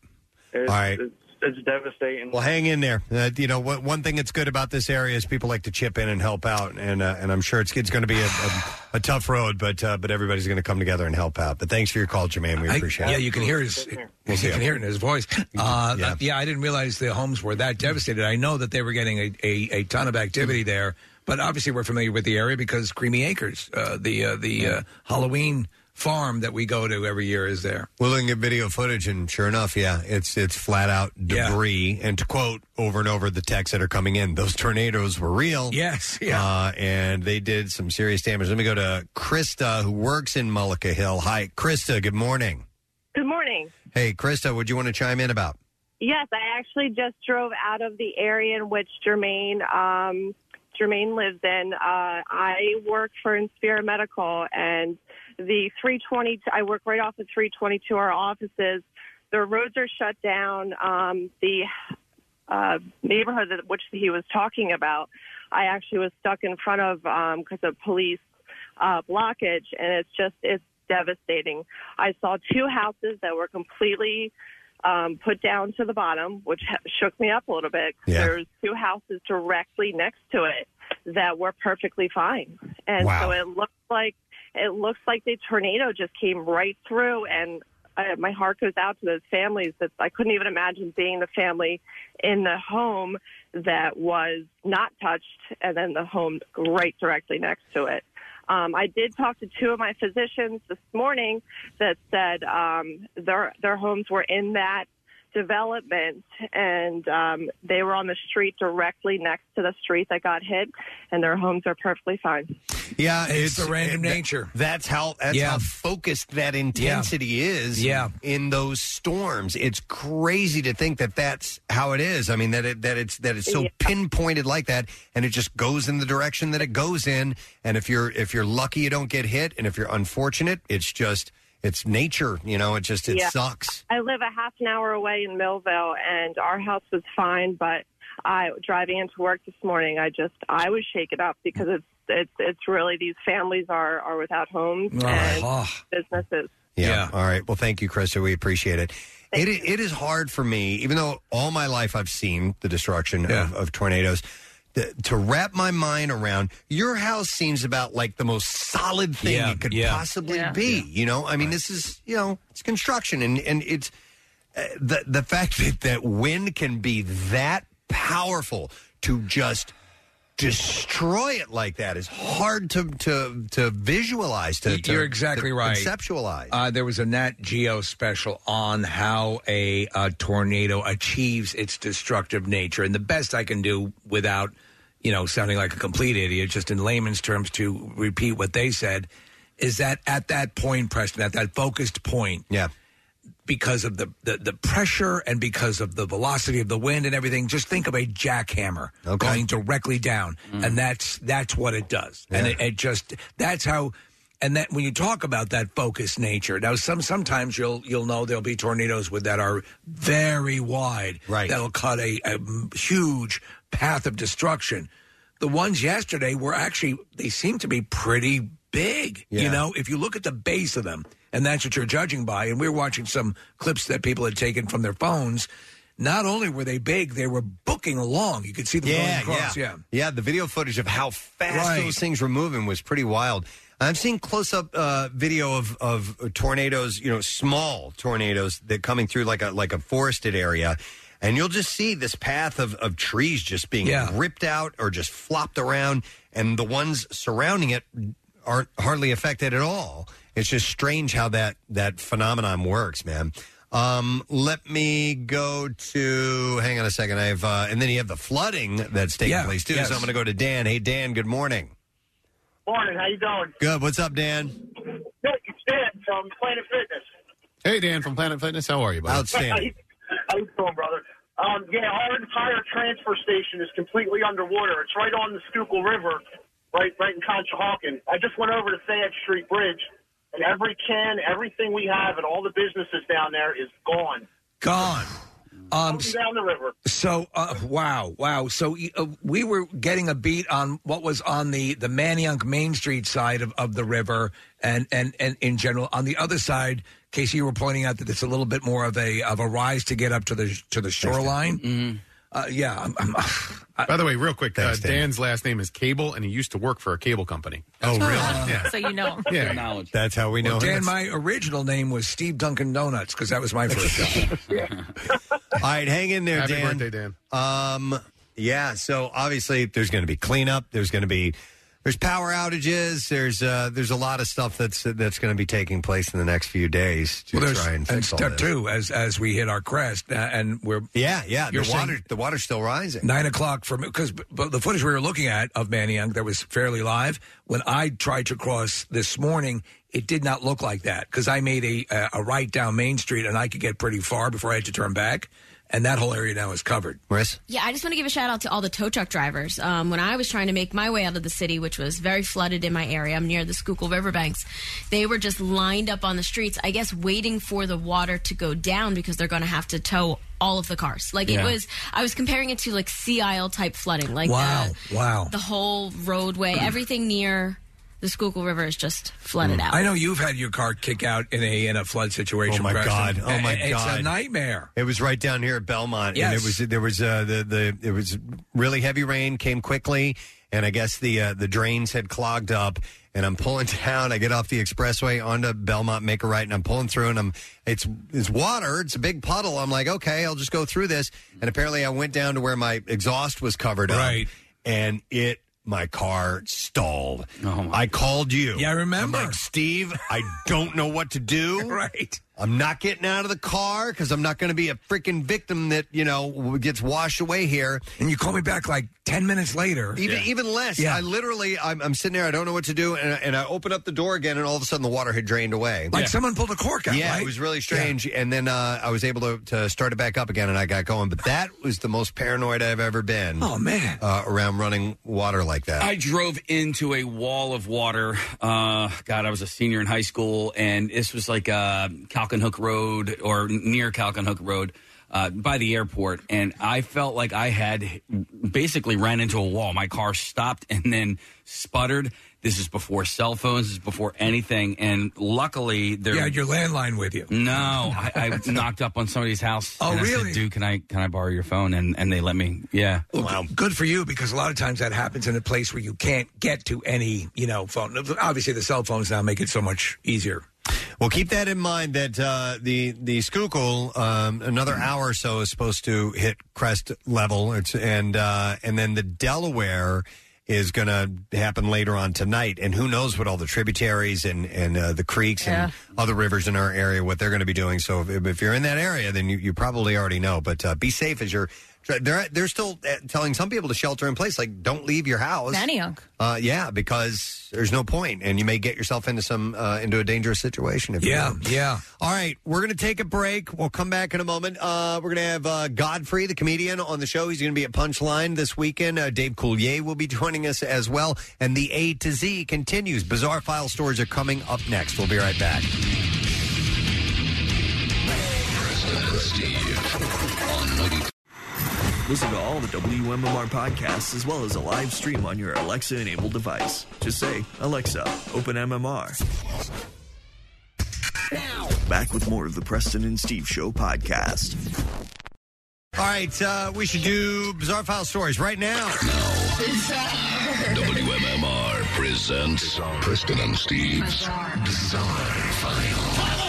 It's, All right. It's, it's [LAUGHS] devastating. Well, hang in there. Uh, you know, what, one thing that's good about this area is people like to chip in and help out, and uh, and I'm sure it's, it's going to be a, a, a tough road, but uh, but everybody's going to come together and help out. But thanks for your call, Jermaine. We I- appreciate it. Yeah, you can hear his. We'll see you can ya. hear it in his voice. Uh, Yeah. Hmm. yeah. I didn't realize the homes were that devastated. I know that they were getting a, a, a ton of activity there, but obviously we're familiar with the area because Creamy Acres, uh, the uh, the uh, Halloween farm that we go to every year, is there. We're looking at video footage, and sure enough, yeah, it's it's flat out debris. And to quote over and over the texts that are coming in, those tornadoes were real. Yes, yeah. Uh, and they did some serious damage. Let me go to Krista, who works in Mullica Hill. Hi, Krista. Good morning. Good morning. Hey, Krista, would you want to chime in about? Yes, I actually just drove out of the area in which Jermaine um, Jermaine lives in. Uh, I work for Inspira Medical, and the 320. I work right off of 322. Our offices. The roads are shut down. Um, the uh, neighborhood that which he was talking about, I actually was stuck in front of because of police uh, blockage, and it's just it's devastating. I saw two houses that were completely um, put down to the bottom, which ha- shook me up a little bit. Yeah. There's two houses directly next to it that were perfectly fine, and so it looks like it looks like the tornado just came right through and. I, my heart goes out to those families that I couldn't even imagine being the family in the home that was not touched and then the home right directly next to it. Um, I did talk to two of my physicians this morning that said um, their their homes were in that development and um, they were on the street directly next to the street that got hit, and their homes are perfectly fine. Yeah, It's the random nature. That's how that's Yeah. how focused that intensity is. Yeah. in those storms, it's crazy to think that that's how it is. I mean that it, that it's that it's so Yeah. pinpointed like that, and it just goes in the direction that it goes in. And if you're if you're lucky, you don't get hit, and if you're unfortunate, it's just it's nature. You know, it just it Yeah. sucks. I live a half an hour away in Millville, and our house was fine. But I driving into work this morning, I just I was shaken up because it's it's it's really these families are are without homes Ah. Oh, and oh. businesses. Yeah. All right. Well, thank you, Krista. We appreciate it. It, it is hard for me, even though all my life I've seen the destruction of, of tornadoes, th- to wrap my mind around. Your house seems about like the most solid thing Yeah, it could yeah. possibly be. You know, I mean, this is you know, it's construction, and and it's uh, the the fact [LAUGHS] that that wind can be that powerful to just destroy it like that is hard to to to visualize. To, to You're exactly to right. Conceptualize. Uh, there was a Nat Geo special on how a, uh tornado achieves its destructive nature, and the best I can do without, you know, sounding like a complete idiot, just in layman's terms, to repeat what they said, is that at that point, Preston, at that focused point, yeah, because of the the, the pressure and because of the velocity of the wind and everything, just think of a jackhammer going directly down, and that's that's what it does, and it, it just that's how. And that when you talk about that focused nature, now some sometimes you'll you'll know there'll be tornadoes with that are very wide, right? That'll cut a, a huge path of destruction. The ones yesterday were actually they seem to be pretty big. You Yeah. know, know, if you look at the base of them, and that's what you're judging by, and we were watching some clips that people had taken from their phones. Not only were they big, they were booking along. You could see them going across. Yeah. yeah, yeah. The video footage of how fast Right. those things were moving was pretty wild. I've seen close-up uh, video of, of tornadoes, you know, small tornadoes that coming through like a like a forested area, and you'll just see this path of, of trees just being ripped out or just flopped around, and the ones surrounding it aren't hardly affected at all. It's just strange how that that phenomenon works, man. Um, let me go to. Hang on a second. I have, uh, and then you have the flooding that's taking Yeah, place too. yes. So I'm going to go to Dan. Hey, Dan. Good morning. Morning, how you going? Good. What's up, Dan? Good, it's Dan from um, Planet Fitness. Hey, Dan from Planet Fitness. How are you, buddy? [LAUGHS] how you doing, brother? Um, yeah, our entire transfer station is completely underwater. It's right on the Schuylkill River, right, right in Conshohocken. I just went over to Fayette Street Bridge, and every can, everything we have, and all the businesses down there is gone. Gone. Um, Floating down the river. So uh, wow, wow. So uh, we were getting a beat on what was on the the Manayunk Main Street side of, of the river, and, and and in general on the other side. Casey, you were pointing out that it's a little bit more of a of a rise to get up to the to the shoreline. Mm-hmm. Uh, yeah, I'm, I'm, By the way, real quick, Thanks, uh, Dan. Dan's last name is Cable, and he used to work for a cable company. Oh, really? yeah. So [LAUGHS] you know. Yeah. That's how we know. Well, him. Dan, my original name was Steve Duncan Donuts because that was my first job. All right, hang in there, Happy Dan. birthday, Dan. Um, yeah. So obviously, there's going to be cleanup. There's going to be there's power outages. There's uh, there's a lot of stuff that's that's going to be taking place in the next few days to Well, there's- try and and fix all step this. two as as we hit our crest, uh, and we're Yeah, yeah. You're the saying- water the water's still rising. Nine o'clock from because but the footage we were looking at of Manayunk that was fairly live. When I tried to cross this morning, it did not look like that because I made a, a a right down Main Street and I could get pretty far before I had to turn back, and that whole area now is covered. Chris, Yeah, I just want to give a shout out to all the tow truck drivers. Um, when I was trying to make my way out of the city, which was very flooded in my area, I'm near the Schuylkill Riverbanks, they were just lined up on the streets, I guess, waiting for the water to go down because they're going to have to tow all of the cars. Like Yeah. it was, I was comparing it to like sea isle type flooding. Like wow, the, wow. the whole roadway, everything near the Schuylkill River is just flooded out. I know you've had your car kick out in a in a flood situation. Hmm. Oh my Preston. God. Oh, my it's God. a nightmare. It was right down here at Belmont, and Yes. it was there was uh, the the it was really heavy rain came quickly, and I guess the uh, the drains had clogged up. And I'm pulling [LAUGHS] down. I get off the expressway onto Belmont, make a right, and I'm pulling through, and I'm it's it's water. It's a big puddle. I'm like, okay, I'll just go through this. And apparently, I went down to where my exhaust was covered up, right? And it my car stalled. I called you. Oh, Yeah, I remember. I'm like, Steve, I don't know what to [LAUGHS] do. right. I'm not getting out of the car because I'm not going to be a freaking victim that you know gets washed away here. And you call me back like ten minutes later, even Yeah. even less. Yeah. I literally, I'm, I'm sitting there. I don't know what to do, and, I- and I open up the door again, and all of a sudden the water had drained away. Like someone pulled a cork out. Yeah, right? it was really strange. And then uh, I was able to, to start it back up again, and I got going. But that was the most paranoid I've ever been. Oh, man. uh, around running water like that. I drove into a wall of water. Uh, God, I was a senior in high school, and this was like uh, Hook Road or near Hook Road uh, by the airport. And I felt like I had basically ran into a wall. My car stopped and then sputtered. This is before cell phones. This is before anything. And luckily, there. You had your landline with you. No, [LAUGHS] I, I knocked up on somebody's house. Oh, and I said, really? Dude, can I can I borrow your phone? And and they let me. Yeah. Wow. Good for you because a lot of times that happens in a place where you can't get to any, you know, phone. Obviously, the cell phones now make it so much easier. Well, keep that in mind that uh, the the Schuylkill um, another hour or so is supposed to hit crest level, it's, and uh, and then the Delaware is going to happen later on tonight, and who knows what all the tributaries and and uh, the creeks and other rivers in our area what they're going to be doing. So if, if you're in that area, then you, you probably already know. But uh, be safe as you're. They're they're still uh, telling some people to shelter in place, like don't leave your house. Manayunk. Uh, yeah, because there's no point, and you may get yourself into some uh, into a dangerous situation. If Yeah, you don't. yeah. All right, we're gonna take a break. We'll come back in a moment. Uh, we're gonna have uh, Godfrey, the comedian, on the show. He's gonna be at Punchline this weekend. Uh, Dave Coulier will be joining us as well, and the A to Z continues. Bizarre file stores are coming up next. We'll be right back. Listen to all the WMMR podcasts as well as a live stream on your Alexa enabled device. Just say, Alexa, open MMR. Back with more of the Preston and Steve Show podcast. All right, uh, we should do bizarre file stories right now. WMMR presents Preston and Steve's Bizarre File.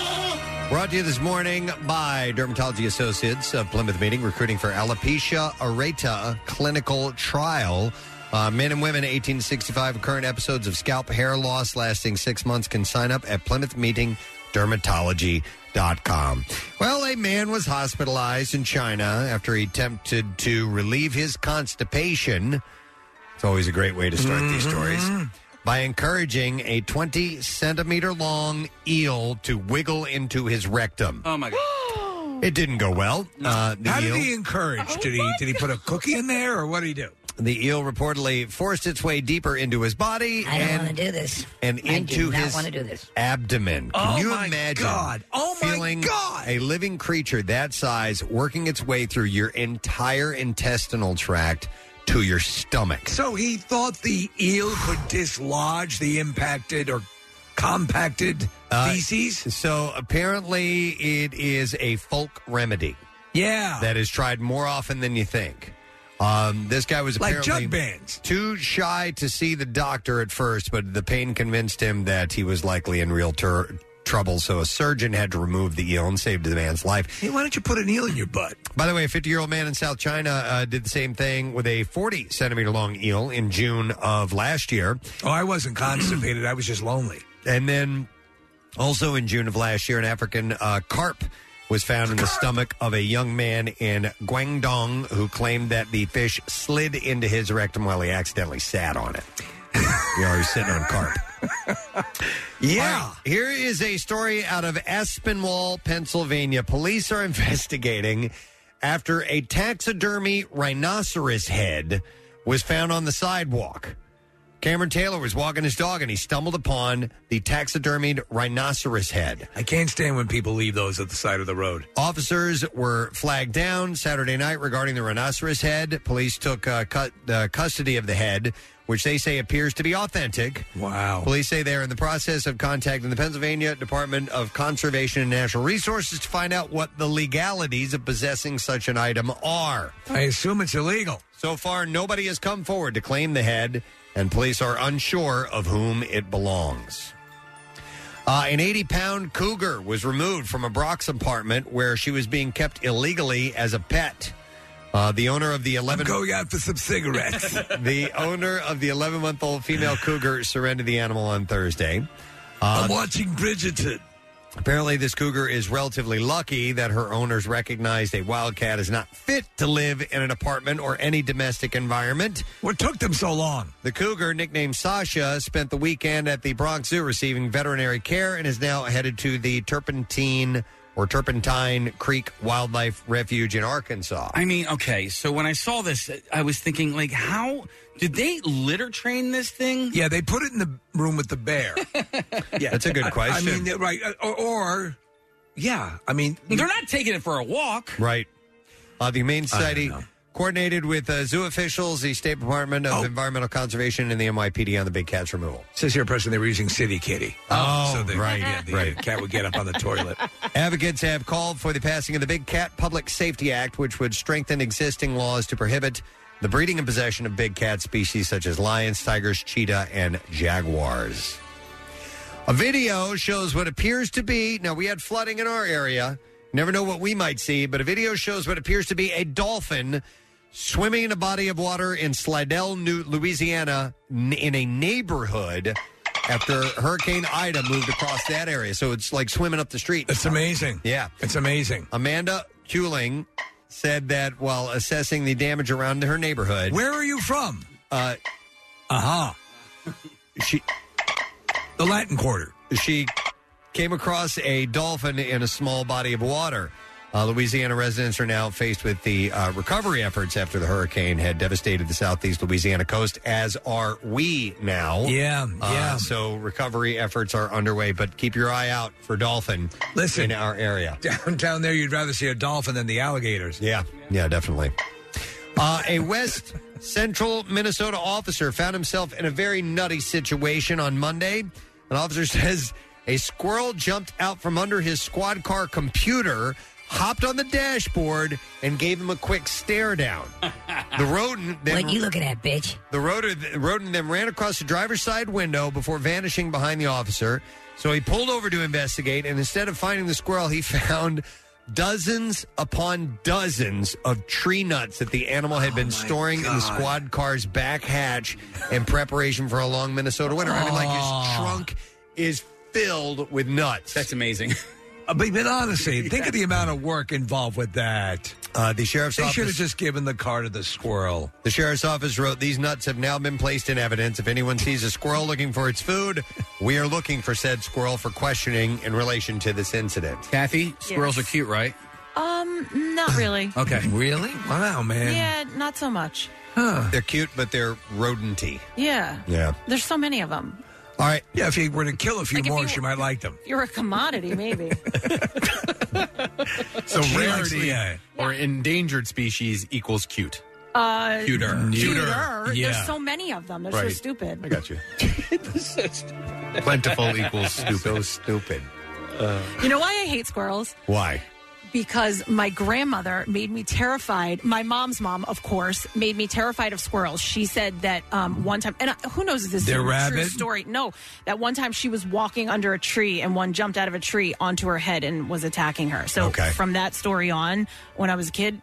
Brought to you this morning by Dermatology Associates of Plymouth Meeting, recruiting for alopecia areata clinical trial. Uh, men and women 1865 current episodes of scalp hair loss lasting six months can sign up at Plymouth Meeting dermatology.com. Well, a man was hospitalized in China after he attempted to relieve his constipation. It's always a great way to start these Mm-hmm. stories. By encouraging a 20 centimeter long eel to wiggle into his rectum. Oh my god. [GASPS] It didn't go well. Uh, the How did eel- he encourage? Oh, did he did he put a cookie in there, or what did he do? the eel reportedly forced its way deeper into his body I don't and, want to do this. and I into do not his want to do this. abdomen. Can Oh, you my imagine? God. Oh my feeling God! A living creature that size working its way through your entire intestinal tract to your stomach. So he thought the eel could dislodge the impacted or compacted uh, feces. Uh, so apparently, it is a folk remedy. Yeah, that is tried more often than you think. Um, this guy was Like apparently jug bands. too shy to see the doctor at first, but the pain convinced him that he was likely in real tur trouble. So a surgeon had to remove the eel and saved the man's life. Hey, why don't you put an eel in your butt? By the way, a 50 year old man in South China uh, did the same thing with a 40 centimeter long eel in June of last year. Oh, I wasn't constipated. I was just lonely. And then also in June of last year, an African uh, carp was found in the stomach of a young man in Guangdong who claimed that the fish slid into his rectum while he accidentally sat on it. you know, he's sitting on carp. Yeah. Here is a story out of Aspinwall, Pennsylvania. Police are [LAUGHS] investigating after a taxidermy rhinoceros head was found on the sidewalk. Cameron Taylor was walking his dog and he stumbled upon the taxidermied rhinoceros head. I can't stand when people leave those at the side of the road. Officers were flagged down Saturday night regarding the rhinoceros head. Police took uh, cut, uh, custody of the head, which they say appears to be authentic. Wow. Police say they are in the process of contacting the Pennsylvania Department of Conservation and Natural Resources to find out what the legalities of possessing such an item are. I assume it's illegal. So far, nobody has come forward to claim the head, and police are unsure of whom it belongs. Uh, an 80 pound cougar was removed from a Brock's apartment where she was being kept illegally as a pet. Uh, the owner of the 11 going out for some cigarettes. [LAUGHS] the owner of the 11 month old female cougar surrendered the animal on Thursday. Uh, I'm watching Bridgerton. Apparently, this cougar is relatively lucky that her owners recognized a wildcat is not fit to live in an apartment or any domestic environment. What took them so long? The cougar, nicknamed Sasha, spent the weekend at the Bronx Zoo receiving veterinary care and is now headed to the Turpentine or Turpentine Creek Wildlife Refuge in Arkansas. I mean, okay, so when I saw this, I was thinking, like, how did they litter train this thing? Yeah, they put it in the room with the bear. [LAUGHS] yeah, [LAUGHS] that's a good question. I, mean, right? uh, Or, or yeah, I mean, they're not taking it for a walk. Right. Uh, the Humane I don't Society coordinated with uh, zoo officials, the State Department of Environmental Conservation, and the NYPD on the big cat's removal. Oh. says here, person, they were using City Kitty. Oh, so the, right, yeah, the right. Cat would get up on the toilet. Advocates have called for the passing of the Big Cat Public Safety Act, which would strengthen existing laws to prohibit the breeding and possession of big cat species such as lions, tigers, cheetah, and jaguars. A video shows what appears to be now we had flooding in our area. Never know what we might see, but a video shows what appears to be a dolphin swimming in a body of water in Slidell, New Louisiana, n- in a neighborhood after Hurricane Ida moved across that area. So it's like swimming up the street. It's amazing. Yeah, it's amazing. Amanda Hewling said that while assessing the damage around her neighborhood. Where are you from? Uh huh. She the Latin Quarter. She came across a dolphin in a small body of water. Uh, Louisiana residents are now faced with the uh, recovery efforts after the hurricane had devastated the southeast Louisiana coast, as are we now. Yeah, yeah. Uh, so recovery efforts are underway, but keep your eye out for dolphin [LAUGHS] Listen. in our area. Down, down there, you'd rather see a dolphin than the alligators. Yeah, yeah, definitely. Uh, a West Central Minnesota officer found himself in a very nutty situation on Monday. An officer [LAUGHS] says a squirrel jumped out from under his squad car computer, hopped on the dashboard, and gave him a quick stare [LAUGHS] down. The Ah. rodent then. What you looking at, bitch? The rodent, rodent then ran across the driver's side window before vanishing behind the officer. So he pulled over to investigate, and instead of finding the squirrel, he [LAUGHS] found dozens upon dozens of tree nuts that the animal had been storing in the squad car's back hatch in preparation for a long Minnesota winter. I mean, like his trunk is filled with nuts. That's amazing. Uh, but, but honestly, think of the amount of work involved with that. Uh, the sheriff's they should have office- just given the car to the squirrel. The sheriff's office wrote, These nuts have now been placed in evidence. If anyone sees a squirrel looking for its food, we are looking for said squirrel for questioning in relation to this incident. Kathy, squirrels are cute, right? Um, not really. [LAUGHS] Okay. Really? Wow, Yeah, not so much. They're cute, but they're rodenty. Yeah. Yeah. There's so many of them. All right. Yeah, if you were to kill a few Like if more, you- she might like them. You're a commodity, [LAUGHS] maybe. [LAUGHS] So She likes rarity Leah. or endangered species equals cute. Uh, Cuter. Cuter. Cuter. Yeah. There's so many of them. They're so Right. Um, stupid. I [LAUGHS] got you. [LAUGHS] Plentiful equals stupid. So stupid. Uh, You know why I hate squirrels? Why? Because my grandmother made me terrified. My mom's mom, of course, made me terrified of squirrels. She said that um, one time, and uh, who knows if this They're is a true rabid? story. No, that one time she was walking under a tree and one jumped out of a tree onto her head and was attacking her. So Okay. from that story on, when I was a kid,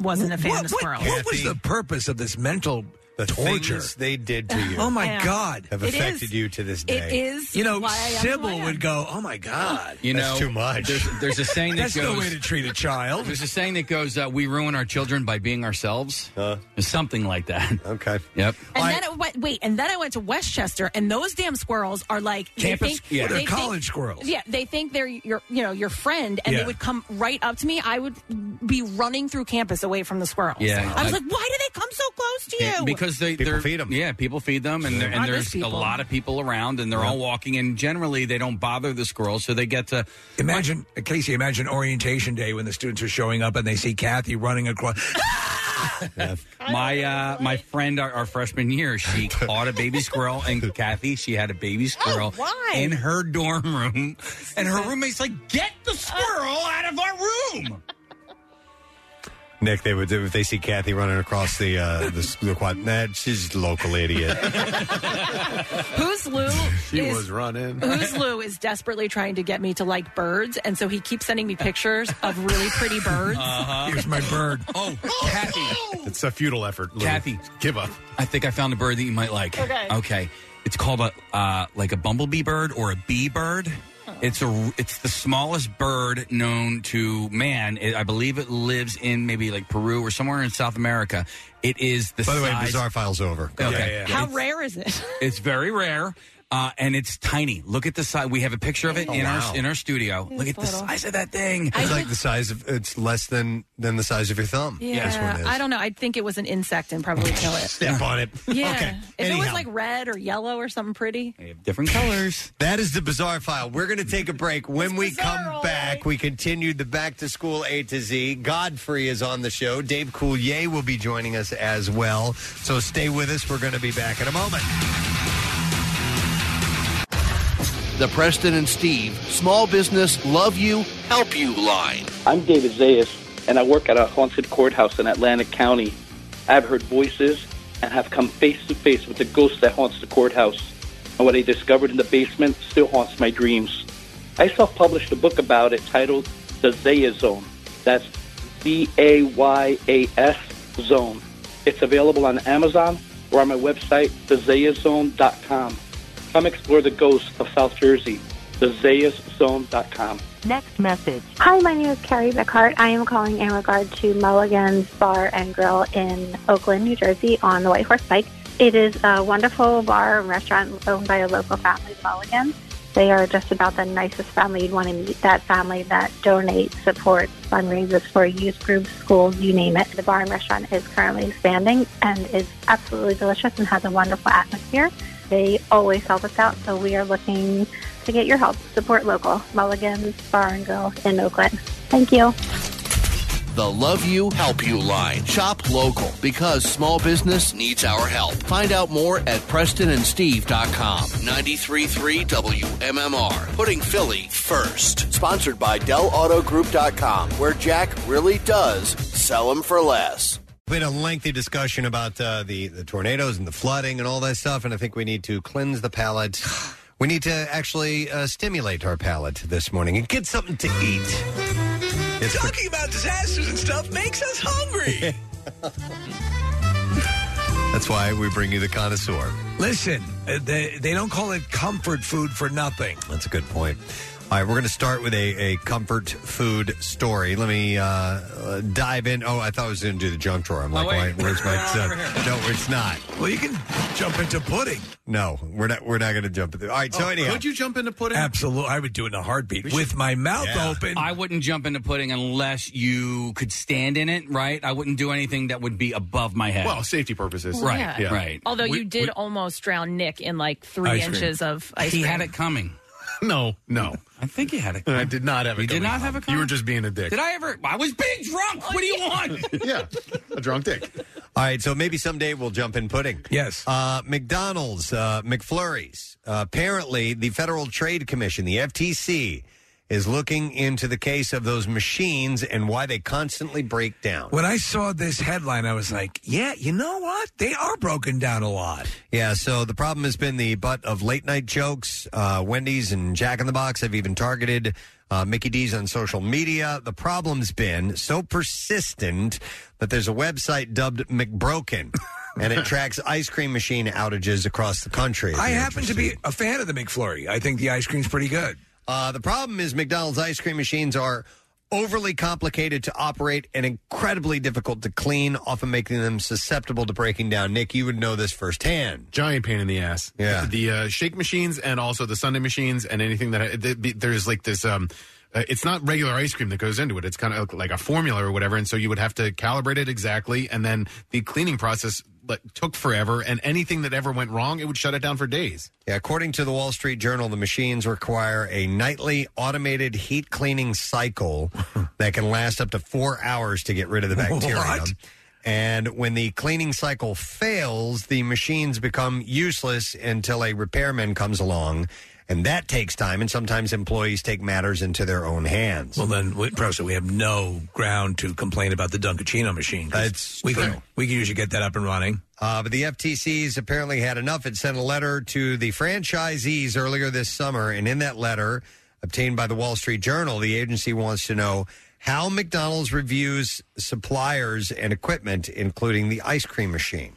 wasn't a fan what, of what- squirrels. What, was the purpose of this mental torture things they did to you? Oh my Yeah. God! Have It affected is- you to this it day. is You know, why I am who I Sybil am. would go, "Oh my God!" You know, There's, there's a [LAUGHS] [LAUGHS] saying that That's goes. no way to treat a child. There's a saying that goes, uh, "We ruin our children by being ourselves." Something like that. Okay. Yep. And then I went, wait, and then I went to Westchester, and those damn squirrels are like they Campus- think, yeah. they They're think- college squirrels. Yeah, they think they're your, you know, your friend, and they Yeah. would come right up to me. I would be running through campus away from the squirrels. Yeah. I was I- like, why do they come so close to Yeah, you? because they People they're, feed them. Yeah, people feed them, and, Yeah. there- and Not these there's a people. lot of people around, and they're all walking. And generally, they don't bother the squirrels, so they get to imagine Casey. Imagine orientation day when the students are showing up and they see Kathy running across. [LAUGHS] my uh, my friend, our, our freshman year, she caught a baby squirrel, [LAUGHS] and Kathy, she had a Oh, baby squirrel why? in her dorm room, and her roommate's like, "Get Uh, the squirrel out of our room!" Nick, they would do if they see Kathy running across the uh, the, the quad. Nah, she's just a [LAUGHS] local idiot. who's Lou? is, running. [LAUGHS] Who's Lou is desperately trying to get me to like birds, and so he keeps sending me pictures of really pretty birds. Uh-huh. Here's my bird. Oh, Kathy. uh-huh. It's a futile effort. Lou. Kathy, give up. I think I found a bird that you might like. Okay. Okay. It's called a uh, like a bumblebee bird or a bee bird. It's a it's the smallest bird known to man. It, I believe it lives in maybe like Peru or somewhere in South America. It is the By the way, size- bizarre files over. Okay. How rare is it? It's very rare. Uh, and it's tiny. Look at the size. We have a picture of it Oh, in wow. our in our studio. Look at the size of that thing. It's like the size of it's less than than the size of your thumb. This one Yeah, is. I don't know. I think it was an insect and probably kill it. Step on it. Yeah. Okay. If it was Anyhow. like red or yellow or something pretty. Different colors. that is the bizarre file. We're going to take a break. When we come back, we continue the back to school A to Z. Godfrey is on the show. Dave Coulier will be joining us as well. So stay with us. We're going to be back in a moment. The Preston and Steve Small Business Love You Help You line. I'm David Zayas, and I work at a haunted courthouse in Atlantic County. I've heard voices and have come face to face with the ghost that haunts the courthouse. And what I discovered in the basement still haunts my dreams. I self published a book about it titled The Zayas Zone. That's Z A Y A S Zone. It's available on Amazon or on my website, thezayaszone.com. Come explore the ghost of South Jersey, thezayaszone.com. Next message. Hi, my name is Carrie Beckhart. I am calling in regard to Mulligan's Bar and Grill in Oakland, New Jersey on the White Horse Pike. It is a wonderful bar and restaurant owned by a local family, Mulligan. They are just about the nicest family you'd want to meet. That family that donates, supports, fundraises for youth groups, schools, you name it. The bar and restaurant is currently expanding and is absolutely delicious and has a wonderful atmosphere. They always help us out, so we are looking to get your help. Support local. Mulligan's Bar and Grill in Oakland. Thank you. The Love You Help You line. Shop local because small business needs our help. Find out more at PrestonandSteve.com. 93.3 WMMR. Putting Philly first. Sponsored by DellAutoGroup.com, where Jack really does sell them for less. We had a lengthy discussion about uh, the the tornadoes and the flooding and all that stuff, and I think we need to cleanse the palate. [SIGHS] We need to actually uh, stimulate our palate this morning and get something to eat. It's the- Talking about disasters and stuff makes us hungry. That's why we bring you the connoisseur. Listen, uh, they, they don't call it comfort food for nothing. That's a good point. All right, we're going to start with a, a comfort food story. Let me uh, uh, dive in. Oh, I thought I was going to do the junk drawer. I'm like, why, where's my? Uh, no, it's not. Well, you can jump into pudding. No, we're not. We're not going to jump into. All right, so Oh, anyhow, could you jump into pudding? Absolutely, I would do it in a heartbeat with my mouth open. I wouldn't jump into pudding unless you could stand in it, right? I wouldn't do anything that would be above my head. Well, safety purposes. Right, right. Although We- you did almost drown Nick in like three Ice cream. inches of ice He cream. had it coming. [LAUGHS] No, no. I think you had it. I did not have it. You did coming not on. have it You were coming? just being a dick. Did I ever? I was big drunk. what do you want? [LAUGHS] yeah, a drunk dick. All right, so maybe someday we'll jump in pudding. Yes. Uh, McDonald's, uh, McFlurries. Uh, apparently, the Federal Trade Commission, the FTC, is looking into the case of those machines and why they constantly break down. When I saw this headline, I was like, yeah, you know what? They are broken down a lot. Yeah, so the problem has been the butt of late night jokes. Uh, Wendy's and Jack in the Box have even targeted uh, Mickey D's on social media. The problem's been so persistent that there's a website dubbed [LAUGHS] McBroken, and it tracks ice cream machine outages across the country. if I you're happen to be a fan of the McFlurry. I think the ice cream's pretty good. Uh, the problem is McDonald's ice cream machines are overly complicated to operate and incredibly difficult to clean, often making them susceptible to breaking down. Nick, you would know this firsthand. Giant pain in the ass. Yeah. The uh, shake machines and also the Sunday machines and anything that th- th- there's like this. Um, uh, it's not regular ice cream that goes into it. It's kind of like a formula or whatever, and so you would have to calibrate it exactly, and then the cleaning process like, took forever. And anything that ever went wrong, it would shut it down for days. Yeah, according to the Wall Street Journal, the machines require a nightly automated heat cleaning cycle that can last up to four hours to get rid of the bacteria. What? And when the cleaning cycle fails, the machines become useless until a repairman comes along. And that takes time, and sometimes employees take matters into their own hands. Well, then, we- Preston, we have no ground to complain about the Dunkachino machine. That's we Can, we can usually get that up and running. Uh, but the FTC's apparently had enough. It sent a letter to the franchisees earlier this summer, and in that letter, obtained by the Wall Street Journal, the agency wants to know how McDonald's reviews suppliers and equipment, including the ice cream machine.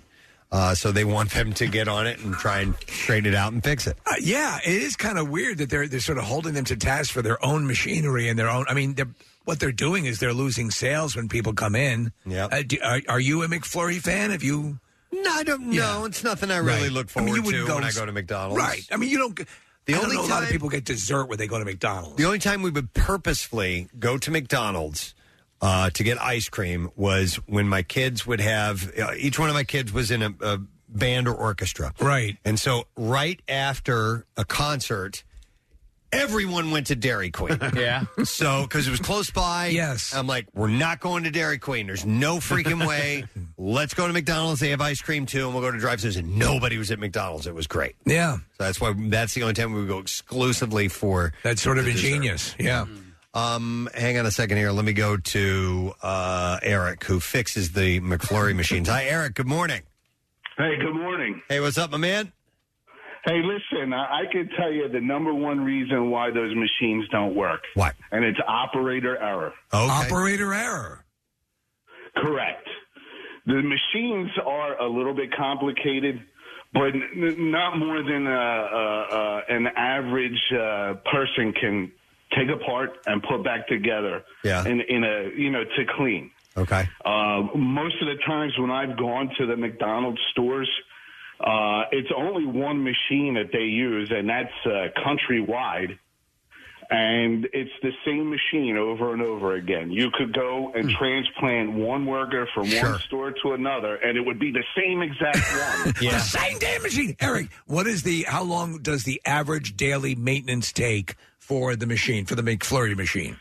Uh, so they want them to get on it and try and straighten it out and fix it. Uh, yeah, it is kind of weird that they're they're sort of holding them to task for their own machinery and their own. I mean, they're, what they're doing is they're losing sales when people come in. Yeah. Uh, do, are, are you a McFlurry fan? Have you? No, I don't know. It's nothing I really look I mean, forward you wouldn't to when I go to McDonald's. Right. I mean, you don't. The The I don't only know a lot of time- people get dessert when they go to McDonald's. The only time we would purposefully go to McDonald's uh, to get ice cream was when my kids would have uh, each one of my kids was in a, a band or orchestra, right? And so right after a concert. Everyone went to Dairy Queen. Yeah. So, because it was close by. Yes. I'm like, we're not going to Dairy Queen. There's no freaking way. Let's go to McDonald's. They have ice cream too, and we'll go to drive thrus And nobody was at McDonald's. It was great. Yeah. So that's why that's the only time we would go exclusively for That's sort of the dessert. ingenious. Yeah. Um, hang on a second here. Let me go to uh, Eric, who fixes the [LAUGHS] McFlurry machines. Hi, Eric. Good morning. Hey, good morning. Hey, what's up, my man? Hey, listen, I, I can tell you the number one reason why those machines don't work. What? And it's operator error. Operator error. Correct. The machines are a little bit complicated, but n- n- not more than uh uh uh an average uh, person can take apart and put back together. Yeah. In, in a you know to clean. Okay. Uh, most of the times when I've gone to the McDonald's stores, uh, it's only one machine that they use, and that's uh, countrywide. And it's the same machine over and over again. You could go and transplant one worker from one store to another, and it would be the same exact one. The same damn machine. Eric, what is the how long does the average daily maintenance take for the machine, for the McFlurry machine?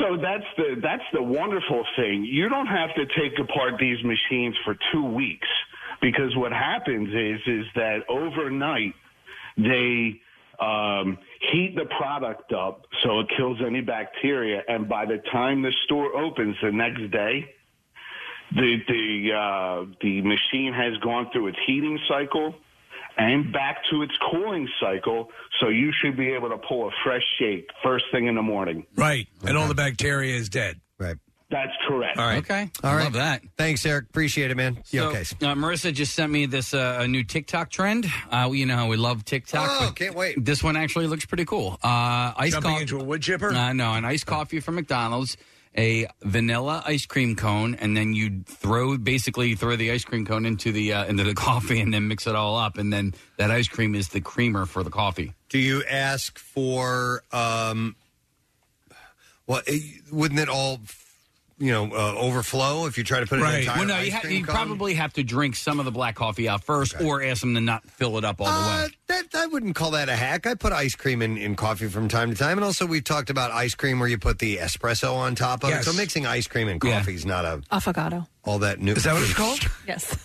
So that's the that's the wonderful thing. You don't have to take apart these machines for two weeks because what happens is is that overnight they um, heat the product up so it kills any bacteria, and by the time the store opens the next day, the the uh, the machine has gone through its heating cycle and back to its cooling cycle. So you should be able to pull a fresh shake first thing in the morning. Right. And all the bacteria is dead. Right. That's correct. All right. Okay. All right. Love that. Thanks, Eric. Appreciate it, man. Yeah, So, okay. uh, Marissa just sent me this uh, a new TikTok trend. Uh, you know how we love TikTok. Oh, can't wait. This one actually looks pretty cool. Uh, ice Jumping coffee into a wood chipper? Uh, no, an iced coffee from McDonald's, a vanilla ice cream cone, and then you throw basically throw the ice cream cone into the uh, into the [LAUGHS] coffee, and then mix it all up, and then that ice cream is the creamer for the coffee. Do you ask for? Um, well, it, wouldn't it all, you know, uh, overflow if you try to put it in an Right. entire Well, no, ice you, ha- cream you cone? probably have to drink some of the black coffee out first, or ask them to not fill it up all the way. Uh, that I wouldn't call that a hack. I put ice cream in, in coffee from time to time, and also we've talked about ice cream where you put the espresso on top of Yes. it. So mixing ice cream and Yeah. coffee is not a Affogato. all that new. Is that what [LAUGHS] it's called? Yes.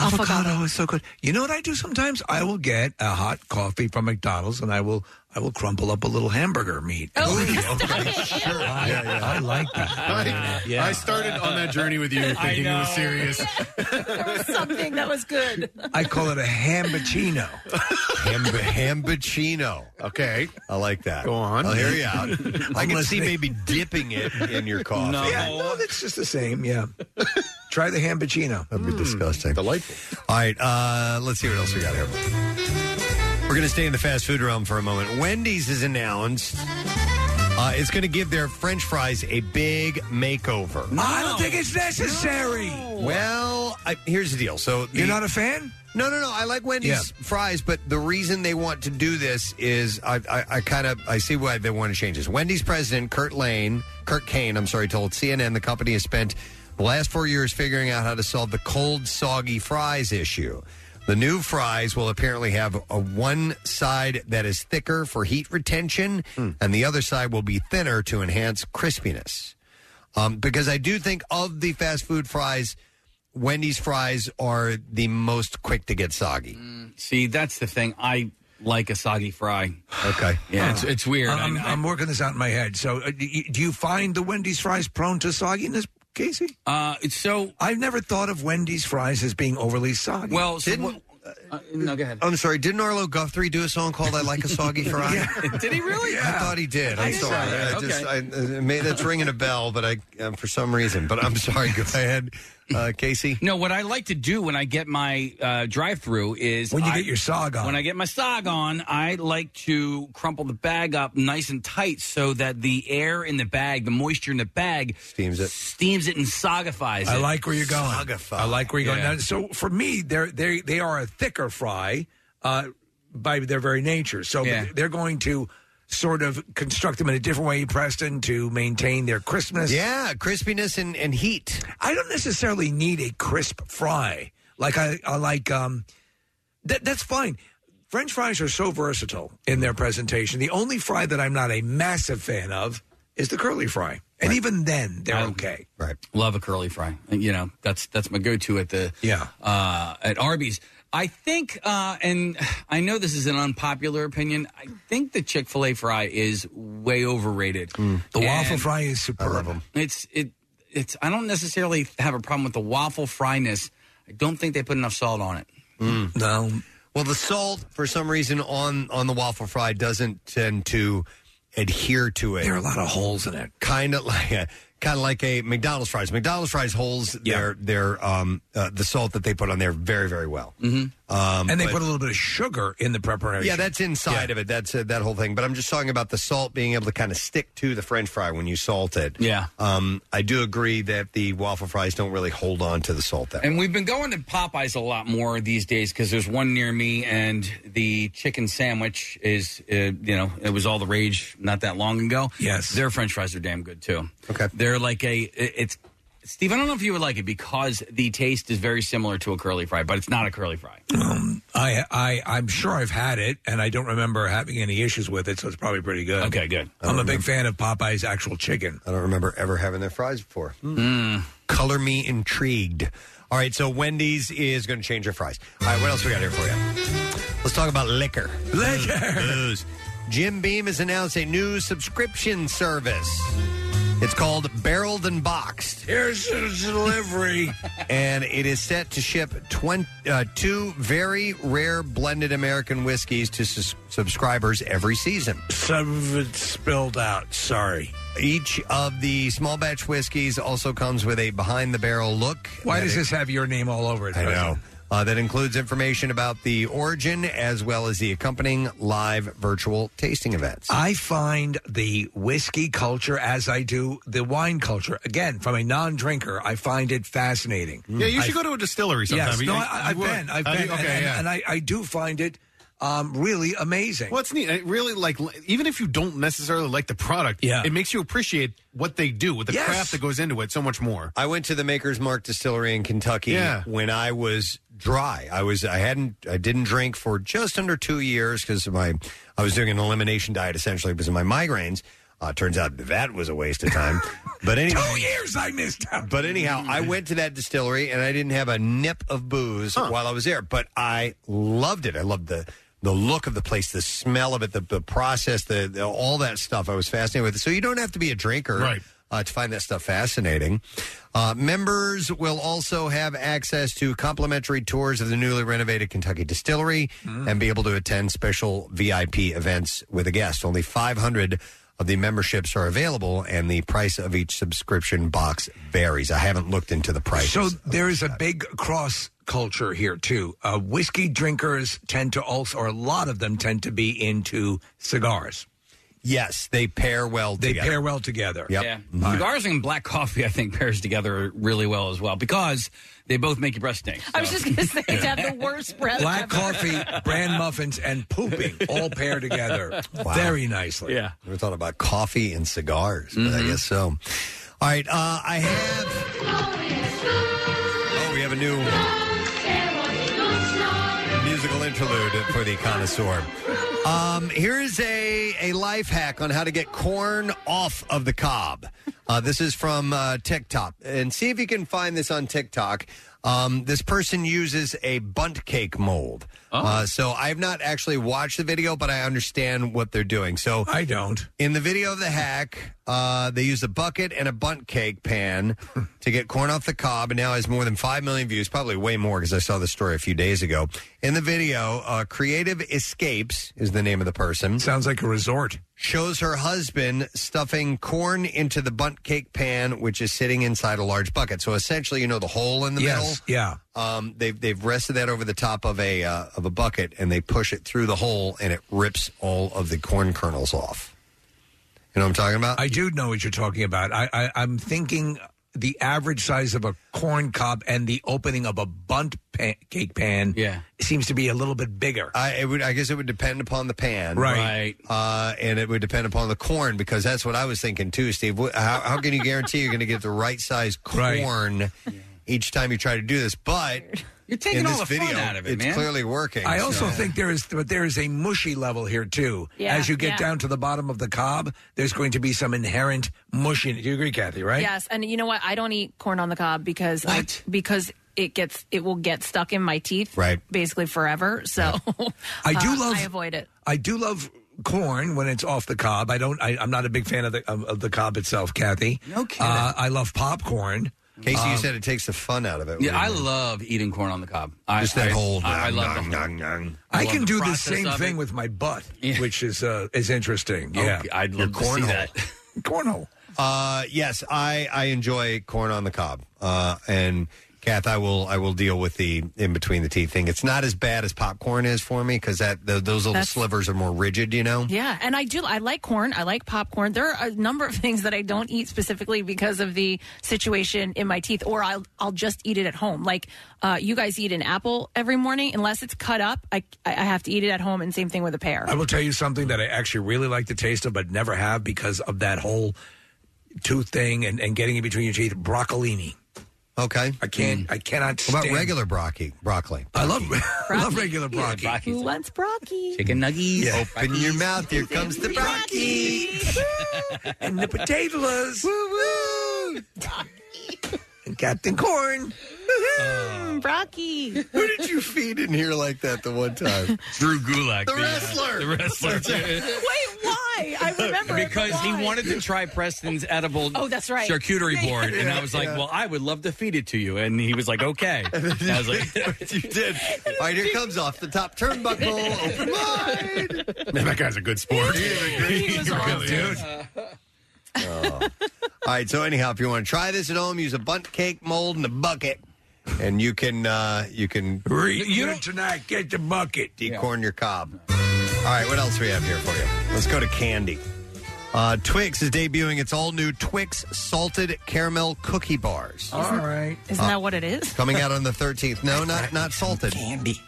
Avocado is so good. You know what I do sometimes? I will get a hot coffee from McDonald's and I will I will crumple up a little hamburger meat. Oh, sure. I, I like [LAUGHS] that. I, I started on that journey with you [LAUGHS] [LAUGHS] I thinking it was know. serious. there was something [LAUGHS] that was good. I call it a hambuccino. Ham- hambuccino. Okay, I like that. Go on. I'll hear you out. [LAUGHS] I can see maybe dipping it in [LAUGHS] your coffee. No. Yeah, no, that's just the same. Yeah. Try the hambuccino. That'd be disgusting. Delightful. All right, uh, let's see what else we got here. We're going to stay in the fast food realm for a moment. Wendy's has announced uh, it's going to give their French fries a big makeover. I don't think it's necessary. Oh. Well, I, here's the deal. So You're not a fan? No, no, no. I like Wendy's Yeah. fries, but the reason they want to do this is I, I, I kind of I see why they want to change this. Wendy's president Kurt Lane, Kurt Kane, I'm sorry, told CNN the company has spent the last four years figuring out how to solve the cold, soggy fries issue. The new fries will apparently have a one side that is thicker for heat retention, and the other side will be thinner to enhance crispiness um, because I do think of the fast food fries, Wendy's fries are the most quick to get soggy. See, that's the thing. I like a soggy fry. Okay. Yeah, it's, Huh. it's weird. I Uh-huh. I'm, know. I'm working this out in my head. So, uh, do you- do you find the Wendy's fries prone to sogginess, Casey? Uh, it's so I've never thought of Wendy's fries as being overly soggy. Well, so Didn't- what- uh, no, go ahead. Oh, I'm sorry, didn't Arlo Guthrie do a song called "I Like a Soggy Fry"? Did he really? I thought he did. I'm I didn't know sorry. that. I just I, Okay. uh, may, that's ringing a bell, but I uh, for some reason. But I'm sorry. [LAUGHS] Go ahead, uh, Casey. No, what I like to do when I get my uh, drive-through is When you I- get your sog on. When I get my sog on, I like to crumple the bag up nice and tight so that the air in the bag, the moisture in the bag, steams it, steams it, and sogifies. I it. like where you're going. I like where you're Yeah. going. Now, so for me, they're they they are a thicker fry uh, by their very nature. So Yeah. they're going to sort of construct them in a different way, Preston, to maintain their crispness. Yeah, crispiness and, and heat. I don't necessarily need a crisp fry. Like I, I like um, that that's fine. French fries are so versatile in their presentation. The only fry that I'm not a massive fan of is the curly fry, and even then they're okay. Um, Right. Love a curly fry. You know, that's that's my go-to at the yeah uh, at Arby's. I think, uh, and I know this is an unpopular opinion. I think the Chick Fil A fry is way overrated. The waffle And- fry is superb. It's it it's I don't necessarily have a problem with the waffle fryness. I don't think they put enough salt on it. No. Well, the salt for some reason on on the waffle fry doesn't tend to adhere to it. There are a lot of holes in it. Kind of like [LAUGHS] a kind of like a McDonald's fries. McDonald's fries holds their their um uh, the salt that they put on there very very well. Mm-hmm. Um, and they but- put a little bit of sugar in the preparation. yeah, that's inside of it. That's uh, that whole thing. But I'm just talking about the salt being able to kind of stick to the French fry when you salt it. Yeah. Um, I do agree that the waffle fries don't really hold on to the salt that. And we've been going to Popeyes a lot more these days because there's one near me, and the chicken sandwich is, uh, you know, it was all the rage not that long ago. Yes, their French fries are damn good too. Okay, they're like a it- it's. Steve, I don't know if you would like it because the taste is very similar to a curly fry, but it's not a curly fry. I, I, I'm sure I've had it, and I don't remember having any issues with it, so it's probably pretty good. Okay, good. I'm a big fan of Popeye's actual chicken. I don't remember ever having their fries before. Hmm. Hmm. Color me intrigued. All right, so Wendy's is going to change their fries. All right, what else we got here for you? Let's talk about liquor. Liquor. Jim Beam has announced a new subscription service. It's called Barreled and Boxed. Here's your delivery. and it is set to ship 20, uh, two very rare blended American whiskeys to sus- subscribers every season. Some of it spilled out. Sorry. Each of the small batch whiskeys also comes with a behind the barrel look. Why that does it- this have your name all over it? I know. President? Uh, that includes information about the origin as well as the accompanying live virtual tasting events. I find the whiskey culture as I do the wine culture. Again, from a non-drinker, I find it fascinating. Yeah, you I- should go to a distillery sometime. Yes, You- no, you I, I've would. been, I've Have been, you? Okay, and, and- yeah. and I, I do find it um, really amazing. Well, it's neat. It really, like, l- even if you don't necessarily like the product, Yeah. it makes you appreciate what they do, with the Yes. craft that goes into it so much more. I went to the Maker's Mark Distillery in Kentucky Yeah. when I was dry. I was I hadn't I didn't drink for just under two years because my I was doing an elimination diet essentially because of my migraines. Uh, turns out that was a waste of [LAUGHS] time. But anyway, Two years I missed out. But anyhow, Mm-hmm. I went to that distillery and I didn't have a nip of booze while I was there, but I loved it. I loved the the look of the place, the smell of it, the, the process, the, the all that stuff. I was fascinated with it. So you don't have to be a drinker uh, to find that stuff fascinating. Uh, members will also have access to complimentary tours of the newly renovated Kentucky distillery and be able to attend special VIP events with a guest. Only 500 of the memberships are available, and the price of each subscription box varies. I haven't looked into the price. So there is a big cross culture here too. Uh, whiskey drinkers tend to also, or a lot of them tend to be into cigars. Yes, they pair well. They together. pair well together. Yeah. Cigars and black coffee, I think, pairs together really well as well because they both make your breath stink. I was just going to say to have the worst breath. Black ever. coffee, bran muffins, and pooping all pair together very nicely. Yeah. We were talking about coffee and cigars, but I guess so. All right, uh, I have. Oh, we have a new musical interlude for the connoisseur. Um, here is a, a life hack on how to get corn off of the cob. Uh, this is from uh, TikTok. And see if you can find this on TikTok. Um, this person uses a bunt cake mold. Oh. Uh, so I've not actually watched the video, but I understand what they're doing. So I don't. In the video of the hack, uh, they used a bucket and a bunt cake [LAUGHS] pan to get corn off the cob, and now has more than 5 million views, probably way more because I saw this story a few days ago. In the video, uh, Creative Escapes is the name of the person. Sounds like a resort. Shows her husband stuffing corn into the bunt cake pan, which is sitting inside a large bucket. So essentially, you know, the hole in the yes. middle. Yeah. Um, they've they've rested that over the top of a uh, of a bucket, and they push it through the hole, and it rips all of the corn kernels off. You know what I'm talking about? I do know what you're talking about. I, I I'm thinking the average size of a corn cob and the opening of a bunt pan, cake pan. Yeah. seems to be a little bit bigger. I it would I guess it would depend upon the pan, Right. Uh, and it would depend upon the corn because that's what I was thinking too, Steve. Wh- How, how can you guarantee you're going to get the right size [LAUGHS] Right. corn each time you try to do this? But you're taking in all this the video, fun out of it, It's man. clearly working. I so- also think there is, but there is a mushy level here too. Yeah, As you get yeah. down to the bottom of the cob, there's going to be some inherent mushiness. You agree, Kathy? Right? Yes, and you know what? I don't eat corn on the cob because because it gets it will get stuck in my teeth, Right. Basically forever. So I do [LAUGHS] uh, love- I avoid it. I do love corn when it's off the cob. I don't. I, I'm not a big fan of the of, of the cob itself, Kathy. No kidding. Uh, I love popcorn. Um, Casey, you said it takes the fun out of it. Yeah, I love eating corn on the cob. I, Just that I, whole uh, I, I nom, love nom, the- nom, nom. I, love can do the process same of it. thing with my butt, which is uh, is interesting. Okay, Yeah, I'd love to see that. cornhole. Uh, yes, I I enjoy corn on the cob. Uh, and Kath, I will I will deal with the in between the teeth thing. It's not as bad as popcorn is for me because that th those little That's- slivers are more rigid. You know. Yeah, and I do. I like corn. I like popcorn. There are a number of [LAUGHS] things that I don't eat specifically because of the situation in my teeth, or I'll I'll just eat it at home. Like uh, you guys eat an apple every morning, unless it's cut up. I I have to eat it at home, and same thing with a pear. I will tell you something that I actually really like the taste of, but never have because of that whole tooth thing and, and getting in between your teeth. Broccolini. Okay. Mm. I can't. I cannot. What about stand- regular broccoli? Broccoli. I love. [LAUGHS] I love regular broccoli. Who wants [LAUGHS] broccoli? Chicken nuggies. Open your mouth. Here comes the [LAUGHS] [LAUGHS] broccoli. and the potatoes. Woo woo. and Captain Corn. [LAUGHS] Brocky. Who did you feed in here like that the one time? Drew Gulak. The wrestler. [LAUGHS] The wrestler. Wait, why? why? I remember. it, but because he why? wanted to try Preston's edible Oh, that's right. charcuterie Yeah, board, yeah, and [LAUGHS] yeah. I was like, Yeah. "Well, I would love to feed it to you," and he was like, "Okay." And I was like, "You did." All right, here comes off the top turnbuckle. Open wide. Man, that guy's a good sport. [LAUGHS] He was awesome. All right. So anyhow, if you want to try this at home, use a bunt cake mold and a bucket, and you can uh you can Read you tonight. Get the bucket. Decorn your cob. All right. What else we have here for you? Let's go to candy. Uh, Twix is debuting its all new Twix salted caramel cookie bars. Isn't- Isn't that what it is? coming out on the 13th. No, not not salted. Candy.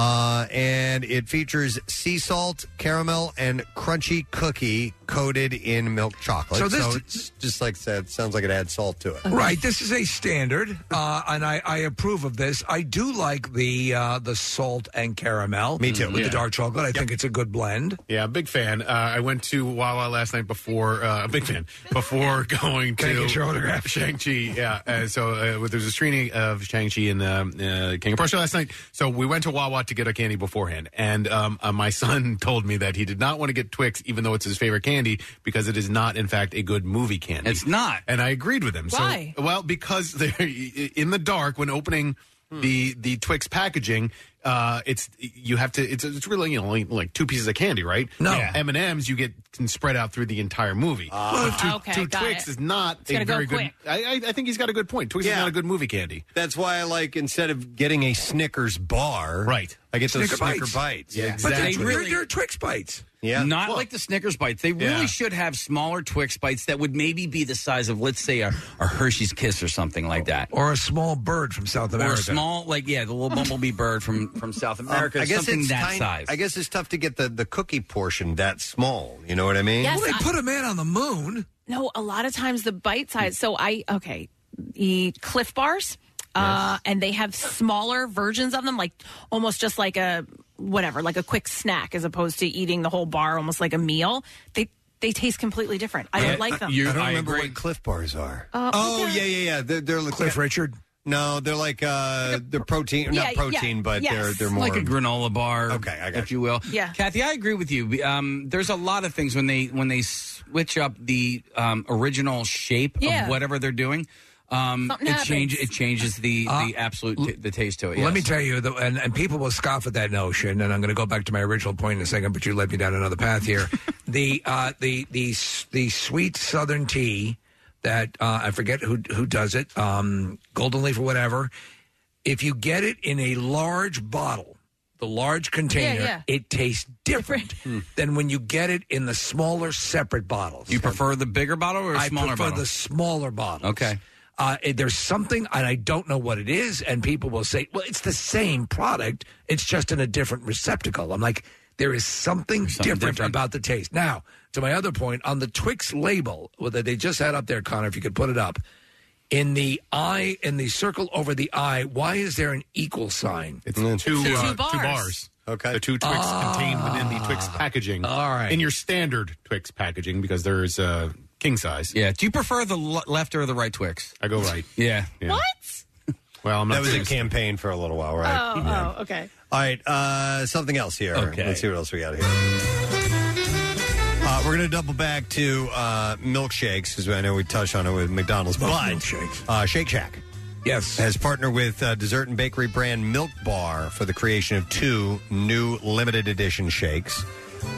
Uh, and it features sea salt, caramel, and crunchy cookie coated in milk chocolate. So So, this- it's just like that. Sounds like it adds salt to it. Right. This is a standard, uh, and I, I approve of this. I do like the uh, the salt and caramel. Me too. With Yeah. the dark chocolate, I think it's a good blend. Yeah, big fan. Uh, I went to Wawa last night before. Uh, big fan before [LAUGHS] going Can I to get your autograph? Shang Chi. Yeah, uh, so uh, there was a screening of Shang Chi and um, uh, King of Prussia last night. So we went to Wawa to get our candy beforehand, and um, uh, my [LAUGHS] son told me that he did not want to get Twix, even though it's his favorite candy, because it is not, in fact, a good movie candy. It's not, and I agreed with him. Why? So, well, because [LAUGHS] they're in the dark when opening Hmm. the the Twix packaging. Uh, it's you have to. It's it's really you know, only like two pieces of candy, right? No. M and M's you get can spread out through the entire movie. Ah. But two, Okay, two got Twix it. is not It's a gotta go very good. quick. I, I I think he's got a good point. Twix is not a good movie candy. That's why I like instead of getting a Snickers bar, right? I get those Snicker, bites. Yeah, But they really, they're Twix bites. Yeah. Not Well- like the Snickers bites. They really Yeah. should have smaller Twix bites that would maybe be the size of, let's say, a, a Hershey's Kiss or something like that. Or a small bird from South Or a America. small, like, yeah, the little bumblebee bird from, from South Um, America. something that tiny- size. I guess it's tough to get the, the cookie portion that small. You know what I mean? Yes, Well, they I- put a man on the moon. No, a lot of times the bite size. So I okay, the Cliff Bars, uh, and they have smaller versions of them, like almost just like a whatever, like a quick snack, as opposed to eating the whole bar, almost like a meal. They they taste completely different. I don't uh, like them. I don't remember what Cliff Bars are. Uh, oh okay. yeah, yeah, yeah. They're, they're like Cliff Richard. No, they're like uh, they're protein, Yeah, not protein, yeah, but yes. they're they're more like a granola bar, okay, I if you will. Yeah, Kathy, I agree with you. Um, there's a lot of things when they when they switch up the um, original shape Yeah. of whatever they're doing. Um, Something it happens. changes it changes the Uh, the absolute t- the taste to it. Let yes. me tell you, the, and, and people will scoff at that notion, and I'm going to go back to my original point in a second, but you led me down another path here. the uh, the the s- the sweet Southern tea that uh, I forget who who does it, um, Golden Leaf or whatever. If you get it in a large bottle, the large container, yeah. it tastes different than when you get it in the smaller separate bottles. You prefer the bigger bottle or a I smaller prefer bottle? the smaller bottles. Okay. Uh, it- there's something, and I don't know what it is, and people will say, well, it's the same product, it's just in a different receptacle. I'm like, there is something, something different, different. about the taste. Now, to my other point, on the Twix label well, that they just had up there, Connor, if you could put it up, in the eye, in the circle over the eye, why is there an equal sign? It's two, uh, two bars. Okay. The two Twix Ah. contained within the Twix packaging. All right. In your standard Twix packaging, because there's uh, king size. Yeah. Do you prefer the l- left or the right Twix? I go right. Yeah. What? Well, I'm that not was a serious. campaign for a little while, right? Oh, Yeah. oh, okay. All right, uh, something else here. Okay. Let's see what else we got here. Uh, we're going to double back to uh, milkshakes because I know we touched on it with McDonald's, Love but Uh, Shake Shack. Yes. Has partnered with uh, dessert and bakery brand Milk Bar for the creation of two new limited edition shakes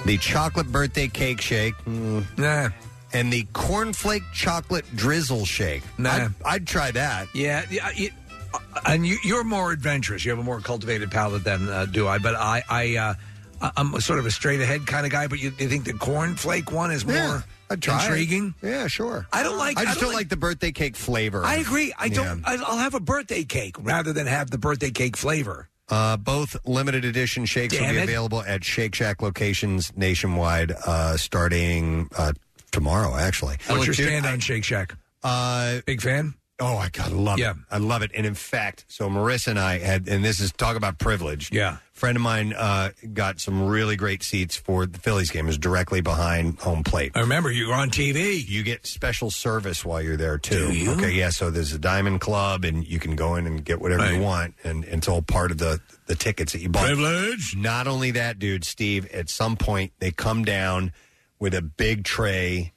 the chocolate birthday cake shake. mm, Nah. And the cornflake chocolate drizzle shake. Nah. I'd, I'd try that. Yeah, yeah. It, uh, and you, you're more adventurous. You have a more cultivated palate than uh, do I. But I, I, uh, I- I'm sort of a straight ahead kind of guy. But you, you think the cornflake one is more I'd try it. intriguing? Yeah, sure. I don't like. I just don't, like. like, the birthday cake flavor. I agree. I Yeah. don't. I, I'll have a birthday cake rather than have the birthday cake flavor. Uh, both limited edition shakes will Damn be it. available at Shake Shack locations nationwide uh, starting uh, tomorrow, actually. What's your Dude, stand on Shake Shack? Uh, Big fan? Oh, I gotta love it. I love it. And in fact, so Marissa and I had, and this is talk about privilege. Yeah. Friend of mine uh, got some really great seats for the Phillies game. It was directly behind home plate. I remember you were on TV. You get special service while you're there too. Okay, yeah. So there's a Diamond Club, and you can go in and get whatever you want, and, and it's all part of the the tickets that you bought. Privilege. Not only that, dude, Steve. At some point, they come down with a big tray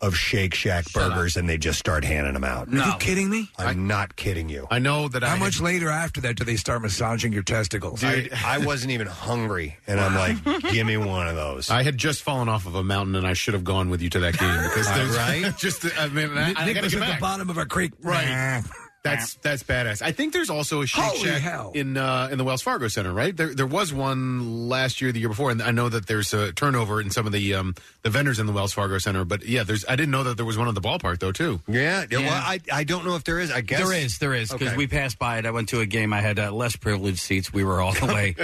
of Shake Shack burgers and they just start handing them out. Are you kidding me? I'm not kidding you. I know that. I How had- much later after that do they start massaging your testicles? Dude, I, wasn't even hungry, and I'm [LAUGHS] like, give me one of those. I had just fallen off of a mountain, and I should have gone with you to that game because Uh, there's, right? Just I mean, I, I Nick gotta was get at the back. bottom of a creek. right? That's that's badass. I think there's also a Shake Holy Shack hell. in uh, in the Wells Fargo Center, right? There there was one last year, the year before, and I know that there's a turnover in some of the um, the vendors in the Wells Fargo Center. But yeah, there's I didn't know that there was one at the ballpark though too. Yeah, well, I I don't know if there is. I guess There is, there is, because Okay. we passed by it. I went to a game. I had uh, less privileged seats. We were all the [LAUGHS] way.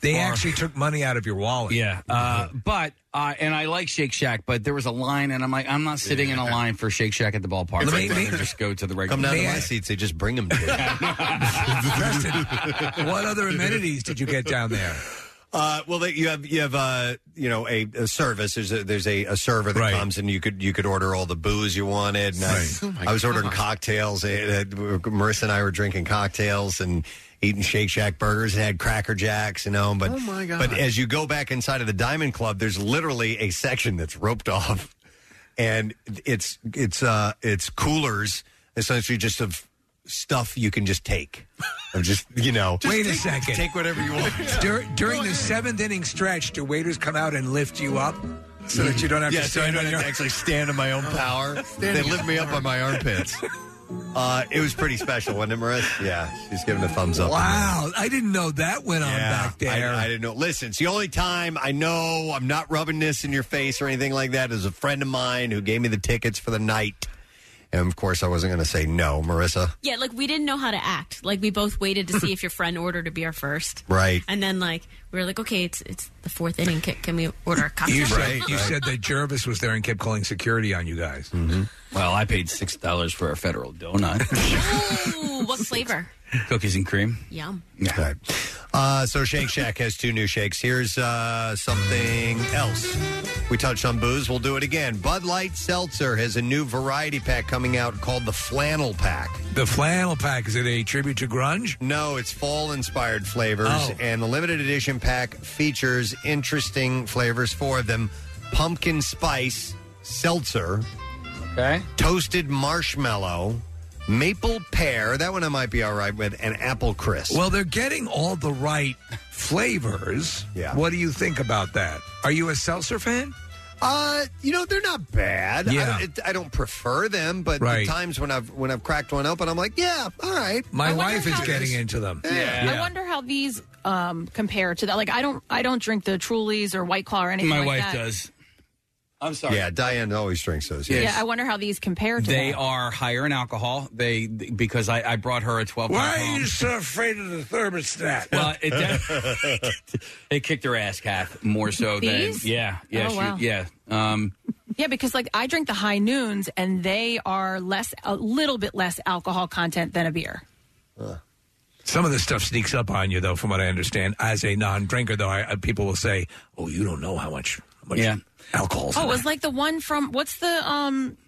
They actually took money out of your wallet. Yeah, uh, but uh, and I like Shake Shack, but there was a line, and I'm like, I'm not sitting in a line for Shake Shack at the ballpark. Let me- I'd rather me- just go to the regular. Come down to May my I- seats. They just bring them. To [LAUGHS] [LAUGHS] what other amenities did you get down there? [LAUGHS] Uh, well, they, you have you have uh, you know a, a service. There's a, there's a, a server that comes and you could you could order all the booze you wanted. And I- Right. Oh, my I, was ordering God. cocktails. Uh, uh, Marissa and I were drinking cocktails and eating Shake Shack burgers and had Cracker Jacks. You know, but Oh, my God. but as you go back inside of the Diamond Club, there's literally a section that's roped [LAUGHS] off, and it's it's uh, it's coolers essentially just of stuff you can just take. Of just you know, Wait a second. Take whatever you want. [LAUGHS] Dur- during the seventh inning stretch, do waiters come out and lift you up so that you don't have yeah, to so I stand don't on have your Oh. to actually stand in my own power. they in lift me up on my [LAUGHS] armpits. Uh, it was pretty special, wasn't it, Marissa? Yeah, she's giving a thumbs up. Wow, I didn't know that went on Yeah, back there. I, I didn't know. Listen, it's the only time I know I'm not rubbing this in your face or anything like that. Is a friend of mine who gave me the tickets for the night, and of course I wasn't going to say no, Marissa. Yeah, like we didn't know how to act. Like we both waited to see if your friend ordered a beer first. Right. And then like we were like, okay, it's it's the fourth inning. Can, can we order a cocktail? [LAUGHS] You said you said that Jervis was there and kept calling security on you guys. Mm-hmm. Well, I paid six dollars for a federal donut, [LAUGHS] Ooh, what flavor? cookies and cream. Yum. Okay. Uh, so Shake Shack has two new shakes. Here's uh, something else. We touched on booze. We'll do it again. Bud Light Seltzer has a new variety pack coming out called the Flannel Pack. The flannel pack is it a tribute to grunge? No, it's fall inspired flavors, Oh. and the limited edition pack features interesting flavors. Four of them: pumpkin spice seltzer, okay, toasted marshmallow, maple pear. That one I might be all right with, and apple crisp. Well, they're getting all the right flavors. Yeah. What do you think about that? Are you a seltzer fan? Uh, you know they're not bad. Yeah. I, it- I don't prefer them, but Right. the times when I've when I've cracked one open, I'm like, yeah, all right. My wife is getting into them. I wonder how these um, compare to that. Like, I don't, I don't drink the Trulies or White Claw or anything. My like wife that. does. I'm sorry. Yeah, Diane always drinks those. Yeah, I wonder how these compare to. They that. are higher in alcohol. They because I, I brought her a twelve. Why are you so afraid of the thermostat? Well, it de- it kicked her ass, Kath, more so These? than yeah, yeah, Oh, she- wow. yeah. Um, Yeah, because like I drink the high noons, and they are less, a little bit less alcohol content than a beer. [LAUGHS] Some of this stuff sneaks up on you, though, from what I understand. As a non-drinker, though, I, I- people will say, "Oh, you don't know how much, how much alcohol's Oh, in it that." was like the one from what's the um,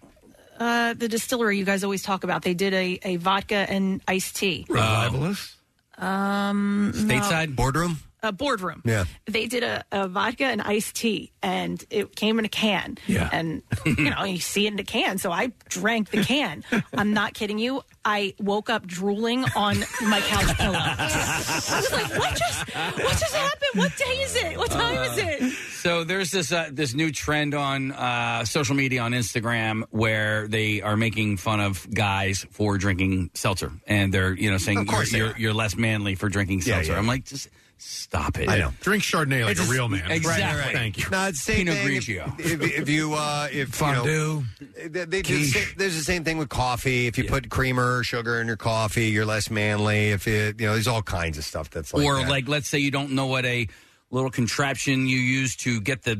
uh, the distillery you guys always talk about. They did a, a vodka and iced tea. Revivalist? Um, no. boardroom. a boardroom. Yeah. They did a, a vodka and iced tea, and it came in a can. Yeah. And, you know, you see it in a can. So I drank the can. I'm not kidding you. I woke up drooling on my couch pillow. I was like, what just, what just happened? What day is it? What time is it? so there's this uh, this new trend on uh, social media on Instagram where they are making fun of guys for drinking seltzer, and they're you know saying Of course you're, they you're, you're less manly for drinking Yeah, seltzer. yeah. I'm like, just stop it. I know. Drink Chardonnay like It's a just- real man. Exactly. Right, right. Thank you. No, it's the same Pinot thing. Grigio. If, if, if you uh, if Fondue. you know, they, they do the sa- there's the same thing with coffee. If you put creamer, or sugar in your coffee, you're less manly. If it, you know, there's all kinds of stuff that's like or that. like let's say you don't know what a little contraption you use to get the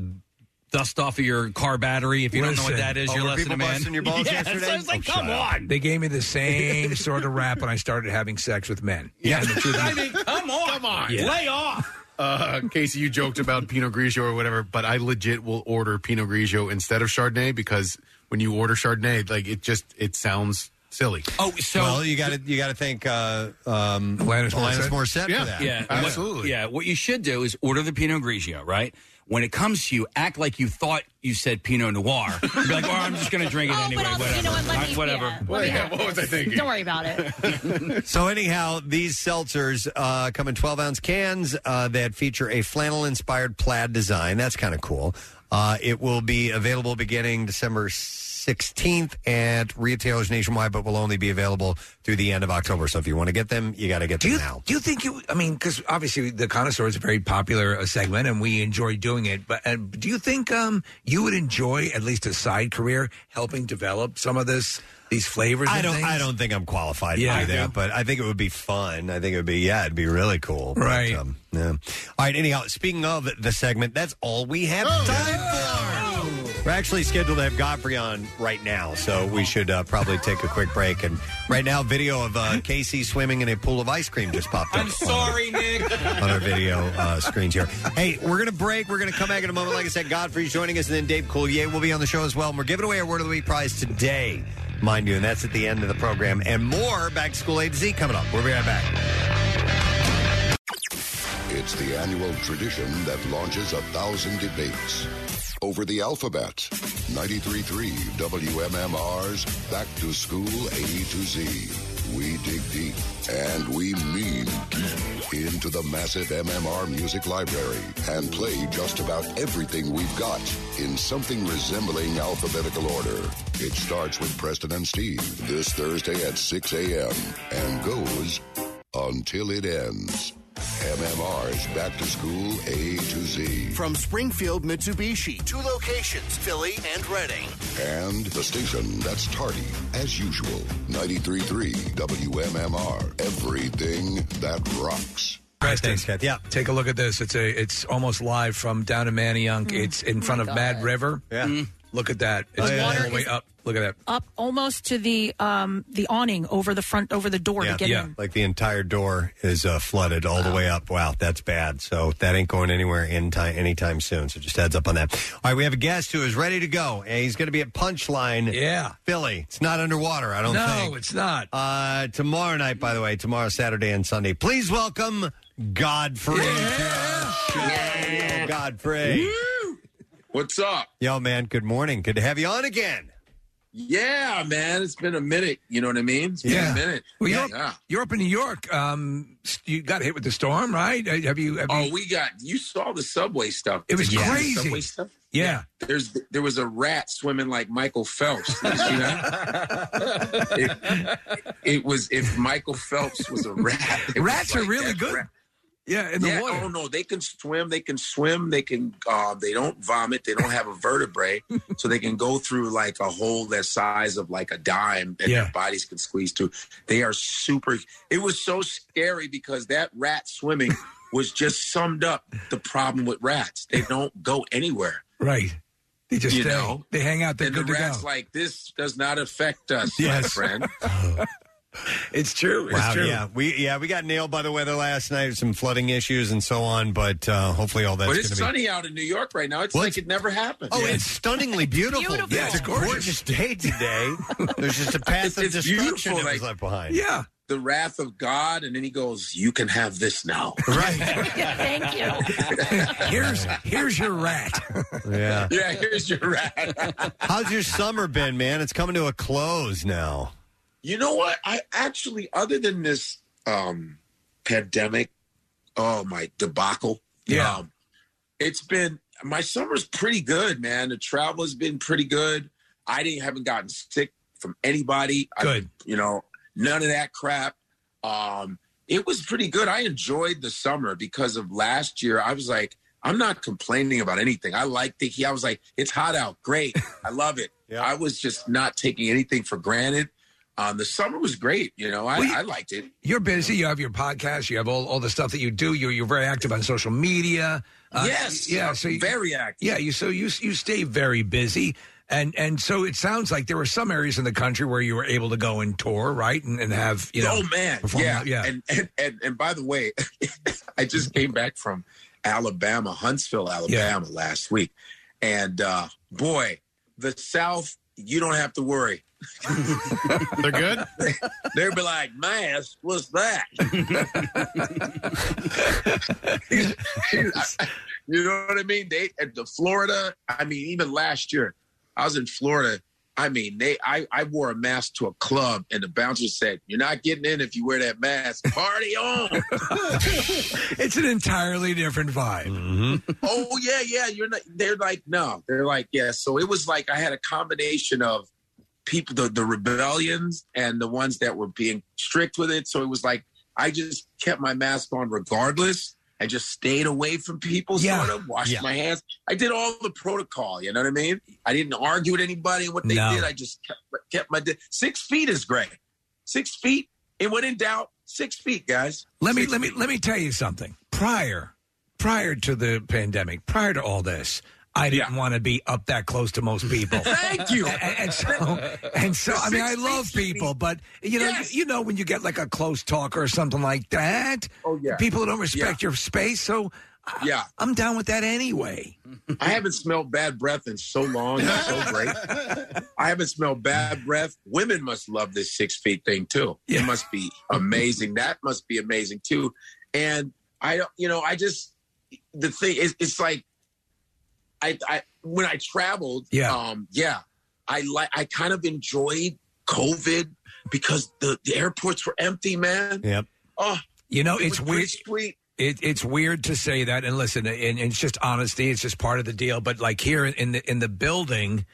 dust off of your car battery. If you don't know what Listen. that is, Oh, you're were less than people a man. busting [LAUGHS] your balls Yeah, so yesterday? it's like, Oh, come shut up. on. They gave [LAUGHS] me the same sort of rap when I started having sex with men. Yeah, the [LAUGHS] truth [LAUGHS] I mean, come on, come on, Yeah. lay off. Uh, Casey, you joked about Pinot Grigio or whatever, but I legit will order Pinot Grigio instead of Chardonnay because when you order Chardonnay, like it just it sounds silly. Oh, so well, you got to you got to thank uh, um, Alanis Morissette? Alanis Morissette Yeah. for that. Yeah, what- yeah. What you should do is order the Pinot Grigio, right? when it comes to you, act like you thought you said Pinot Noir. You're like, oh, I'm just going to drink it anyway. also, whatever. you know what, let me- I- whatever. yeah, let me have this. Don't worry about [LAUGHS] it. so anyhow, these seltzers uh, come in 12 ounce cans uh, that feature a flannel inspired plaid design. That's kind of cool. Uh, it will be available beginning December 16th at retailers nationwide, but will only be available through the end of October. So if you want to get them, you got to get them now. Do you think it? I mean, because obviously the connoisseur is a very popular uh, segment, and we enjoy doing it. But uh, do you think um, you would enjoy at least a side career helping develop some of this these flavors? I and don't. things? I don't think I'm qualified Yeah, to I do that, do. but I think it would be fun. I think it would be yeah, it'd be really cool. But, Right. um, yeah. All right. Anyhow, speaking of the segment, that's all we have Oh, time for. We're actually scheduled to have Godfrey on right now, so we should uh, probably take a quick break. And right now, video of uh, Casey swimming in a pool of ice cream just popped up. on Sorry, Nick. our- on our video uh, screens here. Hey, we're going to break. We're going to come back in a moment. Like I said, Godfrey's joining us, and then Dave Coulier will be on the show as well. And we're giving away our Word of the Week prize today, mind you, and that's at the end of the program. And more back to school A to Z coming up. We'll be right back. It's the annual tradition that launches a thousand debates over the alphabet. 93.3 WMMR's Back to School A to Z. We dig deep and we mean deep into the massive MMR music library and play just about everything we've got in something resembling alphabetical order. It starts with Preston and Steve this Thursday at 6 a.m. and goes until it ends. MMR's Back to School A to Z. From Springfield, Mitsubishi, two locations, Philly and Reading. And the station that's tardy, as usual. 93.3 WMMR. Everything that rocks. Preston, Yeah, take a look at this. It's a. It's almost live from down in Manayunk. It's in front of Mad River. Yeah. Oh, Look at that. It's yeah, all yeah. the way up. Look at that. Up almost to the um the awning over the front over the door to get in. Like the entire door is uh, flooded all the way up. Wow, that's bad. So that ain't going anywhere in time, anytime soon. So just heads up on that. All right, we have a guest who is ready to go. And he's going to be at Punchline. Yeah. Philly. It's not underwater, I don't No, think. it's not. Uh, tomorrow night, by the way, tomorrow, Saturday, and Sunday. Please welcome Godfrey. Godfrey. What's up? Yo, man, good morning. Good to have you on again. Yeah, man, it's been a minute. You know what I mean? It's been Yeah. a minute. Well, yeah. you're, you're up in New York. Um, s- you got hit with the storm, right? Uh, Have you? Have Oh, you- we got you saw the subway stuff. It was Did you see the crazy. subway stuff? Yeah. There's there was a rat swimming like Michael Phelps. Did you see that? it, it was if Michael Phelps was a rat. it was Rats are like really that good. rat. Yeah, in the yeah, water. Oh no, they can swim. They can swim. They can. Uh, they don't vomit. They don't have a [LAUGHS] vertebrae, so they can go through like a hole that size of like a dime, and Yeah. their bodies can squeeze through. They are super. It was so scary because that rat swimming [LAUGHS] was just summed up the problem with rats. They don't go anywhere. Right. They just You stay. know. They hang out. They're and the good to go. rat's like, this does not affect us, Yes. my [LAUGHS] friend. it's true. Wow, true. yeah, we yeah we got nailed by the weather last night, some flooding issues and so on, but uh, hopefully all that's but going it's to be sunny out in New York right now. It's Well, like it never happened. Oh, it's stunningly beautiful. Yeah, it's a gorgeous, day [LAUGHS] today. [LAUGHS] There's just a It's- path of it's destruction beautiful, that was like- left behind. The wrath of God, and then he goes, You can have this [LAUGHS] now. [LAUGHS] Thank you. [LAUGHS] here's [LAUGHS] here's your rat. [LAUGHS] Yeah. Yeah, here's your rat. [LAUGHS] How's your summer been, man? It's coming to a close now. [LAUGHS] you know what? I actually, other than this um pandemic, oh my debacle. Yeah. Um, it's been my summer's pretty good, man. The travel has been pretty good. I didn't haven't gotten sick from anybody. I- Good. you know, none of that crap. Um, it was pretty good. I enjoyed the summer because of last year. I was like, I'm not complaining about anything. I like the heat. I was like, it's hot out. Great. I love [LAUGHS] it. I was just not taking anything for granted. Um, the summer was great. You know, I, Well, you- I liked it. You're busy. You have your podcast. You have all, all the stuff that you do. You're you're very active on social media. Uh, Yes, Yeah. I'm So you, very active. Yeah. You so you you stay very busy, and and so it sounds like there were some areas in the country where you were able to go and tour, right? And, and have you know. oh man, perform- yeah, yeah. [LAUGHS] And, and and and by the way, [LAUGHS] I just came back from Alabama, Huntsville, Alabama last week, and uh, boy, the South, you don't have to worry. [LAUGHS] They're good. They'd be like, "Mass, [LAUGHS] what's that?" [LAUGHS] You know what I mean? They at the Florida. I mean, even last year, I was in Florida. I mean, they. I, I wore a mask to a club, and the bouncer said, "You're not getting in if you wear that mask." Party on! it's an entirely different vibe. [LAUGHS] oh yeah, yeah. You're not. They're like no. They're like yeah. So it was like I had a combination of people, the the rebellions, and the ones that were being strict with it. So it was like I just kept my mask on regardless. I just stayed away from people, Yeah. sort of washed Yeah. my hands. I did all the protocol. You know what I mean? I didn't argue with anybody. What they No. did, I just kept, kept my di- six feet is great. Six feet, and when in doubt, six feet, guys. Let me let me let me tell you something. Prior prior to the pandemic, prior to all this, I didn't want to be up that close to most [LAUGHS] people. Thank [LAUGHS] you. And, and so [LAUGHS] and so I mean I love people, but you know you, you know when you get like a close talk or something like that, Oh, yeah. people don't respect your space, so I, Yeah. I'm down with that anyway. [LAUGHS] I haven't smelled bad breath in so long. It's so [LAUGHS] great. I haven't smelled bad breath. Women must love this six feet thing too. It must be amazing. That must be amazing too. And I don't, you know, I just the thing is, it's like I, I when I traveled, Yeah. um, yeah, I like I kind of enjoyed COVID because the, the airports were empty, man. Yep. Oh, You know, it it's was pretty weird- Sweet. It, it's weird to say that, and listen, and, and it's just honesty. It's just part of the deal. But like here in the in the building,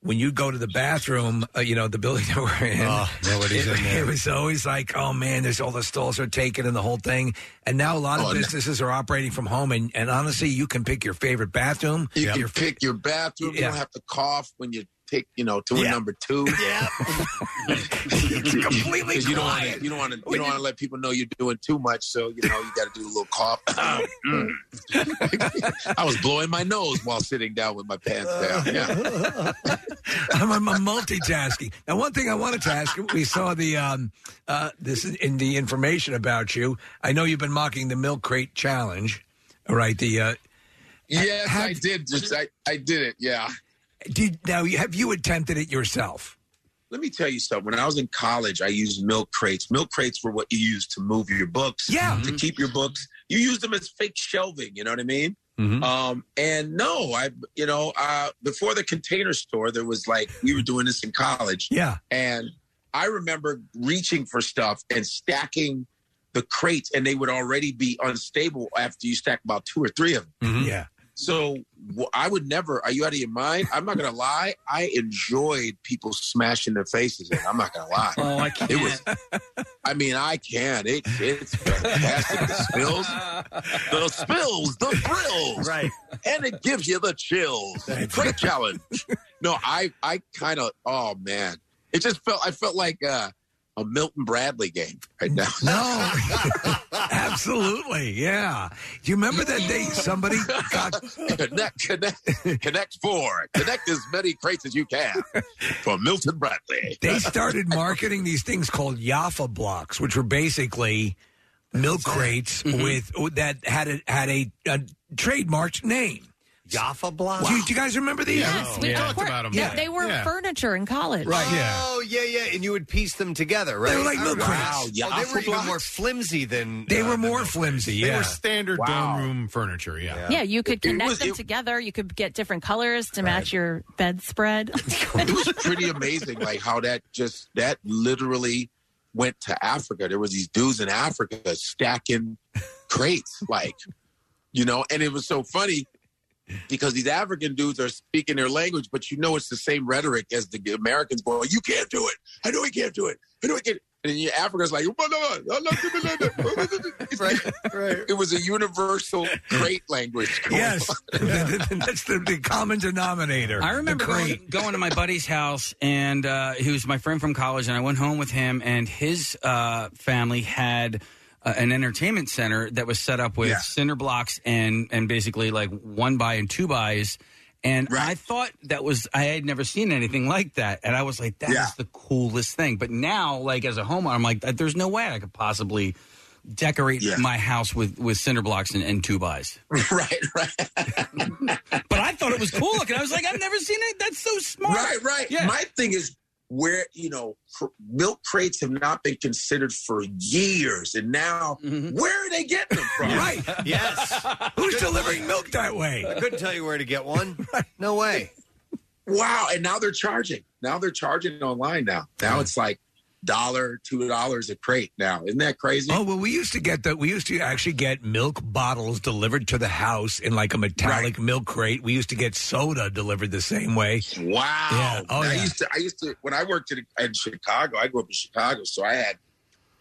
when you go to the bathroom, uh, you know the building [LAUGHS] that we're in. Oh, nobody's it, in there. It was always like, oh man, there's all the stalls are taken and the whole thing. And now a lot of Oh, no. businesses are operating from home, and, and honestly, you can pick your favorite bathroom. You your can pick your bathroom. You Yeah. don't have to cough when you pick, you know, to a [LAUGHS] Yeah. number two. Yeah. [LAUGHS] it's completely you don't quiet. want you don't want to you don't want to let people know you're doing too much. So you know you got to do a little [LAUGHS] cough. Um, Mm. mm. [LAUGHS] I was blowing my nose while sitting down with my pants Uh, down. Yeah. [LAUGHS] I'm, I'm, I'm multitasking. Now, one thing I wanted to ask you, we saw the um, uh, this is in the information about you. I know you've been mocking the milk crate challenge, all right? The uh, Yes, I did. Just I, I did it. Yeah. did now you- have you attempted it yourself? Let me tell you something. When I was in college, I used milk crates. Milk crates were what you used to move your books. Yeah. To keep your books, you used them as fake shelving. You know what I mean? Um, and no, I, you know, uh, before the container store, there was like, we were doing this in college. Yeah. And I remember reaching for stuff and stacking the crates, and they would already be unstable after you stack about two or three of them. Yeah. So wh- I would never, are you out of your mind? I'm not going to lie. I enjoyed people smashing their faces in. I'm not going to lie. Oh, I can't. It was, I mean, I can. It, it's fantastic. Oh. The spills, [LAUGHS] the spills, the thrills. Right. And it gives you the chills. Great challenge. No, I, I kind of, oh man. It just felt, I felt like uh, a Milton Bradley game right now. No, absolutely, yeah. Do you remember that day [LAUGHS] somebody got connect, connect, connect four. Connect as many crates as you can for Milton Bradley. they started marketing these things called Yaffa blocks, which were basically milk crates Mm-hmm. with that had a, had a, a trademarked name. Yaffa blocks. Do, you- do you guys remember Oh, these? Oh, Yes, we of course- Yeah, They were furniture in college. Right. Oh, yeah, yeah. And you would piece them together, right? Oh, They were like milk wow. crates. Yeah, Yahoo they were even box. [LAUGHS] more flimsy than. They uh, were than more milk flimsy, crates. They were standard Wow. dorm room furniture. Yeah. Yeah, you could It- it connect was- them it- together. You could get different colors to match your bedspread. It was pretty amazing, like how that just that literally went to Africa. There was these dudes in Africa stacking crates, like you know, and it was so funny because these African dudes are speaking their language, but you know it's the same rhetoric as the Americans going, "You can't do it. I know we can't do it. I know we can't." And then your Africa's like, It was a universal crate language. Yes, [LAUGHS] that's the, the common denominator. I remember the crate. going, going to my buddy's house, and uh, he was my friend from college, and I went home with him, and his uh, family had uh, an entertainment center that was set up with Yeah. cinder blocks and and basically like one by and two buys. And I thought that was I had never seen anything like that, and I was like, "That is the coolest thing." But now, like as a homeowner, I'm like, "There's no way I could possibly decorate my house with with cinder blocks and, and two buys." right, right. but I thought it was cool looking. I was like, "I've never seen it. That's so smart." Right, right. Yeah. My thing is, where you know cr- milk crates have not been considered for years, and now where are they getting them from? [LAUGHS] right? Yes. Mm-hmm. Who's delivering milk that way? I couldn't tell you where to [LAUGHS] get one. No way. Wow! And now they're charging. Now they're charging online. Now, now it's like dollar, two dollars a crate. Now, isn't that crazy? Oh well, we used to get that. We used to actually get milk bottles delivered to the house in like a metallic milk crate. We used to get soda delivered the same way. Wow. Yeah. Oh I yeah. used to. I used to when I worked in, in Chicago. I grew up in Chicago, so I had,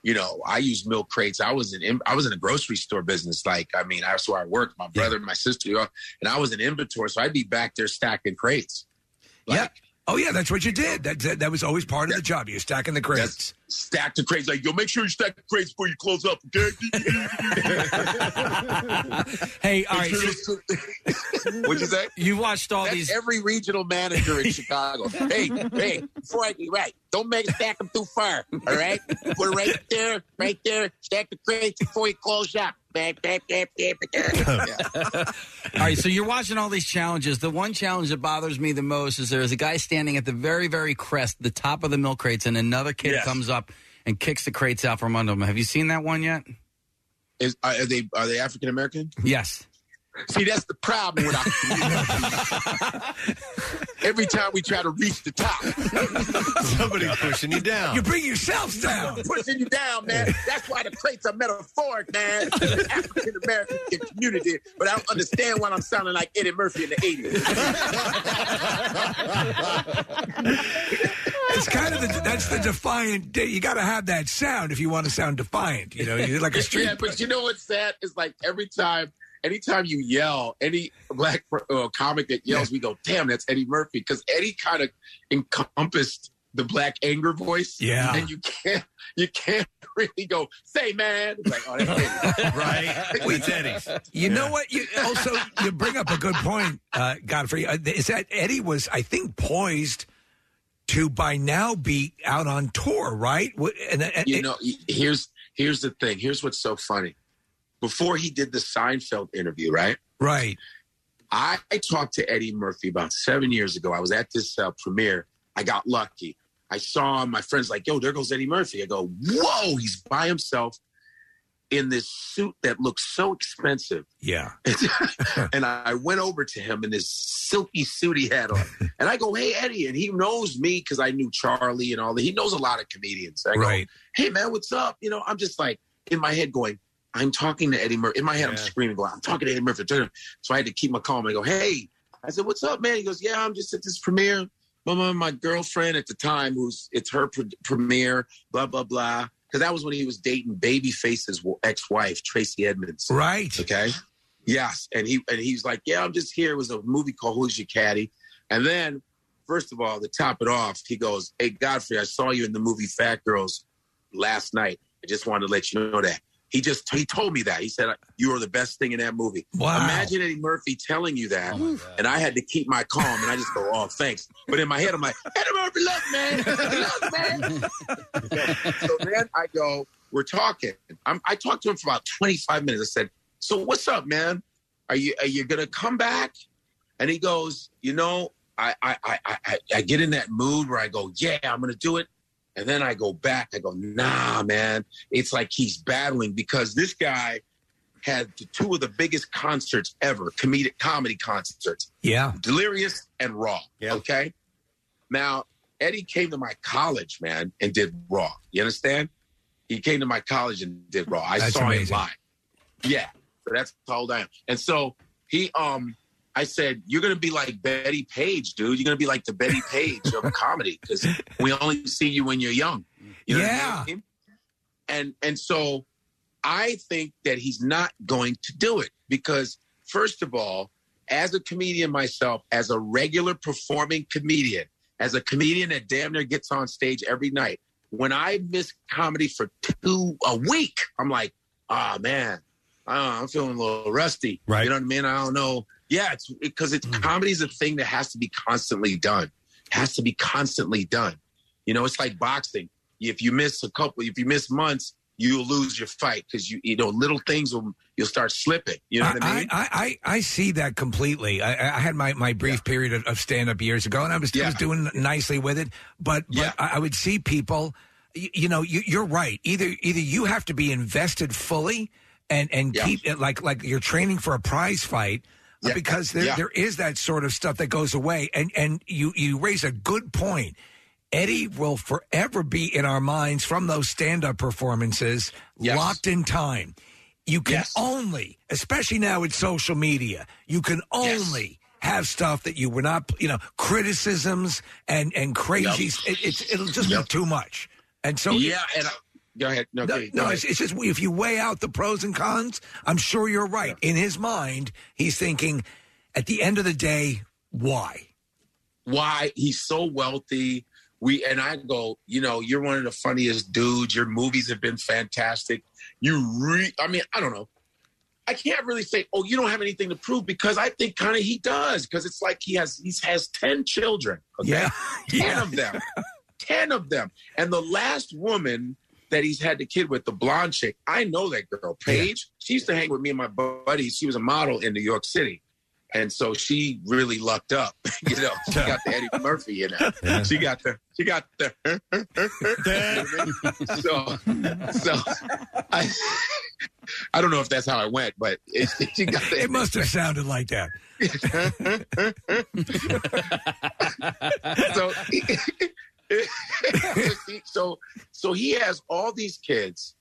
you know, I used milk crates. I was in. I was in a grocery store business. Like, I mean, that's where I worked. My brother, and my sister, you know, and I was an inventory, so I'd be back there stacking crates. yeah. Oh yeah, that's what you did. That that, that was always part of the job. You're stacking the crates. Stack the crates. Like, yo, make sure you stack the crates before you close up. Okay. [LAUGHS] Hey, all right. [LAUGHS] What'd you say? You watched all That's these. every regional manager in Chicago. hey, hey, before I get right, don't make stack them too far. All right, we're right there, right there. Stack the crates before you close up. Bam, bam, bam, bam, bam. Yeah. All right, so you're watching all these challenges. The one challenge that bothers me the most is there's a guy standing at the very, very crest, the top of the milk crates, and another kid Yes. comes up and kicks the crates out from under him. Have you seen that one yet? Is, are are they are they African American? Yes. See, that's the problem [LAUGHS] with our Every time we try to reach the top, [LAUGHS] [LAUGHS] somebody's pushing you down. You bring yourselves down. Pushing you down, man. That's why the crates are metaphoric, man. The African American community, but I don't understand why I'm sounding like Eddie Murphy in the 80s. [LAUGHS] It's kind of the, that's the defiant. day. You got to have that sound if you want to sound defiant. You know, you're like a street. Yeah, but you know what's sad? It's like every time, anytime you yell, any black uh, comic that yells, we go, damn, that's Eddie Murphy. Because Eddie kind of encompassed the black anger voice. Yeah. And you can't, you can't [LAUGHS] really go, say, man. It's like, oh, [LAUGHS] that's [LAUGHS] Eddie. [LAUGHS] right. We Eddie's. You know what? You also you bring up a good point, uh, Godfrey. Uh, Is that Eddie was, I think, poised to by now be out on tour, right? What- And, and you know, he- here's here's the thing. Here's what's so funny. Before he did the Seinfeld interview, right? Right. I talked to Eddie Murphy about seven years ago. I was at this uh, premiere. I got lucky. I saw him. My friend's like, yo, there goes Eddie Murphy. I go, whoa, he's by himself in this suit that looks so expensive. yeah. and I went over to him in this silky suit he [LAUGHS] had on. And I go, hey, Eddie. And he knows me because I knew Charlie and all that. He knows a lot of comedians. I go, Right. hey, man, what's up? You know, I'm just like in my head going, I'm talking to Eddie Murphy. In my head, I'm screaming, going, I'm talking to Eddie Murphy. So I had to keep my calm. I go, hey. I said, what's up, man? He goes, yeah, I'm just at this premiere. My, my, my girlfriend at the time, who's it's her pre- premiere, blah, blah, blah. Because that was when he was dating Babyface's ex wife, Tracy Edmonds. Right. Okay. Yes, and he and he's like, yeah, I'm just here. It was a movie called Who's Your Caddy, and then first of all, to top it off, he goes, hey Godfrey, I saw you in the movie Fat Girls last night. I just wanted to let you know that. He just he told me that. He said you are the best thing in that movie. Wow. Imagine Eddie Murphy telling you that, and I had to keep my calm, and I just go, oh, thanks. But in my head, I'm like, Eddie Murphy, look, man, look, man. so then I go, we're talking. I'm, I talked to him for about 25 minutes. I said, so what's up, man? Are you are you gonna come back? And he goes, you know, I I I I- I, I get in that mood where I go, yeah, I'm gonna do it. And then I go back. I go, nah, man. It's like he's battling because this guy had the two of the biggest concerts ever, comedic comedy concerts. Yeah. Delirious and Raw. Okay. Now, Eddie came to my college, man, and did Raw. You understand? He came to my college and did Raw. I That's saw amazing. him live. Yeah. So that's how old I am. And so he um I said, You're gonna be like Betty Page, dude. You're gonna be like the Betty Page [LAUGHS] of comedy because we only see you when you're young. You know what I Yeah. mean? And and so I think that he's not going to do it because, first of all, as a comedian myself, as a regular performing comedian, as a comedian that damn near gets on stage every night, when I miss comedy for two a week, I'm like, ah man, uh, I'm feeling a little rusty. Right. You know what I mean? I don't know. Yeah, it's because it's comedy is a thing that has to be constantly done. Has to be constantly done. You know, it's like boxing. If you miss a couple, if you miss months, you'll lose your fight because you you know little things will you'll start slipping. You know what I mean? I, I, I see that completely. I, I had my, my brief period of, of stand up years ago, and I was, I was doing nicely with it. But, but I, I would see people, you, you know, you, you're right. Either either you have to be invested fully and, and keep it like like you're training for a prize fight. uh, Yeah. Because there, Yeah. there is that sort of stuff that goes away, and and you you raise a good point. Eddie will forever be in our minds from those stand up performances, locked in time. You can only, especially now with social media, you can only have stuff that you were not, you know, criticisms and and crazy. It, it's it'll just be too much. And so yeah, and I, go ahead. No, no, go no, ahead. it's, it's just if you weigh out the pros and cons, I'm sure you're right. In his mind, he's thinking, at the end of the day, why? why he's so wealthy. We and I go, you know, you're one of the funniest dudes. Your movies have been fantastic. You re I mean, I don't know. I can't really say, oh, you don't have anything to prove because I think kind of he does because it's like he has he has ten children. Okay, Yeah. [LAUGHS] ten of them, ten of them, and the last woman that he's had the kid with, the blonde chick, I know that girl, Paige. She used to hang with me and my buddies. She was a model in New York City. And so she really lucked up, [LAUGHS] you know. She got the Eddie Murphy in her. Yeah. She got the she got the. [LAUGHS] so so I [LAUGHS] I don't know if that's how I went, but it, [LAUGHS] she got the. It must have sounded like that. [LAUGHS] so, so, so he has all these kids,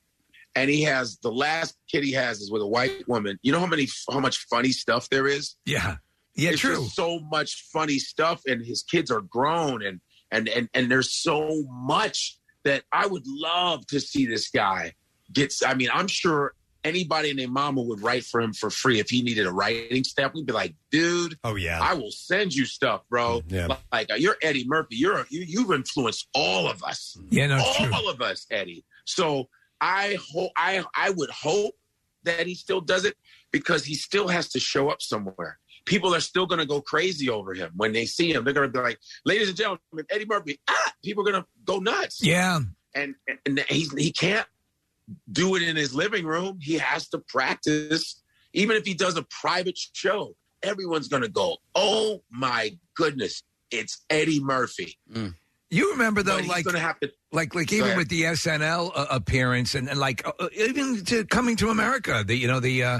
and he has the last kid he has is with a white woman. You know how many, how much funny stuff there is. Yeah, yeah, It's true. just so much funny stuff, and his kids are grown, and and and and there's so much that I would love to see this guy gets. I mean, I'm sure anybody and their mama would write for him for free if he needed a writing staff. We'd be like, dude, oh yeah, I will send you stuff, bro. Yeah. Like uh, you're Eddie Murphy. You're a, you, you've influenced all of us. Yeah, no, it's all of us, Eddie. So I hope I I would hope that he still does it because he still has to show up somewhere. People are still going to go crazy over him when they see him. They're going to be like, "Ladies and gentlemen, Eddie Murphy." Ah, people are going to go nuts. Yeah. and and he's he can't do it in his living room. He has to practice. Even if he does a private show, everyone's going to go, "Oh my goodness, it's Eddie Murphy." You remember though, But he's like gonna have to- like like Go even ahead. with the SNL uh, appearance and, and like uh, uh, even to coming to America, the you know the uh,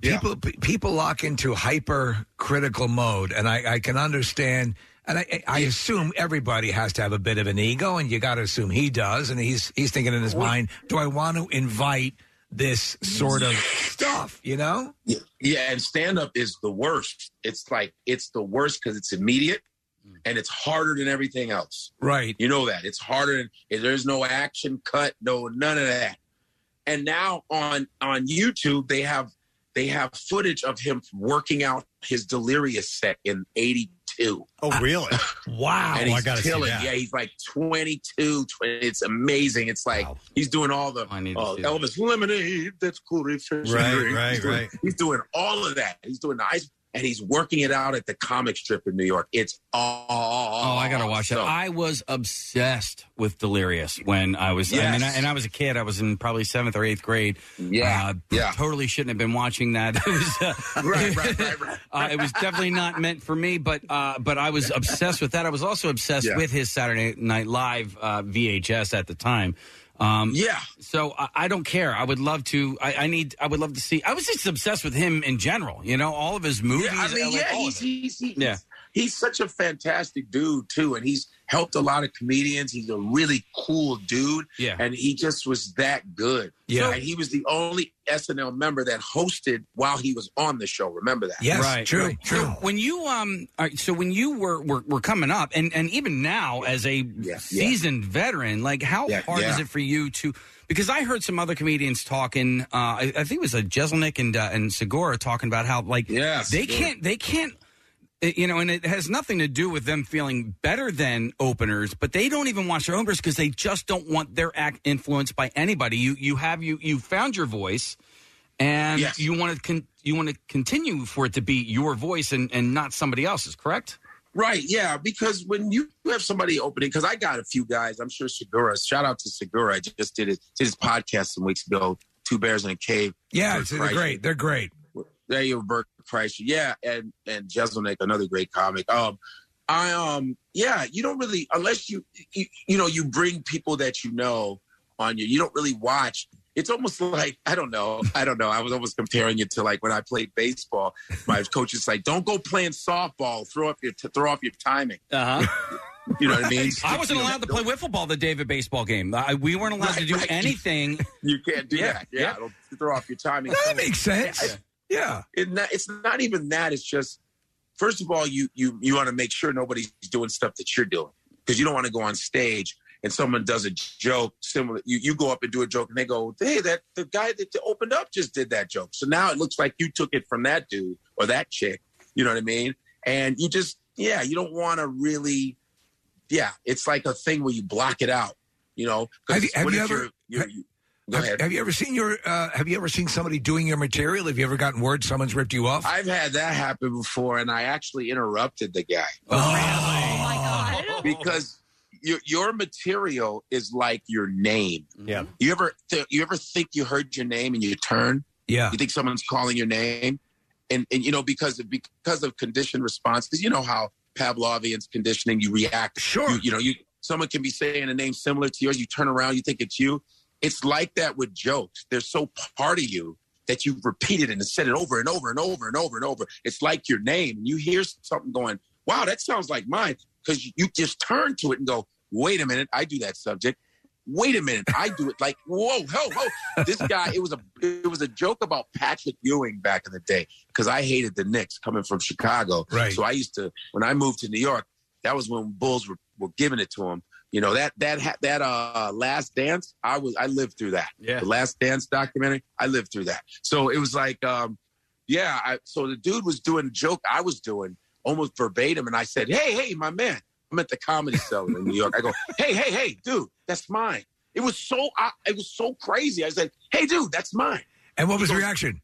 people pe- people lock into hyper critical mode, and I, I can understand. And I, I- I assume everybody has to have a bit of an ego, and you got to assume he does. And he's he's thinking in his mind, do I want to invite this sort of stuff? You know? Yeah, and stand up is the worst. It's like it's the worst because it's immediate and it's harder than everything else. Right. You know that. It's harder than and there's no action cut, no none of that. And now on on YouTube they have they have footage of him working out his delirious set in 82. Oh, really? [LAUGHS] Wow. And Oh, he's I gotta see killing. that. Yeah, he's like 22. 20, it's amazing. It's like he's doing all the need to uh, see that. Elvis Lemonade. That's cool. Right, Right, right, he's doing, right. He's doing all of that. He's doing the ice, and he's working it out at the comic strip in New York. It's all. Oh, I gotta watch that. I was obsessed with Delirious when I was, I Yes. mean, I, and I was a kid. I was in probably seventh or eighth grade. Yeah, uh, Totally shouldn't have been watching that. [LAUGHS] It was, uh, right, right, right, right. [LAUGHS] uh, it was definitely not meant for me, but uh, but I was obsessed with that. I was also obsessed Yeah. with his Saturday Night Live uh, VHS at the time. Um, yeah. So I, I don't care. I would love to. I, I need. I would love to see. I was just obsessed with him in general. You know, all of his movies. Yeah, I mean, like, yeah, all of he's, it. he's, he's, Yeah. he's such a fantastic dude, too. And he's helped a lot of comedians. He's a really cool dude. Yeah. And he just was that good. Yeah. And he was the only SNL member that hosted while he was on the show. Remember that? right, right. So when you um, all right, so when you were, were were coming up, and and even now as a seasoned veteran, like how hard yeah. is it for you to? Because I heard some other comedians talking. Uh, I, I think it was a Jeselnik and uh, and Segura talking about how like Yes. they can't they can't. uh, You know, and it has nothing to do with them feeling better than openers, but they don't even watch their openers because they just don't want their act influenced by anybody. You you have you you found your voice, and you want to con- you want to continue for it to be your voice and, and not somebody else's, correct? Right, yeah, because when you have somebody opening, because I got a few guys, I'm sure Segura, shout out to Segura, I just did his, did his podcast some weeks ago, Two Bears in a Cave. Yeah, Bert it's, they're Kreischer. great. They're great. There you go, Bert Kreischer. Yeah, and, and Jeselnik, another great comic. Um, I, um, yeah, you don't really, unless you, you, you know, you bring people that you know on you, you don't really watch. It's almost like, I don't know, [LAUGHS] I don't know. I was almost comparing it to like when I played baseball, [LAUGHS] my coach is like, don't go playing softball, throw off your, throw off your timing. Uh huh. [LAUGHS] You know what I mean? [LAUGHS] I wasn't You know, allowed to play wiffle ball the day of a baseball game. I, we weren't allowed to do anything. [LAUGHS] You can't do Yeah, that. Yeah, yeah. it'll throw off your timing. That makes sense. Yeah, It not- it's not even that. It's just first of all, you you you want to make sure nobody's doing stuff that you're doing because you don't want to go on stage and someone does a joke similar. You you go up and do a joke and they go, hey, that the guy that opened up just did that joke. So now it looks like you took it from that dude or that chick. You know what I mean? And you just yeah, you don't want to really yeah. It's like a thing where you block it out. You know? 'Cause Have you- have what you if ever- you're- you're- you- go Have, ahead. have you ever seen your? Uh, have you ever seen somebody doing your material? Have you ever gotten word someone's ripped you off? I've had that happen before, and I actually interrupted the guy. Because your your material is like your name. Yeah. You ever th- you ever think you heard your name and you turn? Yeah. You think someone's calling your name, and and you know because of, because of conditioned responses, you know how Pavlovian's conditioning, you react. Sure. You, you know you someone can be saying a name similar to yours, you turn around, you think it's you. It's like that with jokes. They're so part of you that you repeat it and said it over and over and over and over and over. It's like your name. You hear something going, wow, that sounds like mine. Because you just turn to it and go, wait a minute, I do that subject. Wait a minute, I do it like whoa, ho, ho. This guy, it was a it was a joke about Patrick Ewing back in the day because I hated the Knicks coming from Chicago. Right. So I used to when I moved to New York, that was when Bulls were, were giving it to him. You know that that ha- that uh Last Dance, I was I lived through that. Yeah. The Last Dance documentary, I lived through that. So it was like, um, yeah. I, so the dude was doing a joke I was doing almost verbatim, and I said, "Hey, hey, my man, I'm at the Comedy Cellar in New York." I [LAUGHS] go, "Hey, hey, hey, dude, that's mine." It was so I, it was so crazy. I was like, "Hey, dude, that's mine." And what was He the goes- reaction?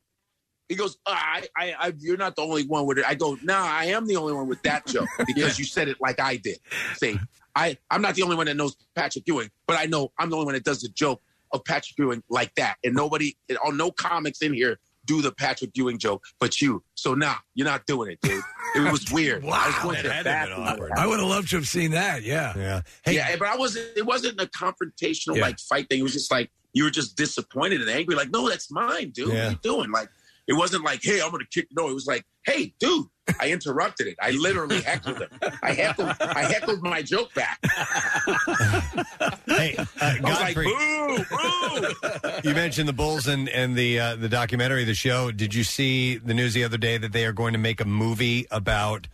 He goes, "Ah, I, I, I, you're not the only one with it. I go, nah, I am the only one with that joke because you said it like I did. See, I, I'm not the only one that knows Patrick Ewing, but I know I'm the only one that does the joke of Patrick Ewing like that. And nobody, and all no comics in here do the Patrick Ewing joke, but you. So nah, you're not doing it, dude. It was weird. I was going to the bathroom. I would have loved to have seen that. Yeah. Yeah. Yeah, but I wasn't. It wasn't a confrontational Yeah. like fight thing. It was just like you were just disappointed and angry. Like, no, that's mine, dude. What Yeah. are you doing? Like, it wasn't like, hey, I'm gonna kick. No, it was like, hey, dude. I interrupted it. I literally heckled him. I heckled. I heckled my joke back. hey, uh, I was like, Godfrey. boo, boo. you mentioned the Bulls and and the uh, the documentary, the show. Did you see the news the other day that they are going to make a movie about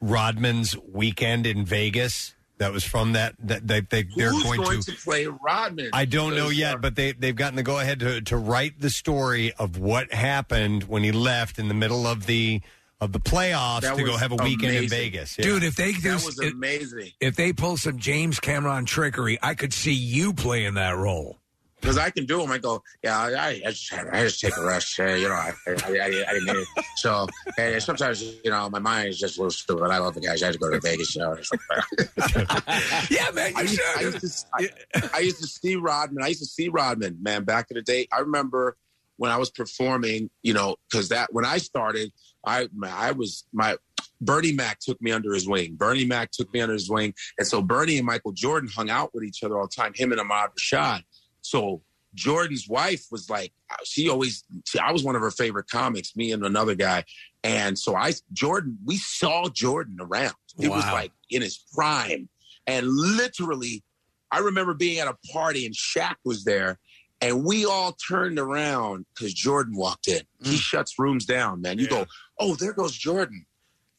Rodman's weekend in Vegas? That was from that that they, they they're Who's going, to. play Rodman? I don't know um, yet, but they they've gotten the go ahead to to write the story of what happened when he left in the middle of the of the playoffs That to go was have a weekend in amazing. Vegas, dude. If they That do- was if- amazing. If they pull some James Cameron trickery, I could see you playing [LAUGHS] that role. because I can do them. I go, yeah, I, I, I, just, I just take a rest. uh, you know, I, I, I, I didn't mean it. So and sometimes, you know, my mind is just a little stupid. I love the guys. I had to go to Vegas. You know, it's like- [LAUGHS] yeah, man. I used, I, used to, I, I used to see Rodman. I used to see Rodman, man, back in the day. I remember when I was performing, you know, because that when I started, I I was my Bernie Mac took me under his wing. Bernie Mac took me under his wing, and so Bernie and Michael Jordan hung out with each other all the time. Him and Ahmad Rashad. So Jordan's wife was like, she always. She, I was one of her favorite comics. Me and another guy, and so I Jordan. We saw Jordan around. It was Wow. like in his prime, and literally, I remember being at a party and Shaq was there. And we all turned around because Jordan walked in. He shuts rooms down, man. You go, oh, there goes Jordan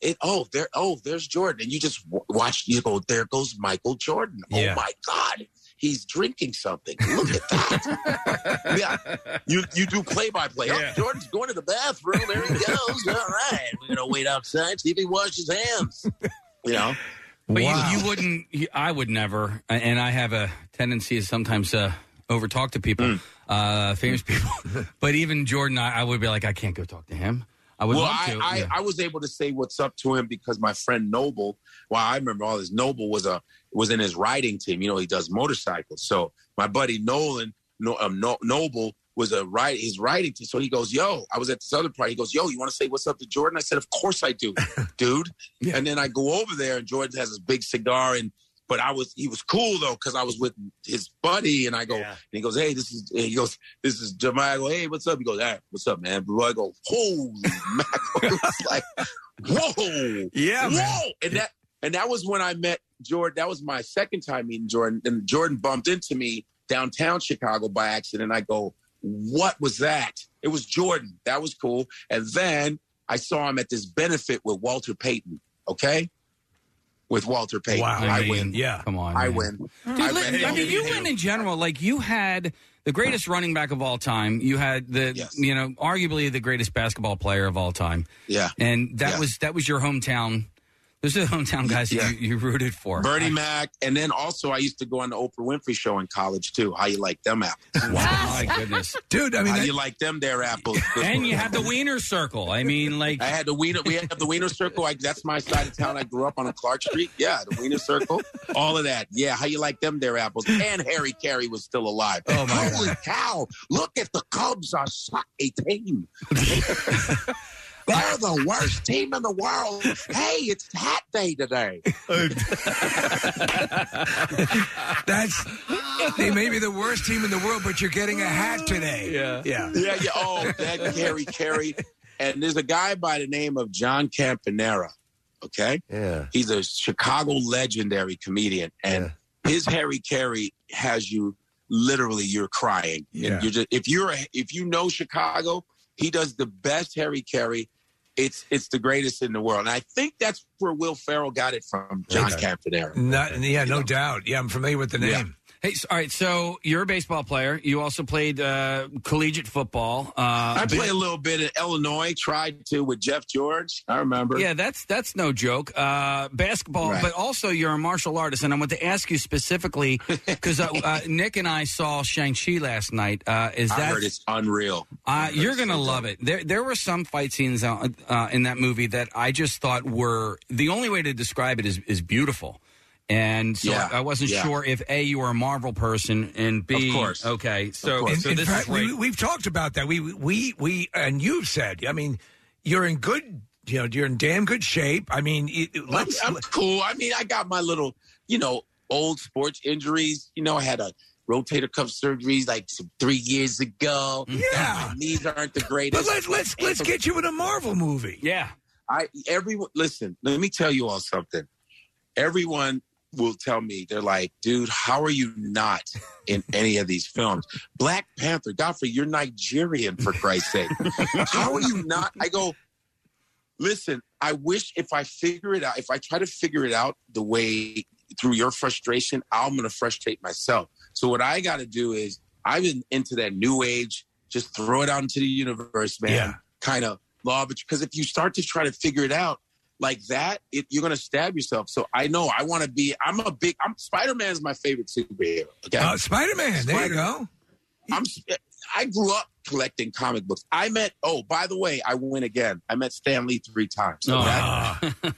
it oh there oh there's Jordan and you just w- watch you go there goes Michael Jordan Yeah. oh my God he's drinking something look at that yeah you you do play by play oh Jordan's going to the bathroom there he goes all right we're gonna wait outside see if he washes hands you know But you, you wouldn't. You, I would never. And I have a tendency to sometimes uh, over Hmm. [LAUGHS] talk to people, uh, famous people. but even Jordan, I, I would be like, I can't go talk to him. I would well, love to, I, yeah. I, I was able to say what's up to him because my friend Noble. Well, I remember all this. Noble was a was in his riding team. You know, he does motorcycles. So my buddy Nolan, no, um, no, Noble was a ride. He's riding team. So he goes, "Yo," I was at this other party. He goes, "Yo, you want to say what's up to Jordan?" I said, "Of course I [LAUGHS] do, dude." And then I go over there, and Jordan has his big cigar and. But I was, he was cool though, because I was with his buddy, and I go, and he goes, "Hey, this is," and he goes, "This is Jamal." I go, "Hey, what's up?" He goes, "All right, what's up, man?" But I go, "Holy [LAUGHS] whoa, Yeah, Oh, whoa, man. and that and that was when I met Jordan. That was my second time meeting Jordan, and Jordan bumped into me downtown Chicago by accident. I go, "What was that?" It was Jordan. That was cool. And then I saw him at this benefit with Walter Payton. Okay, with Walter Payton, Wow, I man. win. Yeah. Come on, I man. win. Dude, I li- win. I mean, you win in general. Like you had the greatest running back of all time. You had the, you know, arguably the greatest basketball player of all time. Yeah. and that Yeah. was that was your hometown. Those are the hometown guys Yeah. that you, you rooted for. Bernie Mac, and then also I used to go on the Oprah Winfrey Show in college too. How you like them apples? [LAUGHS] Wow, my goodness, dude! I mean, how you like them there apples? [LAUGHS] And you [LAUGHS] had the Wiener Circle. I mean, like I had the Wiener. We had the Wiener Circle. I, that's my side of town. I grew up on a Clark Street. Yeah, the Wiener Circle. All of that. Yeah, how you like them there apples? And Harry Carey was still alive. Oh my Holy cow! Look at the Cubs are such a [LAUGHS] team. They're the worst team in the world. Hey, it's hat day today. Oh, That's they may be the worst team in the world, but you're getting a hat today. Yeah, yeah, [LAUGHS] Yeah, yeah. Oh, [LAUGHS] that Harry Carey. And there's a guy by the name of John Campanera. Okay. Yeah. He's a Chicago legendary comedian. And his Harry Carey has you literally you're crying. Yeah. And you're just if you're a, if you know Chicago, he does the best Harry Carey. It's it's the greatest in the world. And I think that's where Will Ferrell got it from, John Okay. Campanera. Not, yeah, no doubt. Yeah, I'm familiar with the name. Hey, s all right. So you're a baseball player. You also played uh, collegiate football. Uh, I played a little bit at Illinois, tried to with Jeff George. I remember. Yeah, that's that's no joke. Uh, basketball, Right. but also you're a martial artist, and I want to ask you specifically because uh, uh, Nick and I saw Shang Chi last night. Uh, is I that heard it's unreal. Uh, you're gonna love it. There, there were some fight scenes uh, uh, in that movie that I just thought were the only way to describe it is is beautiful, and so Yeah, I, I wasn't yeah. sure if a you were a Marvel person and b Of course. okay, so so in this fact, is great. we, we've talked about that. We we we and you've said. I mean, you're in good. You know, you're in damn good shape. I mean, it, it- let's. I'm, I'm cool. I mean, I got my little, you know, old sports injuries. You know, I had a rotator cuff surgery like some, three years ago. Mm-hmm. Yeah. my knees aren't the greatest. but let's let's let's get you in a Marvel movie. Yeah. I everyone listen. Let me tell you all something. Everyone will tell me they're like, dude, how are you not [LAUGHS] in any of these films? Black Panther, Godfrey, you're Nigerian for Christ's [LAUGHS] sake. how are you not? I [LAUGHS] go. Listen, I wish if I figure it out, if I try to figure it out the way through your frustration, I'm going to frustrate myself. So what I got to do is I've been into that new age, just throw it out into the universe, man. Kind of law, because if you start to try to figure it out like that, it, you're going to stab yourself. So I know I want to be. I'm a big. I'm Spider Man is my favorite superhero. Okay, Uh, Spider-Man, there you go. I'm. I grew up collecting comic books. I met. Oh, by the way, I win again. I met Stan Lee three times. Okay? [LAUGHS]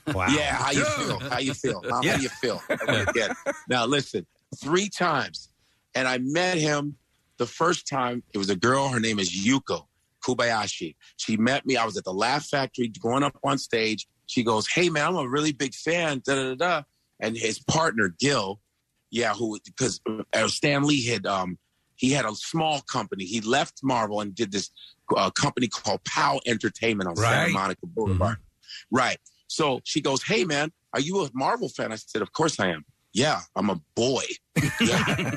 Wow. Yeah, how you Dude. feel? How you feel? How, Yeah. how you feel? I wanna get it. Now listen, three times, and I met him the first time. It was a girl. Her name is Yuko Kubayashi. She met me. I was at the Laugh Factory, going up on stage. She goes, "Hey man, I'm a really big fan." Da da da. da. And his partner Gil, yeah, who because uh, Stan Lee had um he had a small company. He left Marvel and did this uh, company called Pow Entertainment on Santa Right. Monica Boulevard. Right. So she goes, "Hey man, are you a Marvel fan?" I said, "Of course I am." Yeah, I'm a boy. Yeah.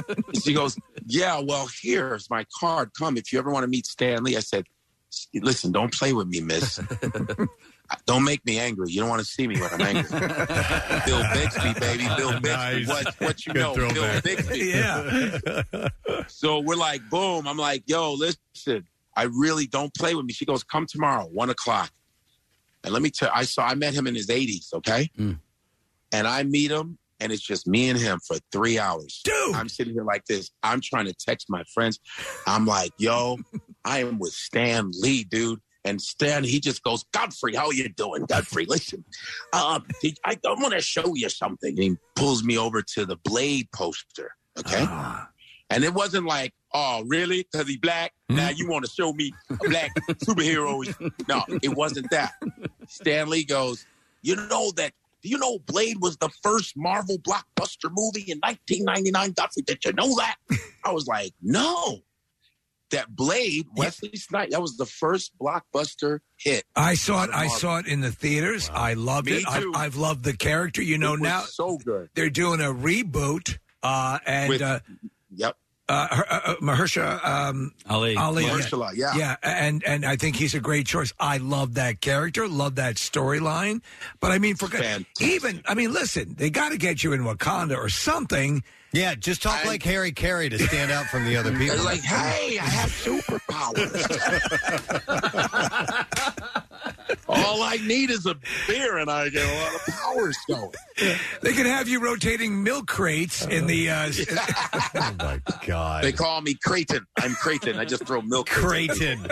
[LAUGHS] she goes, "Yeah, well, here's my card. Come if you ever want to meet Stan Lee." I said, "Listen, don't play with me, [LAUGHS] miss. don't make me angry. You don't want to see me when I'm angry." Bill Bixby, baby. Bill Bixby. What, what you Good know? throwback. Bill Bixby. [LAUGHS] Yeah. so we're like, boom. I'm like, yo, listen, I really don't play with me. She goes, come tomorrow, one o'clock. And let me tell I saw I met him in his 80s, okay? And I meet him, and it's just me and him for three hours. Dude. I'm sitting here like this. I'm trying to text my friends. I'm like, yo, I am with Stan Lee, dude. And Stan, he just goes, Godfrey, how you doing? Godfrey, listen, uh, I, I want to show you something. And he pulls me over to the Blade poster, okay? And it wasn't like, oh, really? Because he black? Mm-hmm. Now you want to show me a [LAUGHS] black superheroes? No, it wasn't that. Stan Lee goes, you know that, do you know Blade was the first Marvel blockbuster movie in 1999? Godfrey, did you know that? I was like, no. That Blade, Wesley Snipes, that was the first blockbuster hit. I saw it. for I Marvel. saw it in the theaters. I loved Me it. I, too. I've loved the character. You know It was now, so good. They're doing a reboot, uh, and With- uh, yep, uh, Her- uh, uh, Mahershala um, Ali. Ali, Mahershala, yeah. yeah, and and I think he's a great choice. I love that character, love that storyline. But I mean, for even, I mean, listen, they got to get you in Wakanda or something. Yeah, just talk like Harry Carey to stand out from the other people. They're like, hey, I have [LAUGHS] All I need is a beer, and I get a lot of powers going. They can have you rotating milk crates in the. [LAUGHS] Uh, oh my god! They call me Creighton. I'm Creighton. I just throw milk. Creighton.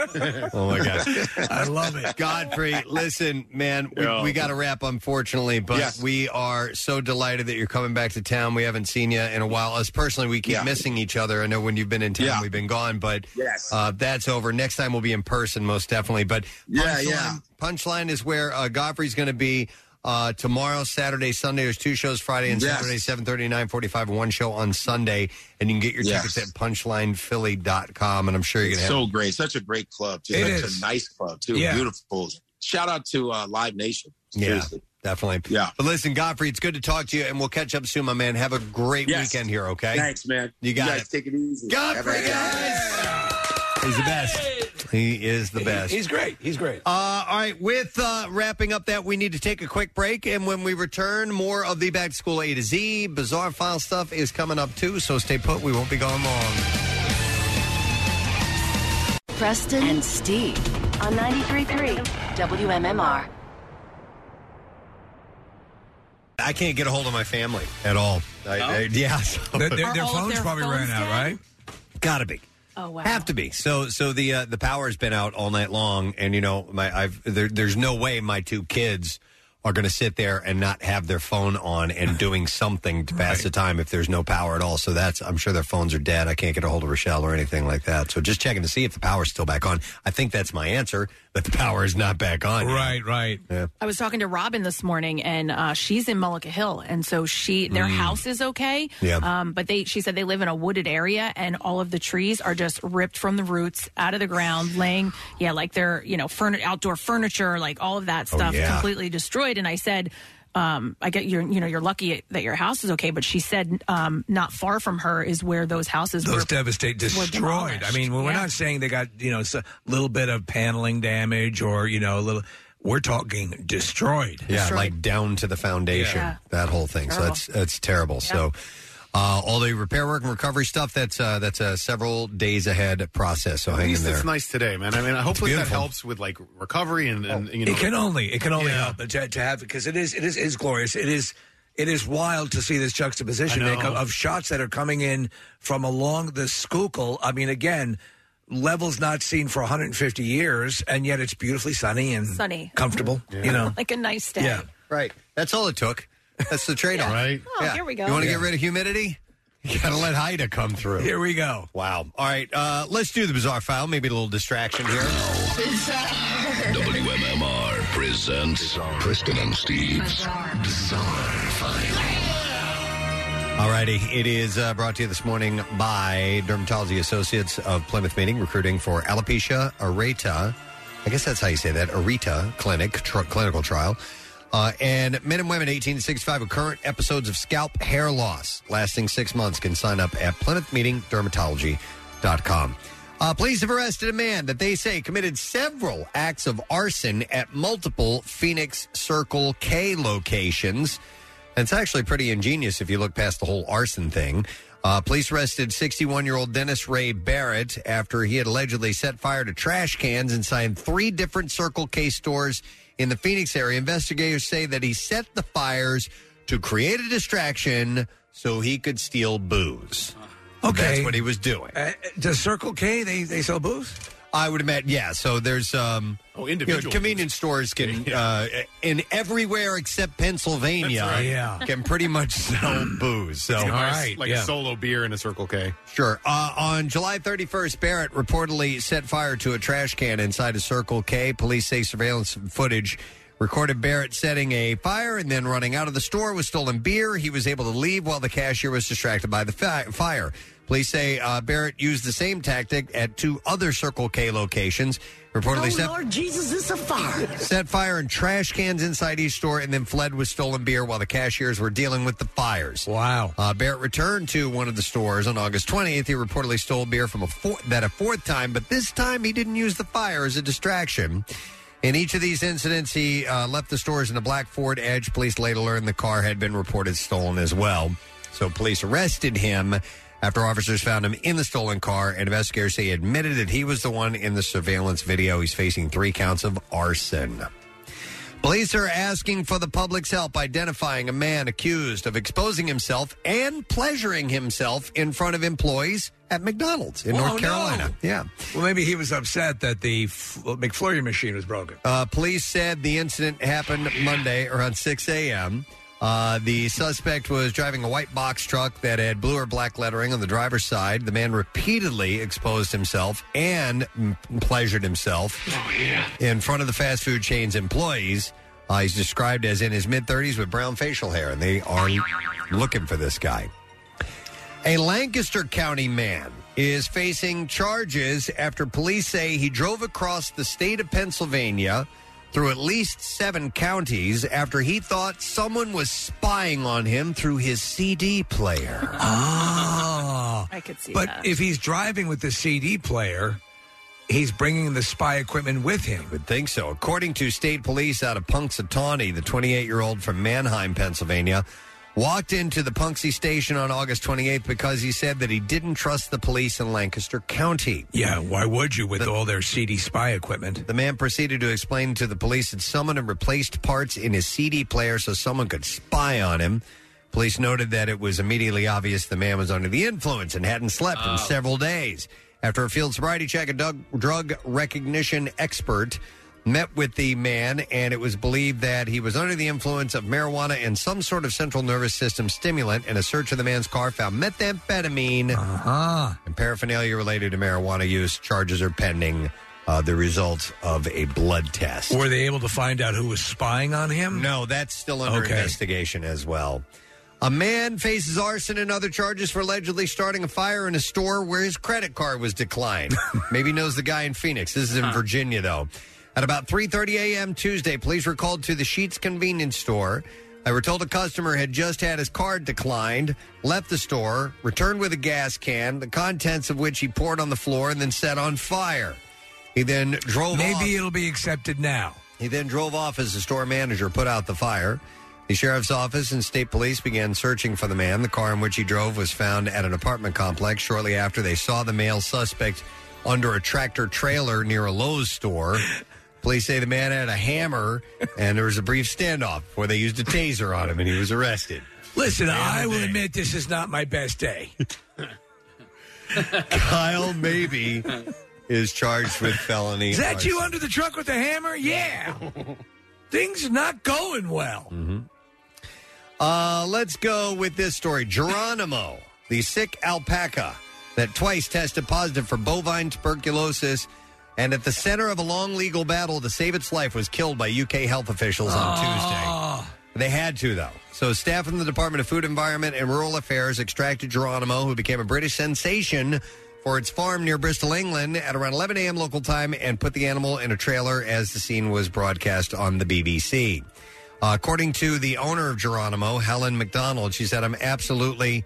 oh my [LAUGHS] gosh. I love it. Godfrey, listen, man, we, Yeah. we got to wrap, unfortunately, but Yes. we are so delighted that you're coming back to town. We haven't seen you in a while. Us personally, we keep Yeah. missing each other. I know when you've been in town, Yeah. we've been gone, but Yes. uh, that's over. Next time we'll be in person, most definitely. But Yeah, punchline, yeah. punchline is where uh, Godfrey's going to be. Uh, tomorrow, Saturday, Sunday. There's two shows Friday and Yes. Saturday, 7.30, 9.45, one show on Sunday. And you can get your Yes. tickets at punchlinephilly.com. And I'm sure you're going to have so great. Such a great club. Just It such is. a nice club too. Yeah. Beautiful. Shout out to uh, Live Nation. Seriously. Yeah, definitely. Yeah. But listen, Godfrey, it's good to talk to you, and we'll catch up soon, my man. Have a great Yes. weekend here, okay? Thanks, man. You got guys it. Take it easy. Godfrey, [LAUGHS] Have a- He's the best. He is the best. He's great. He's great. Uh, all right, with uh, wrapping up that, we need to take a quick break. And when we return, more of the Back to School A to Z bizarre file stuff is coming up too. So stay put. We won't be gone long. Preston and Steve on 93.3 WMMR. I can't get a hold of my family at all. I, I- yeah. [LAUGHS] so- Their- their- their Are all of phones their probably phones ran out, dead? right? Gotta be. Oh, wow. Have to be. So so the uh, the power's been out all night long, and you know my I've there, there's no way my two kids are going to sit there and not have their phone on [LAUGHS] and doing something to pass the time if there's no power at all. So that's I'm sure their phones are dead. I can't get a hold of Rochelle or anything like that. So just checking to see if the power's still back on. I think that's my answer that the power is not back on. Right, right. Yeah. I was talking to Robin this morning, and uh, she's in Mullica Hill, and so she their Mm. house is okay. Yeah. Um, but they she said they live in a wooded area, and all of the trees are just ripped from the roots out of the ground, laying yeah like their you know furni- outdoor furniture, like all of that Oh, stuff yeah. completely destroyed. And I said. Um, I get you're you know you're lucky that your house is okay, but she said um, not far from her is where those houses those were devastate were destroyed. I mean, demolished. we're Yeah. not saying they got you know a little bit of paneling damage or you know a little. We're talking destroyed. Yeah, like down to the foundation. Yeah. That whole thing. So Terrible. that's that's terrible. So uh, all the repair work and recovery stuff that's uh, that's a several days ahead process. So At hang in least there. it's [LAUGHS] nice today, man. I mean, hopefully that beautiful. helps with like recovery and, and you know. it can only it can only help to, to have because it is it is it is glorious. It is it is wild to see this juxtaposition I know. Nick, of, of shots that are coming in from along the Schuylkill. I mean, again, levels not seen for 150 years, and yet it's beautifully sunny and sunny, comfortable. You know, [LAUGHS] like a nice day. yeah, right. That's all it took. That's the trade off. Right. Oh, here we go. You want to Yeah. get rid of humidity? [LAUGHS] You got to let Haida come through. Here we go. Wow. All right. Uh, let's do the bizarre file. Maybe a little distraction here. WMMR presents Kristen and Steve's Bizarre File. All righty. It is uh, brought to you this morning by Dermatology Associates of Plymouth Meeting, recruiting for alopecia areata. I guess that's how you say that, areata clinic, tr- clinical trial. Uh, and men and women 18 to 65 with current episodes of scalp hair loss lasting six months can sign up at plymouthmeetingdermatology.com. Uh, police have arrested a man that they say committed several acts of arson at multiple Phoenix Circle K locations. And it's actually pretty ingenious if you look past the whole arson thing. Uh, police arrested 61 year old Dennis Ray Barrett after he had allegedly set fire to trash cans inside three different Circle K stores in the Phoenix area. Investigators say that he set the fires to create a distraction so he could steal booze. Okay. That's what he was doing. Uh, does Circle K they they sell booze? I would imagine, yeah. So there's um, oh, individual convenience stores can uh, in everywhere except Pennsylvania, That's right. Yeah. can pretty much sell booze. So all right, like a solo beer and a Circle K. Sure. Uh, on July 31st, Barrett reportedly set fire to a trash can inside a Circle K. Police say surveillance footage recorded Barrett setting a fire and then running out of the store with stolen beer. He was able to leave while the cashier was distracted by the fi- fire. Police say uh, Barrett used the same tactic at two other Circle K locations. Reportedly Oh, set, Oh, Lord Jesus, it's a fire. set fire in trash cans inside each store and then fled with stolen beer while the cashiers were dealing with the fires. Wow. Uh, Barrett returned to one of the stores on August 20th. He reportedly stole beer from a four- that a fourth time, but this time he didn't use the fire as a distraction. In each of these incidents, he uh, left the stores in a black Ford Edge. Police later learned the car had been reported stolen as well. So police arrested him after officers found him in the stolen car. And investigators say he admitted that he was the one in the surveillance video. He's facing three counts of arson. Police are asking for the public's help identifying a man accused of exposing himself and pleasuring himself in front of employees at McDonald's in oh, Whoa, North Carolina. Oh, no. Yeah. Well, maybe he was upset that the F- McFlurry machine was broken. Uh, police said the incident happened Monday around 6 a.m. Uh, the suspect was driving a white box truck that had blue or black lettering on the driver's side. The man repeatedly exposed himself and m- pleasured himself Oh, in front of the fast food chain's employees. Uh, he's described as in his mid 30s with brown facial hair, and they are looking for this guy. A Lancaster County man is facing charges after police say he drove across the state of Pennsylvania through at least seven counties after he thought someone was spying on him through his CD player. Ah. I could see But that. if he's driving with the CD player, he's bringing the spy equipment with him. would think so. According to state police out of Punxsutawney, the 28-year-old from Manheim, Pennsylvania, walked into the Punxsy station on August 28th because he said that he didn't trust the police in Lancaster County. Yeah, why would you with all their CD spy equipment? The man proceeded to explain to the police that someone had replaced parts in his CD player so someone could spy on him. Police noted that it was immediately obvious the man was under the influence and hadn't slept in several days. After a field sobriety check, a drug, drug recognition expert met with the man, and it was believed that he was under the influence of marijuana and some sort of central nervous system stimulant. And a search of the man's car found methamphetamine Ah. and paraphernalia related to marijuana use. Charges are pending. Uh, the results of a blood test. Were they able to find out who was spying on him? No, that's still under Okay. investigation as well. A man faces arson and other charges for allegedly starting a fire in a store where his credit card was declined. Maybe knows the guy in Phoenix. This is in Virginia, though. At about 3:30 a.m. Tuesday, police were called to the Sheets convenience store. They were told a customer had just had his card declined, left the store, returned with a gas can, the contents of which he poured on the floor and then set on fire. He then drove Maybe off. it'll be accepted now. He then drove off as the store manager put out the fire. The sheriff's office and state police began searching for the man. The car in which he drove was found at an apartment complex shortly after they saw the male suspect under a tractor trailer near a Lowe's [LAUGHS] store. Police say the man had a hammer and there was a brief standoff where they used a taser on him and he was [LAUGHS] arrested. Listen, I will admit this is not my best day. Kyle Maybe is charged with felony. Is that you arson. under the truck with the hammer? Yeah. Things [LAUGHS] are not going well. Mm-hmm. Uh, let's go with this story. Geronimo, the sick alpaca that twice tested positive for bovine tuberculosis and at the center of a long legal battle to save its life was killed by UK health officials on Tuesday. They had to, though. So, staff from the Department of Food Environment and Rural Affairs extracted Geronimo, who became a British sensation for its farm near Bristol, England, at around 11 a.m. local time, and put the animal in a trailer as the scene was broadcast on the BBC. Uh, according to the owner of Geronimo, Helen McDonald, she said, I'm absolutely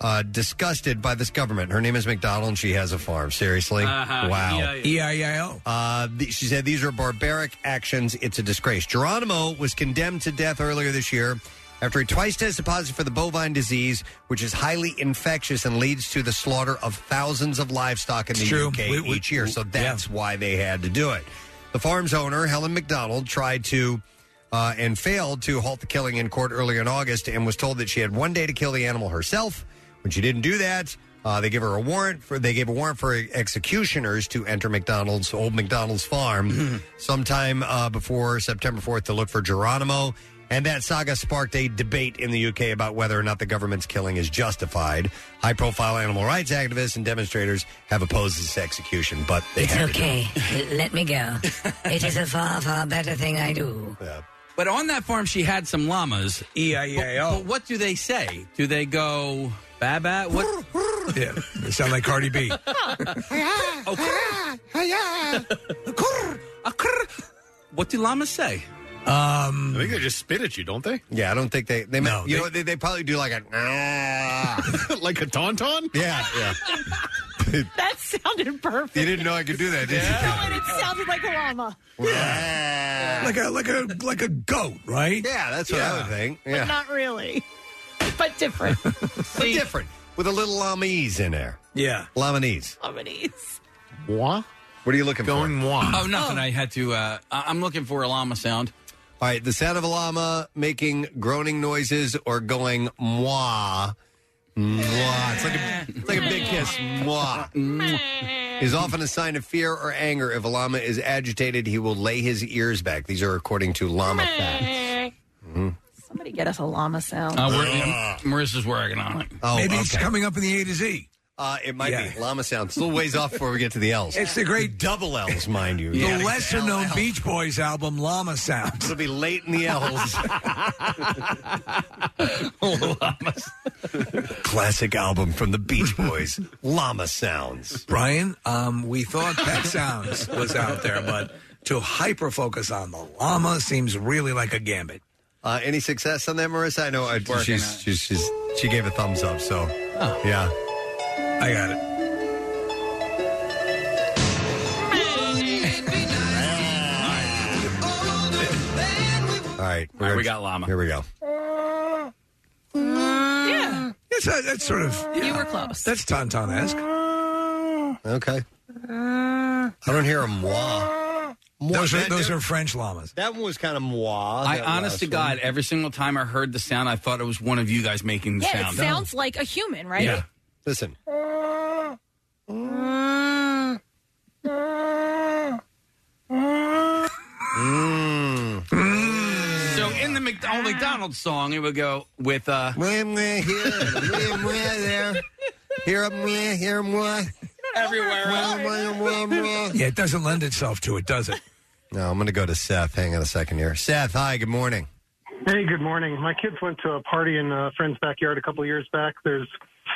uh, disgusted by this government. Her name is McDonald, and she has a farm. Seriously? Uh-huh. Wow. EIO. Uh, th- she said these are barbaric actions. It's a disgrace. Geronimo was condemned to death earlier this year after he twice tested positive for the bovine disease, which is highly infectious and leads to the slaughter of thousands of livestock in It's the true. UK We- we- each year. So that's why they had to do it. The farm's owner, Helen McDonald, tried to uh, and failed to halt the killing in court earlier in August and was told that she had one day to kill the animal herself. When she didn't do that, Uh, they give her a warrant for they gave a warrant for executioners to enter McDonald's old McDonald's farm sometime uh, before September 4th to look for Geronimo. And that saga sparked a debate in the UK about whether or not the government's killing is justified. High profile animal rights activists and demonstrators have opposed this execution, but they It's have okay. Let me go. It is a far, far better thing I do. But on that farm, she had some llamas. E-I-E-I-O. But, but what do they say? Do they go, Baba? [LAUGHS] What? yeah, they sound like Cardi [LAUGHS] B. Oh, [LAUGHS] What do llamas say? Um, I think they just spit at you, don't they? Yeah, I don't think they. Oh, They, no, you know, they, they probably do like a like a tauntaun. Yeah, yeah. [LAUGHS] That sounded perfect. You didn't know I could [LAUGHS] do that, did you? No, and it sounded like [LAUGHS] a llama. like a like a like a goat, right? Yeah, that's what I would think. But not really. [LAUGHS] But different. but different. With a little lamese in there. Yeah. Lamanese. Lamanese. Moi? What are you looking Going for? Going moi. Oh, nothing. I had to, uh, I- I'm looking for a llama sound. All right, the sound of a llama making groaning noises or going mwah. Mwah. It's like a, it's like a big kiss. Mwah. Mwah. Is often a sign of fear or anger. If a llama is agitated, he will lay his ears back. These are according to llama facts. Somebody get us a llama sound. Uh, we're, Marissa's working on it. Oh, Maybe it's okay. coming up in the A to Z. Uh, it might be llama sound. It's a little ways off before we get to the L's. It's the great double L's, mind you. The Yeah. lesser known Beach Boys album, Llama Sounds. It'll be late in the [LAUGHS] L's. Classic album from the Beach Boys, Llama Sounds. Brian, um, we thought Pet Sounds was out there, but to hyper focus on the llama seems really like a gambit. Uh, any success on that, Marissa? I know uh, She's working on she's, it. she's, she's she gave a thumbs up, so yeah. I got it. All right, All right, we got llama. Here we go. Yeah. It's uh that's sort of. You were close. That's Tauntaun esque. Okay. I don't hear a moi. Those are, That- those are French llamas. That one was kind of moi. I honest to God, every single time I heard the sound, I thought it was one of you guys making the yeah, sound. Oh. it sounds like a human, right? Yeah. Listen. So in the Mc- old McDonald's song, it would go with uh, Hear me, hear me. Everywhere. Yeah, it doesn't lend itself to it, does it? [LAUGHS] No, I'm going to go to Seth. Hang on a second here. Seth, hi. Good morning. Hey, good morning. My kids went to a party in a friend's backyard a couple of years back. There's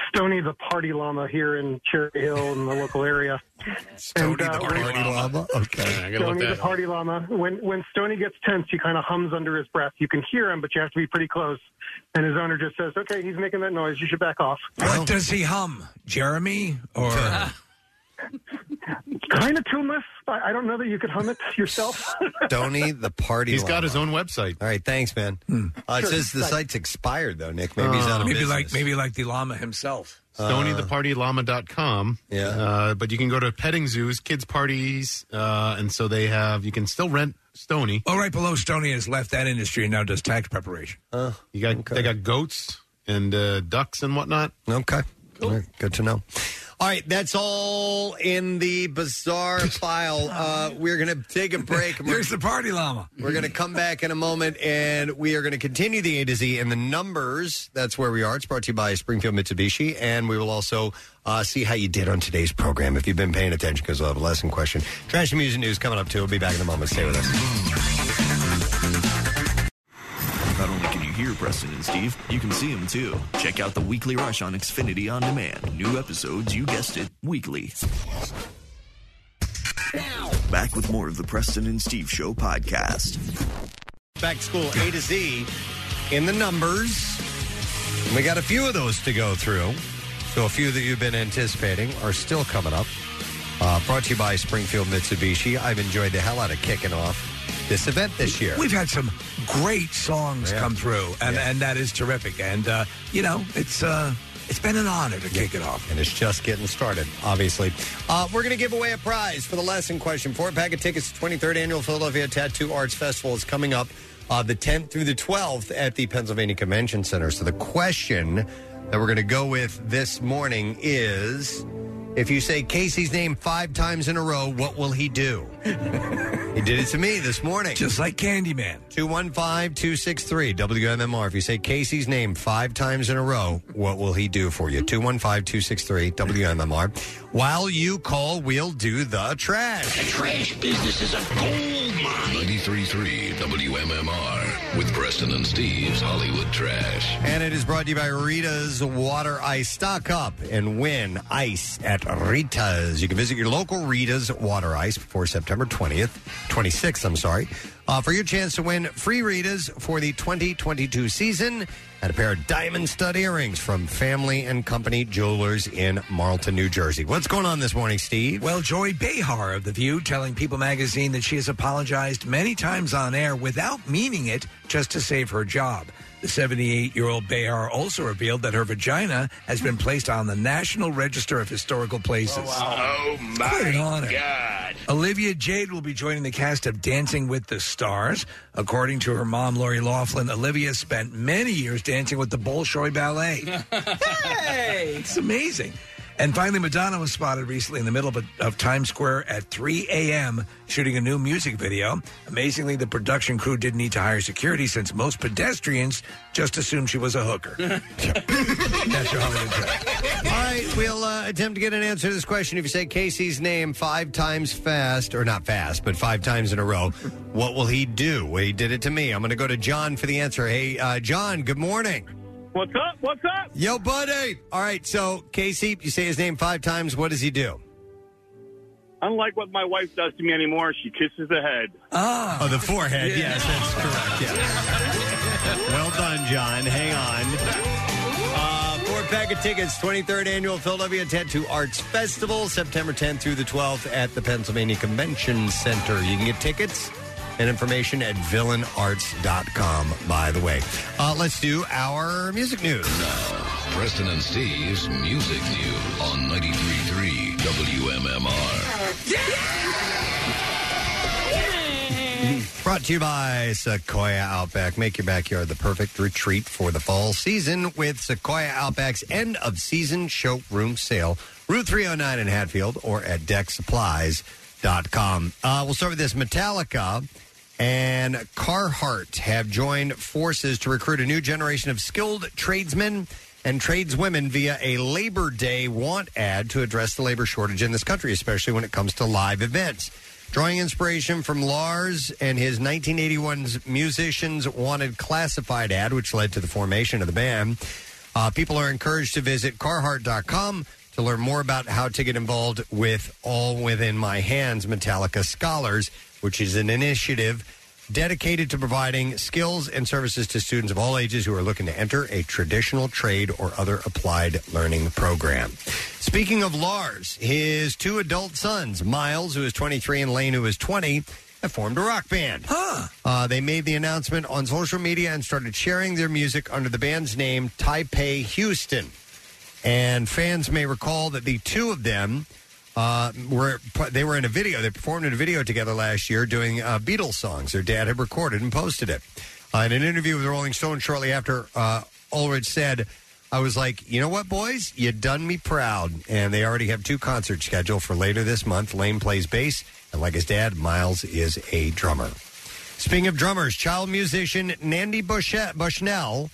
Stony the Party Llama here in Cherry Hill in the local area. uh, Stony the Party Llama. [LAUGHS] Okay, Stony the Party Llama. When when Stony gets tense, he kind of hums under his breath. You can hear him, but you have to be pretty close. And his owner just says, "Okay, he's making that noise. You should back off." What does he hum? Jeremy or Kind of tuneless. I, I don't know that you could hum it yourself. Stony the party. He's got his own website. All right, thanks, man. Hmm. Uh, it Sure, says the thanks. site's expired though, Nick. Maybe he's out of maybe business. Uh, like maybe like the llama himself. StonyThePartyLlama.com. Yeah. Uh, but you can go to petting zoos, kids' parties, uh, and so they have, you can still rent Stony. Oh, right below Stony has left that industry and now does tax preparation. you Oh, got They got goats and uh, ducks and whatnot. Okay. All right, good to know. All right, that's all in the bizarre [LAUGHS] file. Uh, we're going to take a break. There's the party llama. We're going to come back in a moment, and we are going to continue the A to Z and the numbers. That's where we are. It's brought to you by Springfield Mitsubishi, and we will also uh, see how you did on today's program if you've been paying attention because we'll have a lesson question. Trash and music news coming up too. We'll be back in a moment. Stay with us. Not only can you hear Preston and Steve, you can see them too. Check out the Weekly Rush on Xfinity On Demand. New episodes, you guessed it, weekly. Back with more of the Preston and Steve Show podcast. Back to school A to Z in the numbers. And we got a few of those to go through. So a few that you've been anticipating are still coming up. Uh, brought to you by Springfield Mitsubishi. I've enjoyed the hell out of kicking off this event this year. We've had some great songs come through, and, and that is terrific. And uh, you know, it's uh, it's been an honor to kick it off. And it's just getting started, obviously. Uh, we're going to give away a prize for the lesson question. Four pack of tickets to 23rd Annual Philadelphia Tattoo Arts Festival is coming up uh, the 10th through the 12th at the Pennsylvania Convention Center. So the question that we're going to go with this morning is if you say Casey's name five times in a row, what will he do? he did it to me this morning. Just like Candyman. 215 263 WMMR. If you say Casey's name five times in a row, what will he do for you? 215 263 WMMR. While you call, we'll do the trash. The trash business is a gold mine. 93.3 WMMR with Preston and Steve's Hollywood Trash. And it is brought to you by Rita's Water Ice. Stock up and win ice at Rita's. You can visit your local Rita's Water Ice before September 20th, 26th, I'm sorry, uh, for your chance to win free Rita's for the 2022 season and a pair of diamond stud earrings from Family and Company Jewelers in Marlton, New Jersey. What's going on this morning, Steve? Well, Joy Behar of The View telling People magazine that she has apologized many times on air without meaning it just to save her job. The 78 year old Behar also revealed that her vagina has been placed on the National Register of Historical Places. Oh, Put it on her. God. Olivia Jade will be joining the cast of Dancing with the Stars. According to her mom, Lori Laughlin, Olivia spent many years dancing with the Bolshoi Ballet. hey! It's amazing. And finally, Madonna was spotted recently in the middle of, of Times Square at 3 a.m. shooting a new music video. Amazingly, the production crew didn't need to hire security since most pedestrians just assumed she was a hooker. That's your Hollywood Trash. All right, we'll uh, attempt to get an answer to this question. If you say Casey's name five times fast, or not fast, but five times in a row, what will he do? Well, he did it to me. I'm going to go to John for the answer. Hey, uh, John, good morning. What's up? What's up? Yo, buddy. All right, so Casey, you say his name five times. What does he do? Unlike what my wife does to me anymore, she kisses the head. Ah. Oh, [LAUGHS] the forehead. Yes, that's correct. Yes. well done, John. Hang on. Uh, four pack of tickets, 23rd Annual Philadelphia Tattoo Arts Festival, September 10th through the 12th at the Pennsylvania Convention Center. You can get tickets and information at villainarts.com, by the way. Uh, let's do our music news. Preston and Steve's Music News on 93.3 WMMR. Brought to you by Sequoia Outback. Make your backyard the perfect retreat for the fall season with Sequoia Outback's end of season showroom sale, Route 309 in Hatfield or at decksupplies.com. Uh, we'll start with this Metallica and Carhartt have joined forces to recruit a new generation of skilled tradesmen and tradeswomen via a Labor Day want ad to address the labor shortage in this country, especially when it comes to live events. Drawing inspiration from Lars and his 1981's Musicians Wanted Classified ad, which led to the formation of the band, uh, people are encouraged to visit carhartt.com to learn more about how to get involved with All Within My Hands Metallica Scholars, which is an initiative dedicated to providing skills and services to students of all ages who are looking to enter a traditional trade or other applied learning program. Speaking of Lars, his two adult sons, Miles, who is 23, and Lane, who is 20, have formed a rock band. Huh. Uh, they made the announcement on social media and started sharing their music under the band's name, Taipei Houston. And fans may recall that the two of them uh, were they were in a video. They performed in a video together last year doing uh, Beatles songs. Their dad had recorded and posted it. Uh, in an interview with Rolling Stone shortly after, uh, Ulrich said, "I was like, you know what, boys, you done me proud." And they already have two concerts scheduled for later this month. Lane plays bass, and like his dad, Miles is a drummer. Speaking of drummers, child musician Nandi Bushet- Bushnell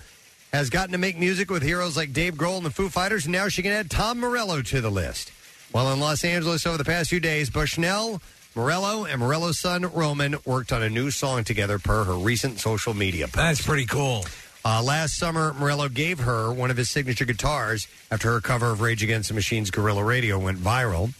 has gotten to make music with heroes like Dave Grohl and the Foo Fighters, and now she can add Tom Morello to the list. While in Los Angeles over the past few days, Bushnell, Morello, and Morello's son Roman worked on a new song together per her recent social media post. That's pretty cool. Uh, last summer, Morello gave her one of his signature guitars after her cover of Rage Against the Machine's Guerrilla Radio went viral.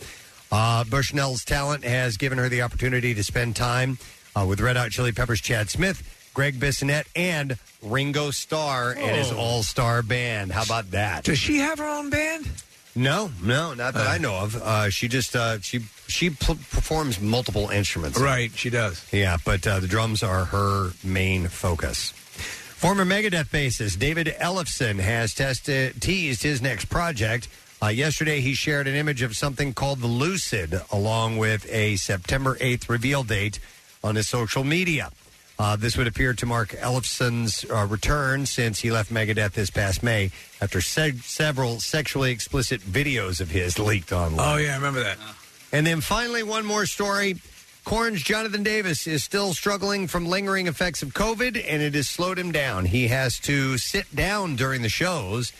Uh, Bushnell's talent has given her the opportunity to spend time uh, with Red Hot Chili Peppers' Chad Smith, Greg Bissonette, and Ringo Starr and his Oh. all star band. How about that? Does she have her own band? No, no, not that I know of. Uh, she just uh, she she pl- performs multiple instruments. Right, she does. Yeah, but uh, the drums are her main focus. Former Megadeth bassist David Ellefson has tested, teased his next project. Uh, yesterday, he shared an image of something called the Lucid, along with a September 8th reveal date on his social media. Uh, this would appear to mark Ellefson's uh, return since he left Megadeth this past May after se- several sexually explicit videos of his leaked online. Oh yeah, I remember that. Uh-huh. And then finally, one more story. Corn's Jonathan Davis is still struggling from lingering effects of COVID, and it has slowed him down. He has to sit down during the shows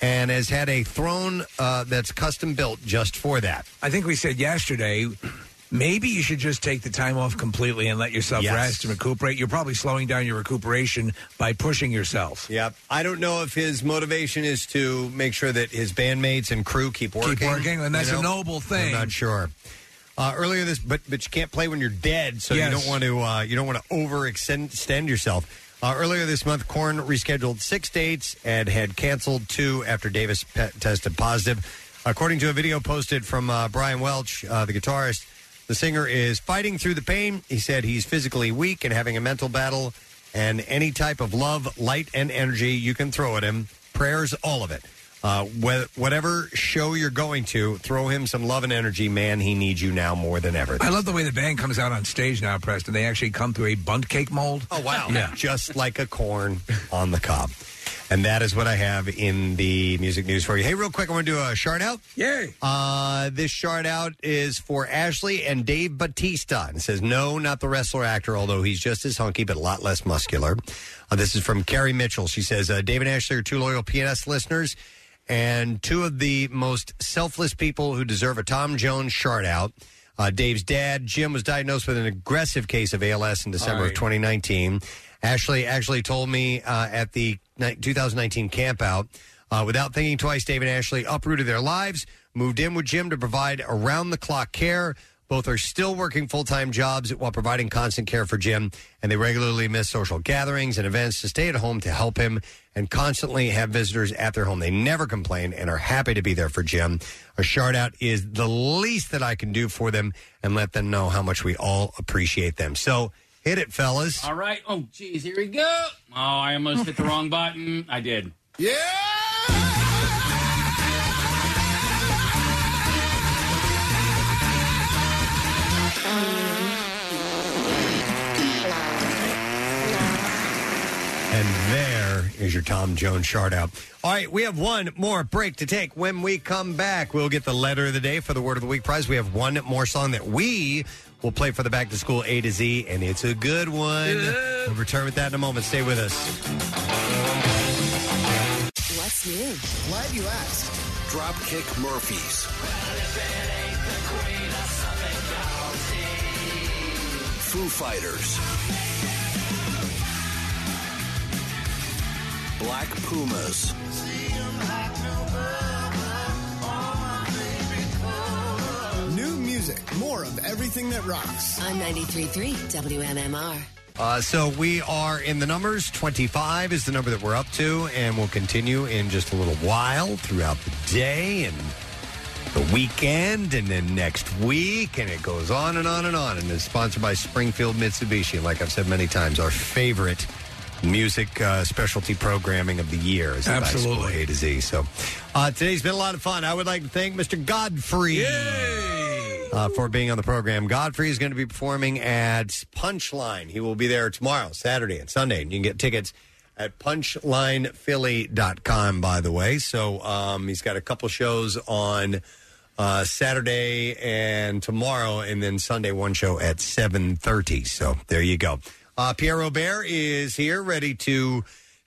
and has had a throne uh, that's custom built just for that. I think we said yesterday. Maybe you should just take the time off completely and let yourself Yes. rest and recuperate. You're probably slowing down your recuperation by pushing yourself. Yep. I don't know if his motivation is to make sure that his bandmates and crew keep working. Keep working, and that's you a know? noble thing. I'm not sure. Uh, earlier this, but but you can't play when you're dead, so Yes. you don't want to uh, you don't want to overextend yourself. Uh, earlier this month, Korn rescheduled six dates and had canceled two after Davis pe- tested positive. According to a video posted from uh, Brian Welch, uh, the guitarist, the singer is fighting through the pain. He said he's physically weak and having a mental battle, and any type of love, light, and energy you can throw at him, prayers, all of it. Uh, wh- whatever show you're going to, throw him some love and energy, man. He needs you now more than ever. I love the way the band comes out on stage now, Preston. They actually come through a bunt cake mold. Oh wow! Yeah. [LAUGHS] just like a corn on the cob. And that is what I have in the music news for you. Hey, real quick, I want to do a shout out. Yay! Uh, this shout out is for Ashley and Dave Batista. And it says, no, not the wrestler actor, although he's just as hunky, but a lot less muscular. Uh, this is from Carrie Mitchell. She says, uh, Dave and Ashley are two loyal PNS listeners and two of the most selfless people who deserve a Tom Jones shout out. Uh, Dave's dad, Jim, was diagnosed with an aggressive case of ALS in December of 2019. Ashley actually told me uh, at the ni- 2019 campout, uh, without thinking twice, Dave and Ashley uprooted their lives, moved in with Jim to provide around the clock care. Both are still working full time jobs while providing constant care for Jim, and they regularly miss social gatherings and events to stay at home to help him and constantly have visitors at their home. They never complain and are happy to be there for Jim. A shout out is the least that I can do for them and let them know how much we all appreciate them. So hit it, fellas. All right. Oh, geez, here we go. Oh, I almost hit the wrong button. I did. Yeah. And there is your Tom Jones shard out. All right, we have one more break to take. When we come back, we'll get the letter of the day for the Word of the Week prize. We have one more song that we will play for the Back to School A to Z, and it's a good one. We'll return with that in a moment. Stay with us. What's new? Glad you asked. Dropkick Murphys. Foo Fighters. Black Pumas. New music, more of everything that rocks. On 93.3 WMMR. Uh, so we are in the numbers. 25 is the number that we're up to, and we'll continue in just a little while throughout the day and the weekend and then next week, and it goes on and on and on. And it's sponsored by Springfield Mitsubishi. And like I've said many times, our favorite music uh, specialty programming of the year is the High School Absolutely. A to Z. So uh, today's been a lot of fun. I would like to thank Mr. Godfrey uh, for being on the program. Godfrey is going to be performing at Punchline. He will be there tomorrow, Saturday, and Sunday. And you can get tickets at punchlinephilly.com, by the way. So um, he's got a couple shows on uh, Saturday and tomorrow, and then Sunday, one show at 7.30. So there you go. Uh, Pierre Robert is here, ready to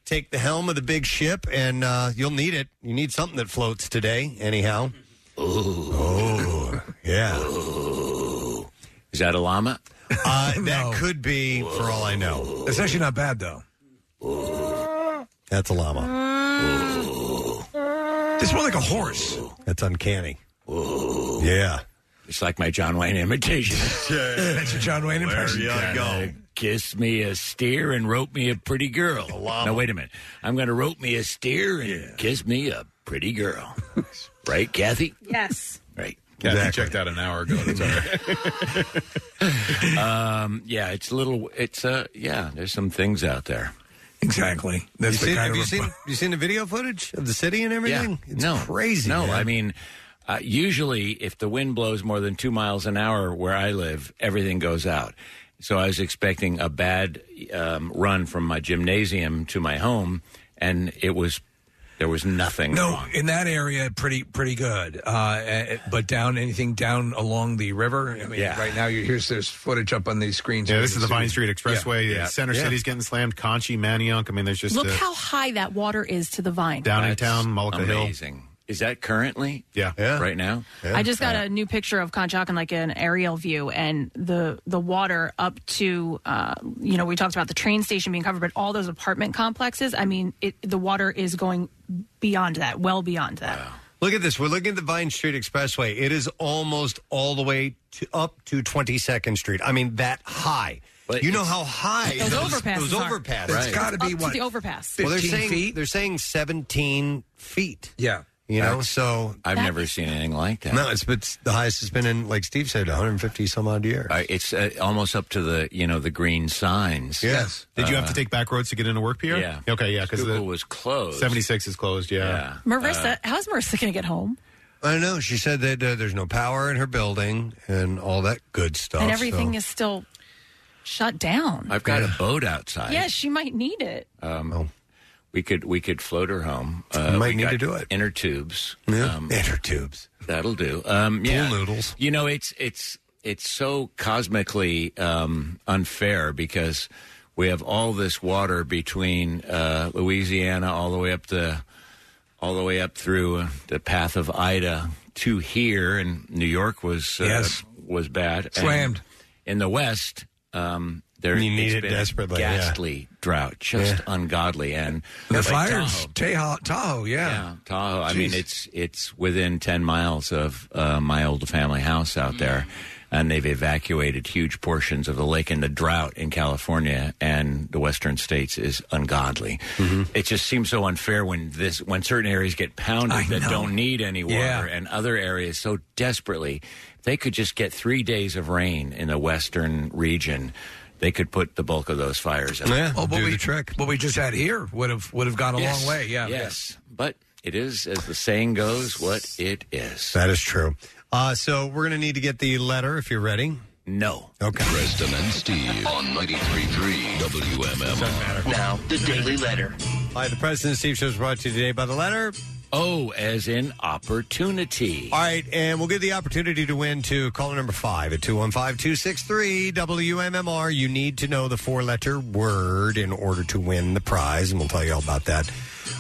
take the helm of the big ship, and uh, you'll need it. You need something that floats today, anyhow. Oh, yeah. Is that a llama? [LAUGHS] Uh, That could be, for all I know. It's actually not bad though. That's a llama. It's more like a horse. That's uncanny. Yeah. It's like my John Wayne [LAUGHS] imitation. That's your John Wayne impression. Gonna Kiss me a steer and rope me a pretty girl. No, wait a minute. I'm going to rope me a steer and kiss me a pretty [LAUGHS] girl. right, Kathy? Yes. Right. Yeah, I checked out an hour ago. That's all [LAUGHS] right. um, yeah, it's a little. It's uh, yeah. There's some things out there. Exactly. That's You the seen- kind have of you seen- You seen the video footage of the city and everything? Yeah. It's no, crazy. No, man. I mean, uh, usually if the wind blows more than two miles an hour where I live, everything goes out. So I was expecting a bad um, run from my gymnasium to my home, and it was there was nothing. No, wrong. in that area, pretty pretty good. Uh, eh, but down anything down along the river. I mean, Yeah. right now you here's there's footage up on these screens. Yeah, this is the Vine Street Expressway. Yeah. Center Yeah. City's getting slammed. Conchi, Manioc. I mean, there's just Look uh, how high that water is to the vine. down in town, Mullica Hill. Amazing. Is that currently? Yeah. Right now? I just got a new picture of Conshohocken, like an aerial view, and the the water up to, uh, you know, we talked about the train station being covered, but all those apartment complexes. I mean, it, the water is going beyond that, well beyond that. Look at this. We're looking at the Vine Street Expressway. It is almost all the way to, up to 22nd Street. I mean, that high. you know how high those, overpasses Those are. overpasses. Up to the overpass. well, they're saying they're saying 17 feet. Yeah. You know, so I've never seen anything like that. No, it's, it's the highest it's been in, like Steve said, 150 some odd years. Uh, it's uh, almost up to the you know the green signs. Uh, Yes. Did you have to take back roads to get into work here? Yeah. Okay, yeah, because the Schuylkill was closed. 76 is closed, yeah. Uh, Uh, Marissa, how's Marissa going to get home? I don't know. She said that uh, there's no power in her building and all that good stuff. and oh, so- everything is still shut down. I've got a boat outside. yeah, she might need it. Um, We could we could float her home. Oh. Uh, You might we need got to do it. Inner tubes. um, Yeah. inner tubes. That'll do. Um, yeah. Pool noodles. You know, it's it's it's so cosmically um, unfair because we have all this water between uh, Louisiana all the way up the all the way up through uh, the path of Ida to here, and New York was uh, Yes. was bad And Slammed. in the West. Um, there You need it's it been a desperately, yeah. Ghastly drought, just Yeah. ungodly, and The like fires, Tahoe. Tahoe, Tahoe yeah. Tahoe. I mean, Jeez. it's it's within ten miles of uh, my old family house out there, and they've evacuated huge portions of the lake. And the drought in California and the western states is ungodly. Mm. It just seems so unfair when this when certain areas get pounded I that know. don't need any water, Yeah. and other areas so desperately they could just get three days of rain in the western region. They could put the bulk of those fires out. Well, what we, What we just had here would have would have gone a Yes. long way. Yeah. Yes. But it is, as the saying goes, what it is. That is true. Uh, so we're going to need to get the letter if you're ready. No. Okay. Preston and Steve on 93.3 WMMR. Now, the Daily Letter. Hi, the President Steve Show is brought to you today by the letter O, as in opportunity. All right, and we'll give the opportunity to win to caller number five at 215 263 WMMR. You need to know the four letter word in order to win the prize, and we'll tell you all about that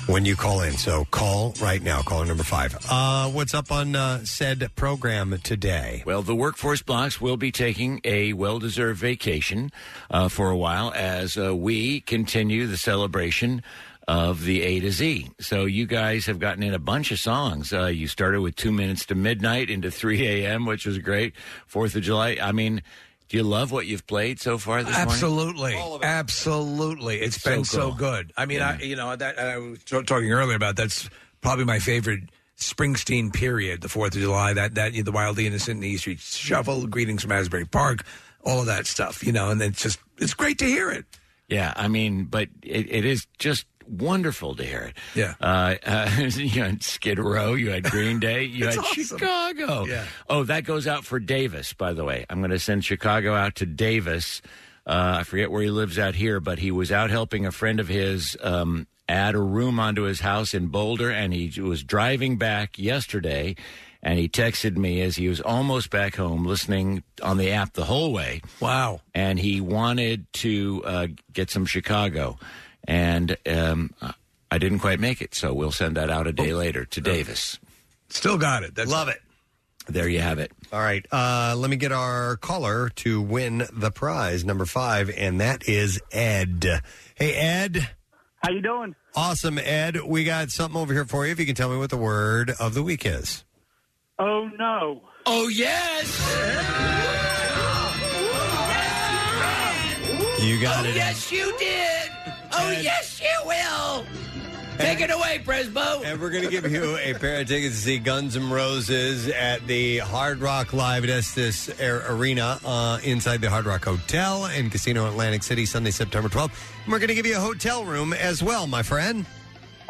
when you call in. So call right now, caller number five. Uh, what's up on uh, said program today? Well, the workforce blocks will be taking a well deserved vacation uh, for a while as uh, we continue the celebration of the A to Z. So, you guys have gotten in a bunch of songs. Uh, you started with Two Minutes to Midnight into 3 a.m., which was great. Fourth of July. I mean, do you love what you've played so far this morning? Absolutely, absolutely. It's So been so cool. good. I mean, I Yeah. you know that I was t- talking earlier about that's probably my favorite Springsteen period. The Fourth of July, that that the Wildly Innocent, the E Street Shuffle, Greetings from Asbury Park, all of that stuff. You know, and it's just it's great to hear it. Yeah, I mean, but it, it is just wonderful to hear it. Yeah. Uh, [LAUGHS] uh, you had Skid Row, you had Green Day, you It's had awesome. Chicago. Yeah. Oh, that goes out for Davis, by the way. I'm going to send Chicago out to Davis. Uh, I forget where he lives out here, but he was out helping a friend of his um, add a room onto his house in Boulder, and he was driving back yesterday. And he texted me as he was almost back home, listening on the app the whole way. Wow! And he wanted to uh, get some Chicago, and um, I didn't quite make it, so we'll send that out a Oh. day later to Davis. Still got it. That's Love it. There you have it. All right, uh, let me get our caller to win the prize, number five, and that is Ed. Hey, Ed. How you doing? Awesome, Ed. We got something over here for you. If you can tell me what the word of the week is. Oh no. Oh yes. You got oh, it. yes, you did. Oh, yes, you will. Take it away, Presbo. And we're going to give you a pair of tickets to see Guns N' Roses at the Hard Rock Live at Estes Air Arena uh, inside the Hard Rock Hotel in Casino Atlantic City Sunday, September 12th. And we're going to give you a hotel room as well, my friend.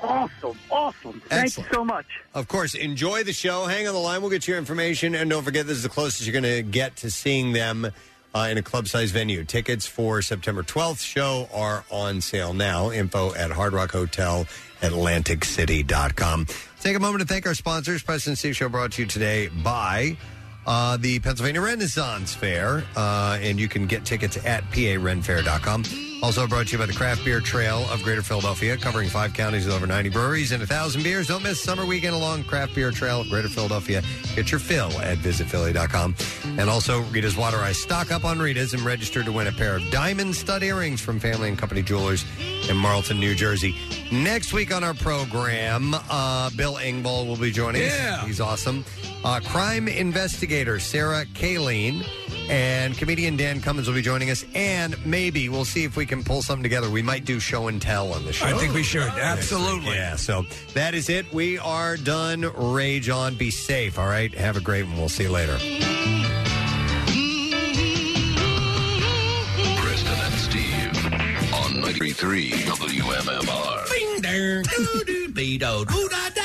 Awesome, awesome. Thank you so much. Of course, enjoy the show. Hang on the line. We'll get your information. And don't forget, this is the closest you're going to get to seeing them uh, in a club sized venue. Tickets for September 12th show are on sale now. Info at Hard Rock Hotel AtlanticCity.com. Take a moment to thank our sponsors. President Steve Show brought to you today by uh, the Pennsylvania Renaissance Fair, uh, and you can get tickets at parenfair.com. Also brought to you by the Craft Beer Trail of Greater Philadelphia, covering five counties with over 90 breweries and 1,000 beers. Don't miss summer weekend along Craft Beer Trail of Greater Philadelphia. Get your fill at visitphilly.com. And also, Rita's Water Ice. Stock up on Rita's and register to win a pair of diamond stud earrings from Family and Company Jewelers in Marlton, New Jersey. Next week on our program, uh, Bill Engvall will be joining us. He's awesome. Uh, crime investigator Sarah Kaline and comedian Dan Cummins will be joining us. And maybe we'll see if we can pull something together. We might do show and tell on the show. I think we should. Next week. Absolutely. Yeah, so that is it. We are done. Rage on. Be safe, all right? Have a great one. We'll see you later. Preston and Steve on 93.3 WMMR. Finger. Doo doo be doo. Doo da da.